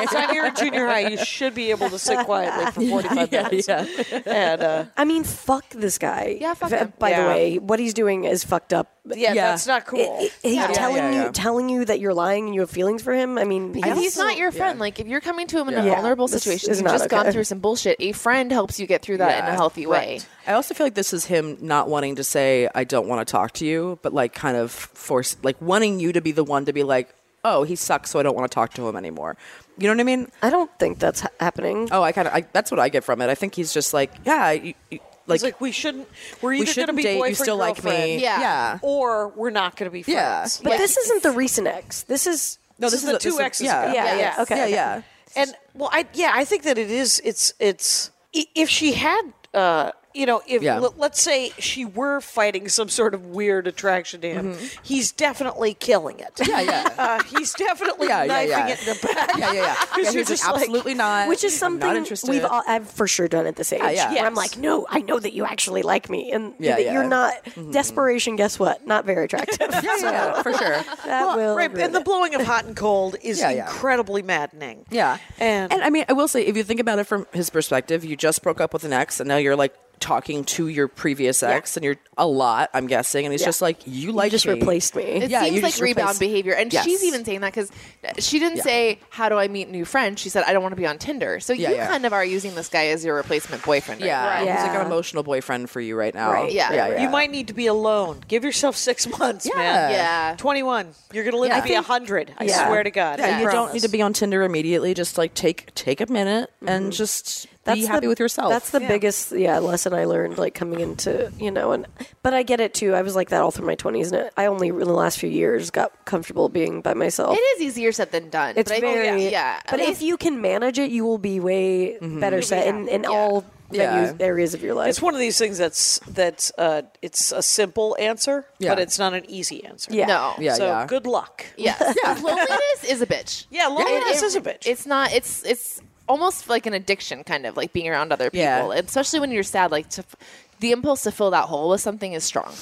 Speaker 4: day.
Speaker 7: time you're in junior high, you should be able to sit quietly for 45
Speaker 4: yeah,
Speaker 7: minutes.
Speaker 4: yeah.
Speaker 7: And uh,
Speaker 3: I mean, fuck this guy.
Speaker 5: Yeah, fuck
Speaker 3: F-
Speaker 5: him.
Speaker 3: By the
Speaker 7: Yeah.
Speaker 3: way, what he's doing is fucked up.
Speaker 7: yeah,
Speaker 4: Yeah.
Speaker 7: that's not cool.
Speaker 3: It- it- he's
Speaker 5: Yeah.
Speaker 3: telling
Speaker 4: Yeah, yeah, yeah.
Speaker 3: you, telling you that you're lying and you have feelings for him. I mean,
Speaker 5: If
Speaker 3: I
Speaker 5: he's
Speaker 3: also-
Speaker 5: not your friend, like if you're coming to him in a
Speaker 4: Yeah.
Speaker 5: vulnerable
Speaker 3: This
Speaker 5: situation,
Speaker 3: is
Speaker 5: you've
Speaker 3: not
Speaker 5: just gone
Speaker 3: okay.
Speaker 5: through some bullshit. A friend helps you get through that in
Speaker 4: Yeah.
Speaker 5: a healthy way.
Speaker 4: I also feel like this is him not wanting to say I don't want to talk to you, but like kind of force like wanting you to be the one to be like, "Oh, he sucks, so I don't want to talk to him anymore." You know what I mean?
Speaker 3: I don't think that's ha- happening.
Speaker 4: Oh, I kind of I, that's what I get from it. I think he's just like, "Yeah, you, you, like,
Speaker 7: It's like we shouldn't. We're
Speaker 4: we
Speaker 7: either going to
Speaker 4: shouldn't
Speaker 7: be
Speaker 4: date.
Speaker 7: boyfriend,
Speaker 4: You still like me?"
Speaker 7: girlfriend,
Speaker 5: Yeah.
Speaker 4: yeah.
Speaker 7: or we're not going to be
Speaker 4: Yeah.
Speaker 7: friends.
Speaker 3: but this isn't the recent ex. This is
Speaker 4: No,
Speaker 7: this is the two X's
Speaker 4: Yeah,
Speaker 7: ago.
Speaker 4: yeah,
Speaker 3: yeah,
Speaker 7: yeah.
Speaker 3: yeah. Okay,
Speaker 4: yeah,
Speaker 3: okay.
Speaker 4: yeah.
Speaker 7: and well, I yeah, I think that it is. It's it's i- if she had. uh you know, if
Speaker 4: Yeah.
Speaker 7: let- let's say she were fighting some sort of weird attraction to him, he's definitely killing it.
Speaker 4: Mm-hmm. Yeah, yeah.
Speaker 7: uh, he's definitely
Speaker 4: Yeah, yeah,
Speaker 7: knifing
Speaker 4: yeah.
Speaker 7: it in the back.
Speaker 4: Yeah, yeah, yeah. Yeah,
Speaker 7: you're
Speaker 4: he's like,
Speaker 7: just like-
Speaker 4: absolutely not.
Speaker 3: Uh, Which is
Speaker 4: I'm not
Speaker 3: something
Speaker 4: interested."
Speaker 3: we've all I've for sure done at this age.
Speaker 4: yeah.
Speaker 3: Where I'm
Speaker 7: Yes.
Speaker 3: like, no, I know that you actually like me, and
Speaker 4: Yeah,
Speaker 3: that
Speaker 4: yeah. Mm-hmm.
Speaker 3: you're not desperation. Guess what? Not very attractive.
Speaker 4: yeah, yeah, yeah, for sure.
Speaker 3: that will
Speaker 7: Right,
Speaker 3: ruin
Speaker 7: and the
Speaker 3: it.
Speaker 7: blowing of hot and cold is
Speaker 4: Yeah, yeah.
Speaker 7: incredibly maddening.
Speaker 4: Yeah.
Speaker 7: and,
Speaker 4: I mean, I will say, if you think about it from his perspective, you just broke up with an ex and now you're like talking to your previous ex and you're a lot, I'm guessing. And he's just like, you like
Speaker 3: just
Speaker 4: me.
Speaker 3: replaced me.
Speaker 5: It
Speaker 4: Yeah, you
Speaker 5: seems like
Speaker 4: just
Speaker 5: rebound
Speaker 4: replace-
Speaker 5: behavior, and
Speaker 4: Yes.
Speaker 5: she's even saying that because she didn't
Speaker 4: Yeah.
Speaker 5: say, "How do I meet new friends?" She said, "I don't want to be on Tinder." So
Speaker 4: Yeah,
Speaker 5: you
Speaker 4: yeah.
Speaker 5: kind of are using this guy as your replacement boyfriend. right
Speaker 4: Yeah.
Speaker 5: now.
Speaker 4: He's like
Speaker 3: Yeah.
Speaker 4: an emotional boyfriend for you right now.
Speaker 3: Right.
Speaker 5: Yeah.
Speaker 4: yeah,
Speaker 7: You might need to be alone. Give yourself six months,
Speaker 4: Yeah.
Speaker 7: man.
Speaker 5: Yeah.
Speaker 7: 21. You're going to live
Speaker 4: Yeah.
Speaker 7: to be 100. I
Speaker 3: Yeah.
Speaker 7: swear to God.
Speaker 4: Yeah,
Speaker 7: I
Speaker 4: you don't
Speaker 7: promise.
Speaker 4: need to be on Tinder immediately. Just like take take a minute and just Be happy with yourself.
Speaker 3: Mm-hmm. That's the biggest yeah lesson I learned like coming into you know and but I get it too. I was like that all through my twenties, and I only in the last few years got comfortable being by myself.
Speaker 5: It is easier said than done.
Speaker 3: It's
Speaker 5: but I think-
Speaker 3: very
Speaker 5: yeah.
Speaker 3: But if you can manage it, you will be way better set in, in all
Speaker 4: Yeah.
Speaker 3: venues, areas of your life.
Speaker 7: It's one of these things that's that uh, it's a simple answer,
Speaker 4: Yeah.
Speaker 7: but it's not an easy answer.
Speaker 3: yeah.
Speaker 5: no,
Speaker 4: Yeah,
Speaker 7: so
Speaker 4: yeah.
Speaker 7: good luck.
Speaker 5: yes, loneliness is a bitch.
Speaker 7: Yeah, loneliness
Speaker 5: It-
Speaker 7: is a bitch.
Speaker 5: It's not. It's it's almost like an addiction, kind of like being around other people,
Speaker 4: Yeah.
Speaker 5: especially when you're sad. Like to, f- the impulse to fill that hole with something is strong.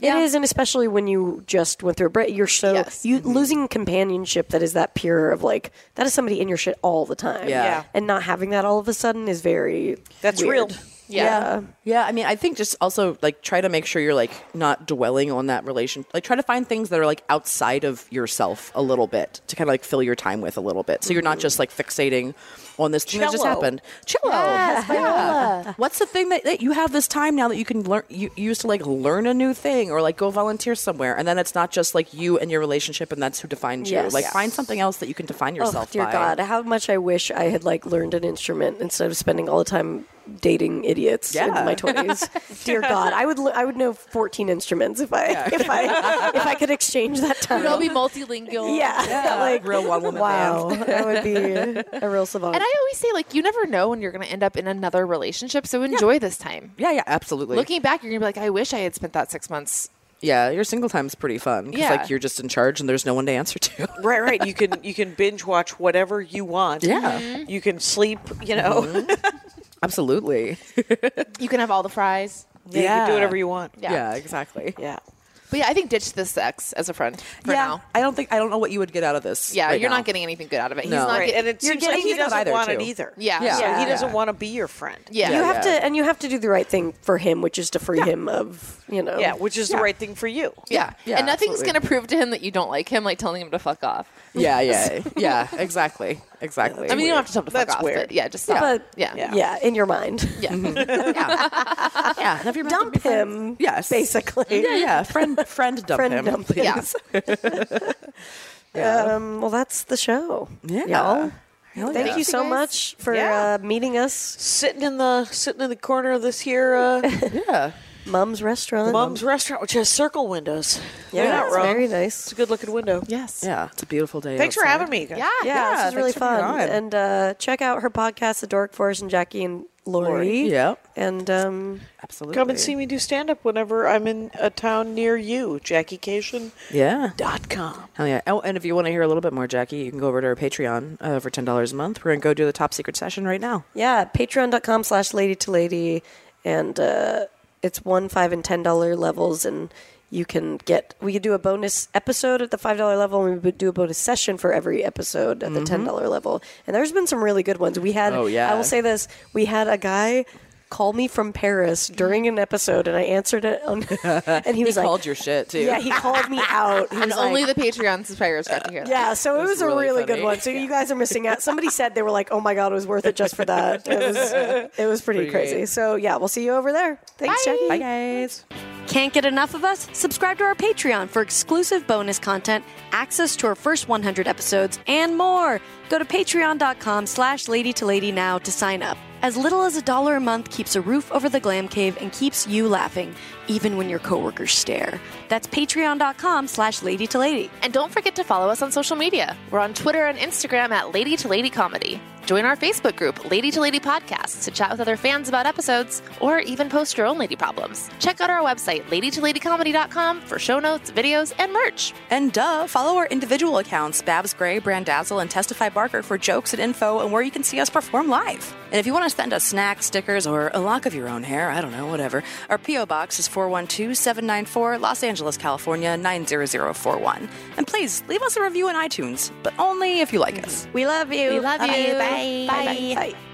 Speaker 3: It is, and especially when you just went through a break, you're so
Speaker 5: Yes.
Speaker 3: you losing companionship that is that pure of like that is somebody in your shit all the time.
Speaker 4: Yeah. Yeah.
Speaker 3: and not having that all of a sudden is very
Speaker 7: That's
Speaker 3: weird.
Speaker 7: real.
Speaker 5: Yeah.
Speaker 4: Uh, Yeah, I mean, I think just also like try to make sure you're like not dwelling on that relation. Like try to find things that are like outside of yourself a little bit to kind of like fill your time with a little bit. So you're not just like fixating on this thing that just
Speaker 7: Cello.
Speaker 4: happened. Cello. Yeah. What's the thing that, that you have this time now that you can learn you you used to like learn a new thing or like go volunteer somewhere and then it's not just like you and your relationship and that's who defines you.
Speaker 3: Yes.
Speaker 4: Like find something else that you can define
Speaker 3: Oh,
Speaker 4: yourself
Speaker 3: dear
Speaker 4: by.
Speaker 3: God, how much I wish I had like learned an instrument instead of spending all the time dating idiots
Speaker 4: Yeah.
Speaker 3: in my twenties. dear God, I would l- I would know fourteen instruments if I if I if I could exchange that time.
Speaker 5: We'd all be multilingual.
Speaker 3: yeah, like
Speaker 4: Real one woman
Speaker 3: wow, that would be a real savant.
Speaker 5: And I always say, like, you never know when you're going to end up in another relationship. So enjoy this time.
Speaker 4: Yeah, yeah, absolutely.
Speaker 5: Looking back, you're going to be like, I wish I had spent that six months.
Speaker 4: yeah, your single time's pretty fun cuz
Speaker 5: Yeah.
Speaker 4: like you're just in charge and there's no one to answer to.
Speaker 7: Right, right. You can you can binge watch whatever you want.
Speaker 4: Yeah.
Speaker 7: Mm-hmm. You can sleep, you know.
Speaker 4: Absolutely.
Speaker 5: You can have all the fries.
Speaker 7: Yeah, You can do whatever you want.
Speaker 5: Yeah.
Speaker 4: exactly.
Speaker 7: Yeah.
Speaker 5: But yeah, I think ditch this sex as a friend for
Speaker 4: yeah.
Speaker 5: now.
Speaker 4: I don't think I don't know what you would get out of this.
Speaker 5: Yeah,
Speaker 4: right
Speaker 5: you're
Speaker 4: now.
Speaker 5: not getting anything good out of it.
Speaker 4: No.
Speaker 5: He's not
Speaker 4: Right,
Speaker 7: Right.
Speaker 5: getting.
Speaker 7: And it
Speaker 4: You're
Speaker 7: seems like
Speaker 4: getting
Speaker 7: he
Speaker 4: he's not
Speaker 7: doesn't
Speaker 4: either,
Speaker 7: want it
Speaker 4: too.
Speaker 7: either.
Speaker 5: Yeah.
Speaker 4: Yeah.
Speaker 7: So he
Speaker 4: Yeah.
Speaker 7: doesn't want to be your friend.
Speaker 5: yeah.
Speaker 3: you
Speaker 4: Yeah.
Speaker 3: have to, and you have to do the right thing for him, which is to free him of you know.
Speaker 7: Yeah, which is the right thing for you.
Speaker 5: Yeah.
Speaker 4: Yeah,
Speaker 5: and nothing's
Speaker 4: absolutely.
Speaker 5: going to prove to him that you don't like him, like telling him to fuck off.
Speaker 4: Yeah, yeah. Yeah, exactly. Exactly.
Speaker 5: I mean, you don't have to tell him to fuck
Speaker 7: That's
Speaker 5: off.
Speaker 7: weird.
Speaker 5: But yeah, just stop.
Speaker 3: But
Speaker 5: yeah.
Speaker 3: yeah, in your mind,
Speaker 5: Yeah.
Speaker 4: yeah. Have your
Speaker 3: dump him.
Speaker 4: Yes.
Speaker 3: basically.
Speaker 4: Yeah, yeah. Friend friend dump
Speaker 3: Friend
Speaker 4: him.
Speaker 3: dump him.
Speaker 4: please.
Speaker 5: Yeah.
Speaker 4: Yeah.
Speaker 3: Um, well, that's the show.
Speaker 4: Yeah.
Speaker 3: Y'all.
Speaker 4: Hell
Speaker 3: Thank
Speaker 4: yeah.
Speaker 3: you so
Speaker 5: guys.
Speaker 3: much for
Speaker 7: Yeah.
Speaker 3: uh, meeting us,
Speaker 7: Sitting in the sitting in the corner of this here uh,
Speaker 4: Yeah.
Speaker 3: Mum's Restaurant.
Speaker 7: mom's restaurant, which has circle windows.
Speaker 3: yeah,
Speaker 7: You're not
Speaker 3: it's
Speaker 7: wrong.
Speaker 3: very
Speaker 7: It's
Speaker 3: nice.
Speaker 7: a good looking window.
Speaker 5: Yes.
Speaker 4: Yeah. It's a beautiful day.
Speaker 7: Thanks for
Speaker 4: outside.
Speaker 7: having me.
Speaker 5: Yeah.
Speaker 3: Yeah,
Speaker 4: Yeah,
Speaker 3: this is really
Speaker 4: thanks for being
Speaker 3: fun.
Speaker 4: on.
Speaker 3: And uh, check out her podcast, The Dork Force, and Jackie and Lori.
Speaker 4: Yep.
Speaker 3: And um,
Speaker 4: Absolutely.
Speaker 7: Come and see me do stand up whenever I'm in a town near you. JackieCation.com.
Speaker 4: Yeah. Hell yeah. Oh, and if you want to hear a little bit more, Jackie, you can go over to our Patreon uh, for ten dollars a month. We're gonna go do the top secret session right now.
Speaker 3: yeah, patreon.com slash lady to lady. And uh, it's one, five, and ten dollar levels. And you can get, we could do a bonus episode at the five dollar level, and we would do a bonus session for every episode at the ten dollar level. And there's been some really good ones. We had,
Speaker 4: Mm-hmm. Oh, yeah.
Speaker 3: I will say this, we had a guy. Call me from Paris during an episode, and I answered it. On, and he
Speaker 4: He
Speaker 3: was like,
Speaker 4: called your shit too.
Speaker 3: Yeah, he called me out. He
Speaker 5: And
Speaker 3: was
Speaker 5: only
Speaker 3: like-
Speaker 5: the Patreon subscribers got to hear that.
Speaker 3: yeah, so it was, a
Speaker 4: really
Speaker 3: really
Speaker 4: funny.
Speaker 3: good one. So you guys are missing out. Somebody said they were like, "Oh my god, it was worth it just for that." It was, it was pretty, crazy. So yeah, we'll see you over there. Thanks, Jackie.
Speaker 4: Bye guys.
Speaker 8: Can't get enough of us? Subscribe to our Patreon for exclusive bonus content, access to our first 100 episodes, and more. Go to patreon.com slash lady to lady now to sign up. As little as a dollar a month keeps a roof over the glam cave and keeps you laughing, even when your coworkers stare. That's patreon.com slash lady to lady.
Speaker 5: And don't forget to follow us on social media. We're on Twitter and Instagram at Lady to Lady Comedy. Join our Facebook group, Lady to Lady Podcast, to chat with other fans about episodes or even post your own lady problems. Check out our website, ladytoladycomedy.com, for show notes, videos, and merch.
Speaker 4: And duh, follow our individual accounts, Babs Gray, Brandazzle, and Testify Barker for jokes and info and where you can see us perform live. And if you want to send us snacks, stickers, or a lock of your own hair, I don't know, whatever, our P.O. Box is 412-794 Los Angeles, California, 90041. And please, leave us a review on iTunes, but only if you like us.
Speaker 8: We love you.
Speaker 5: We love you.
Speaker 8: Bye. Bye. Bye.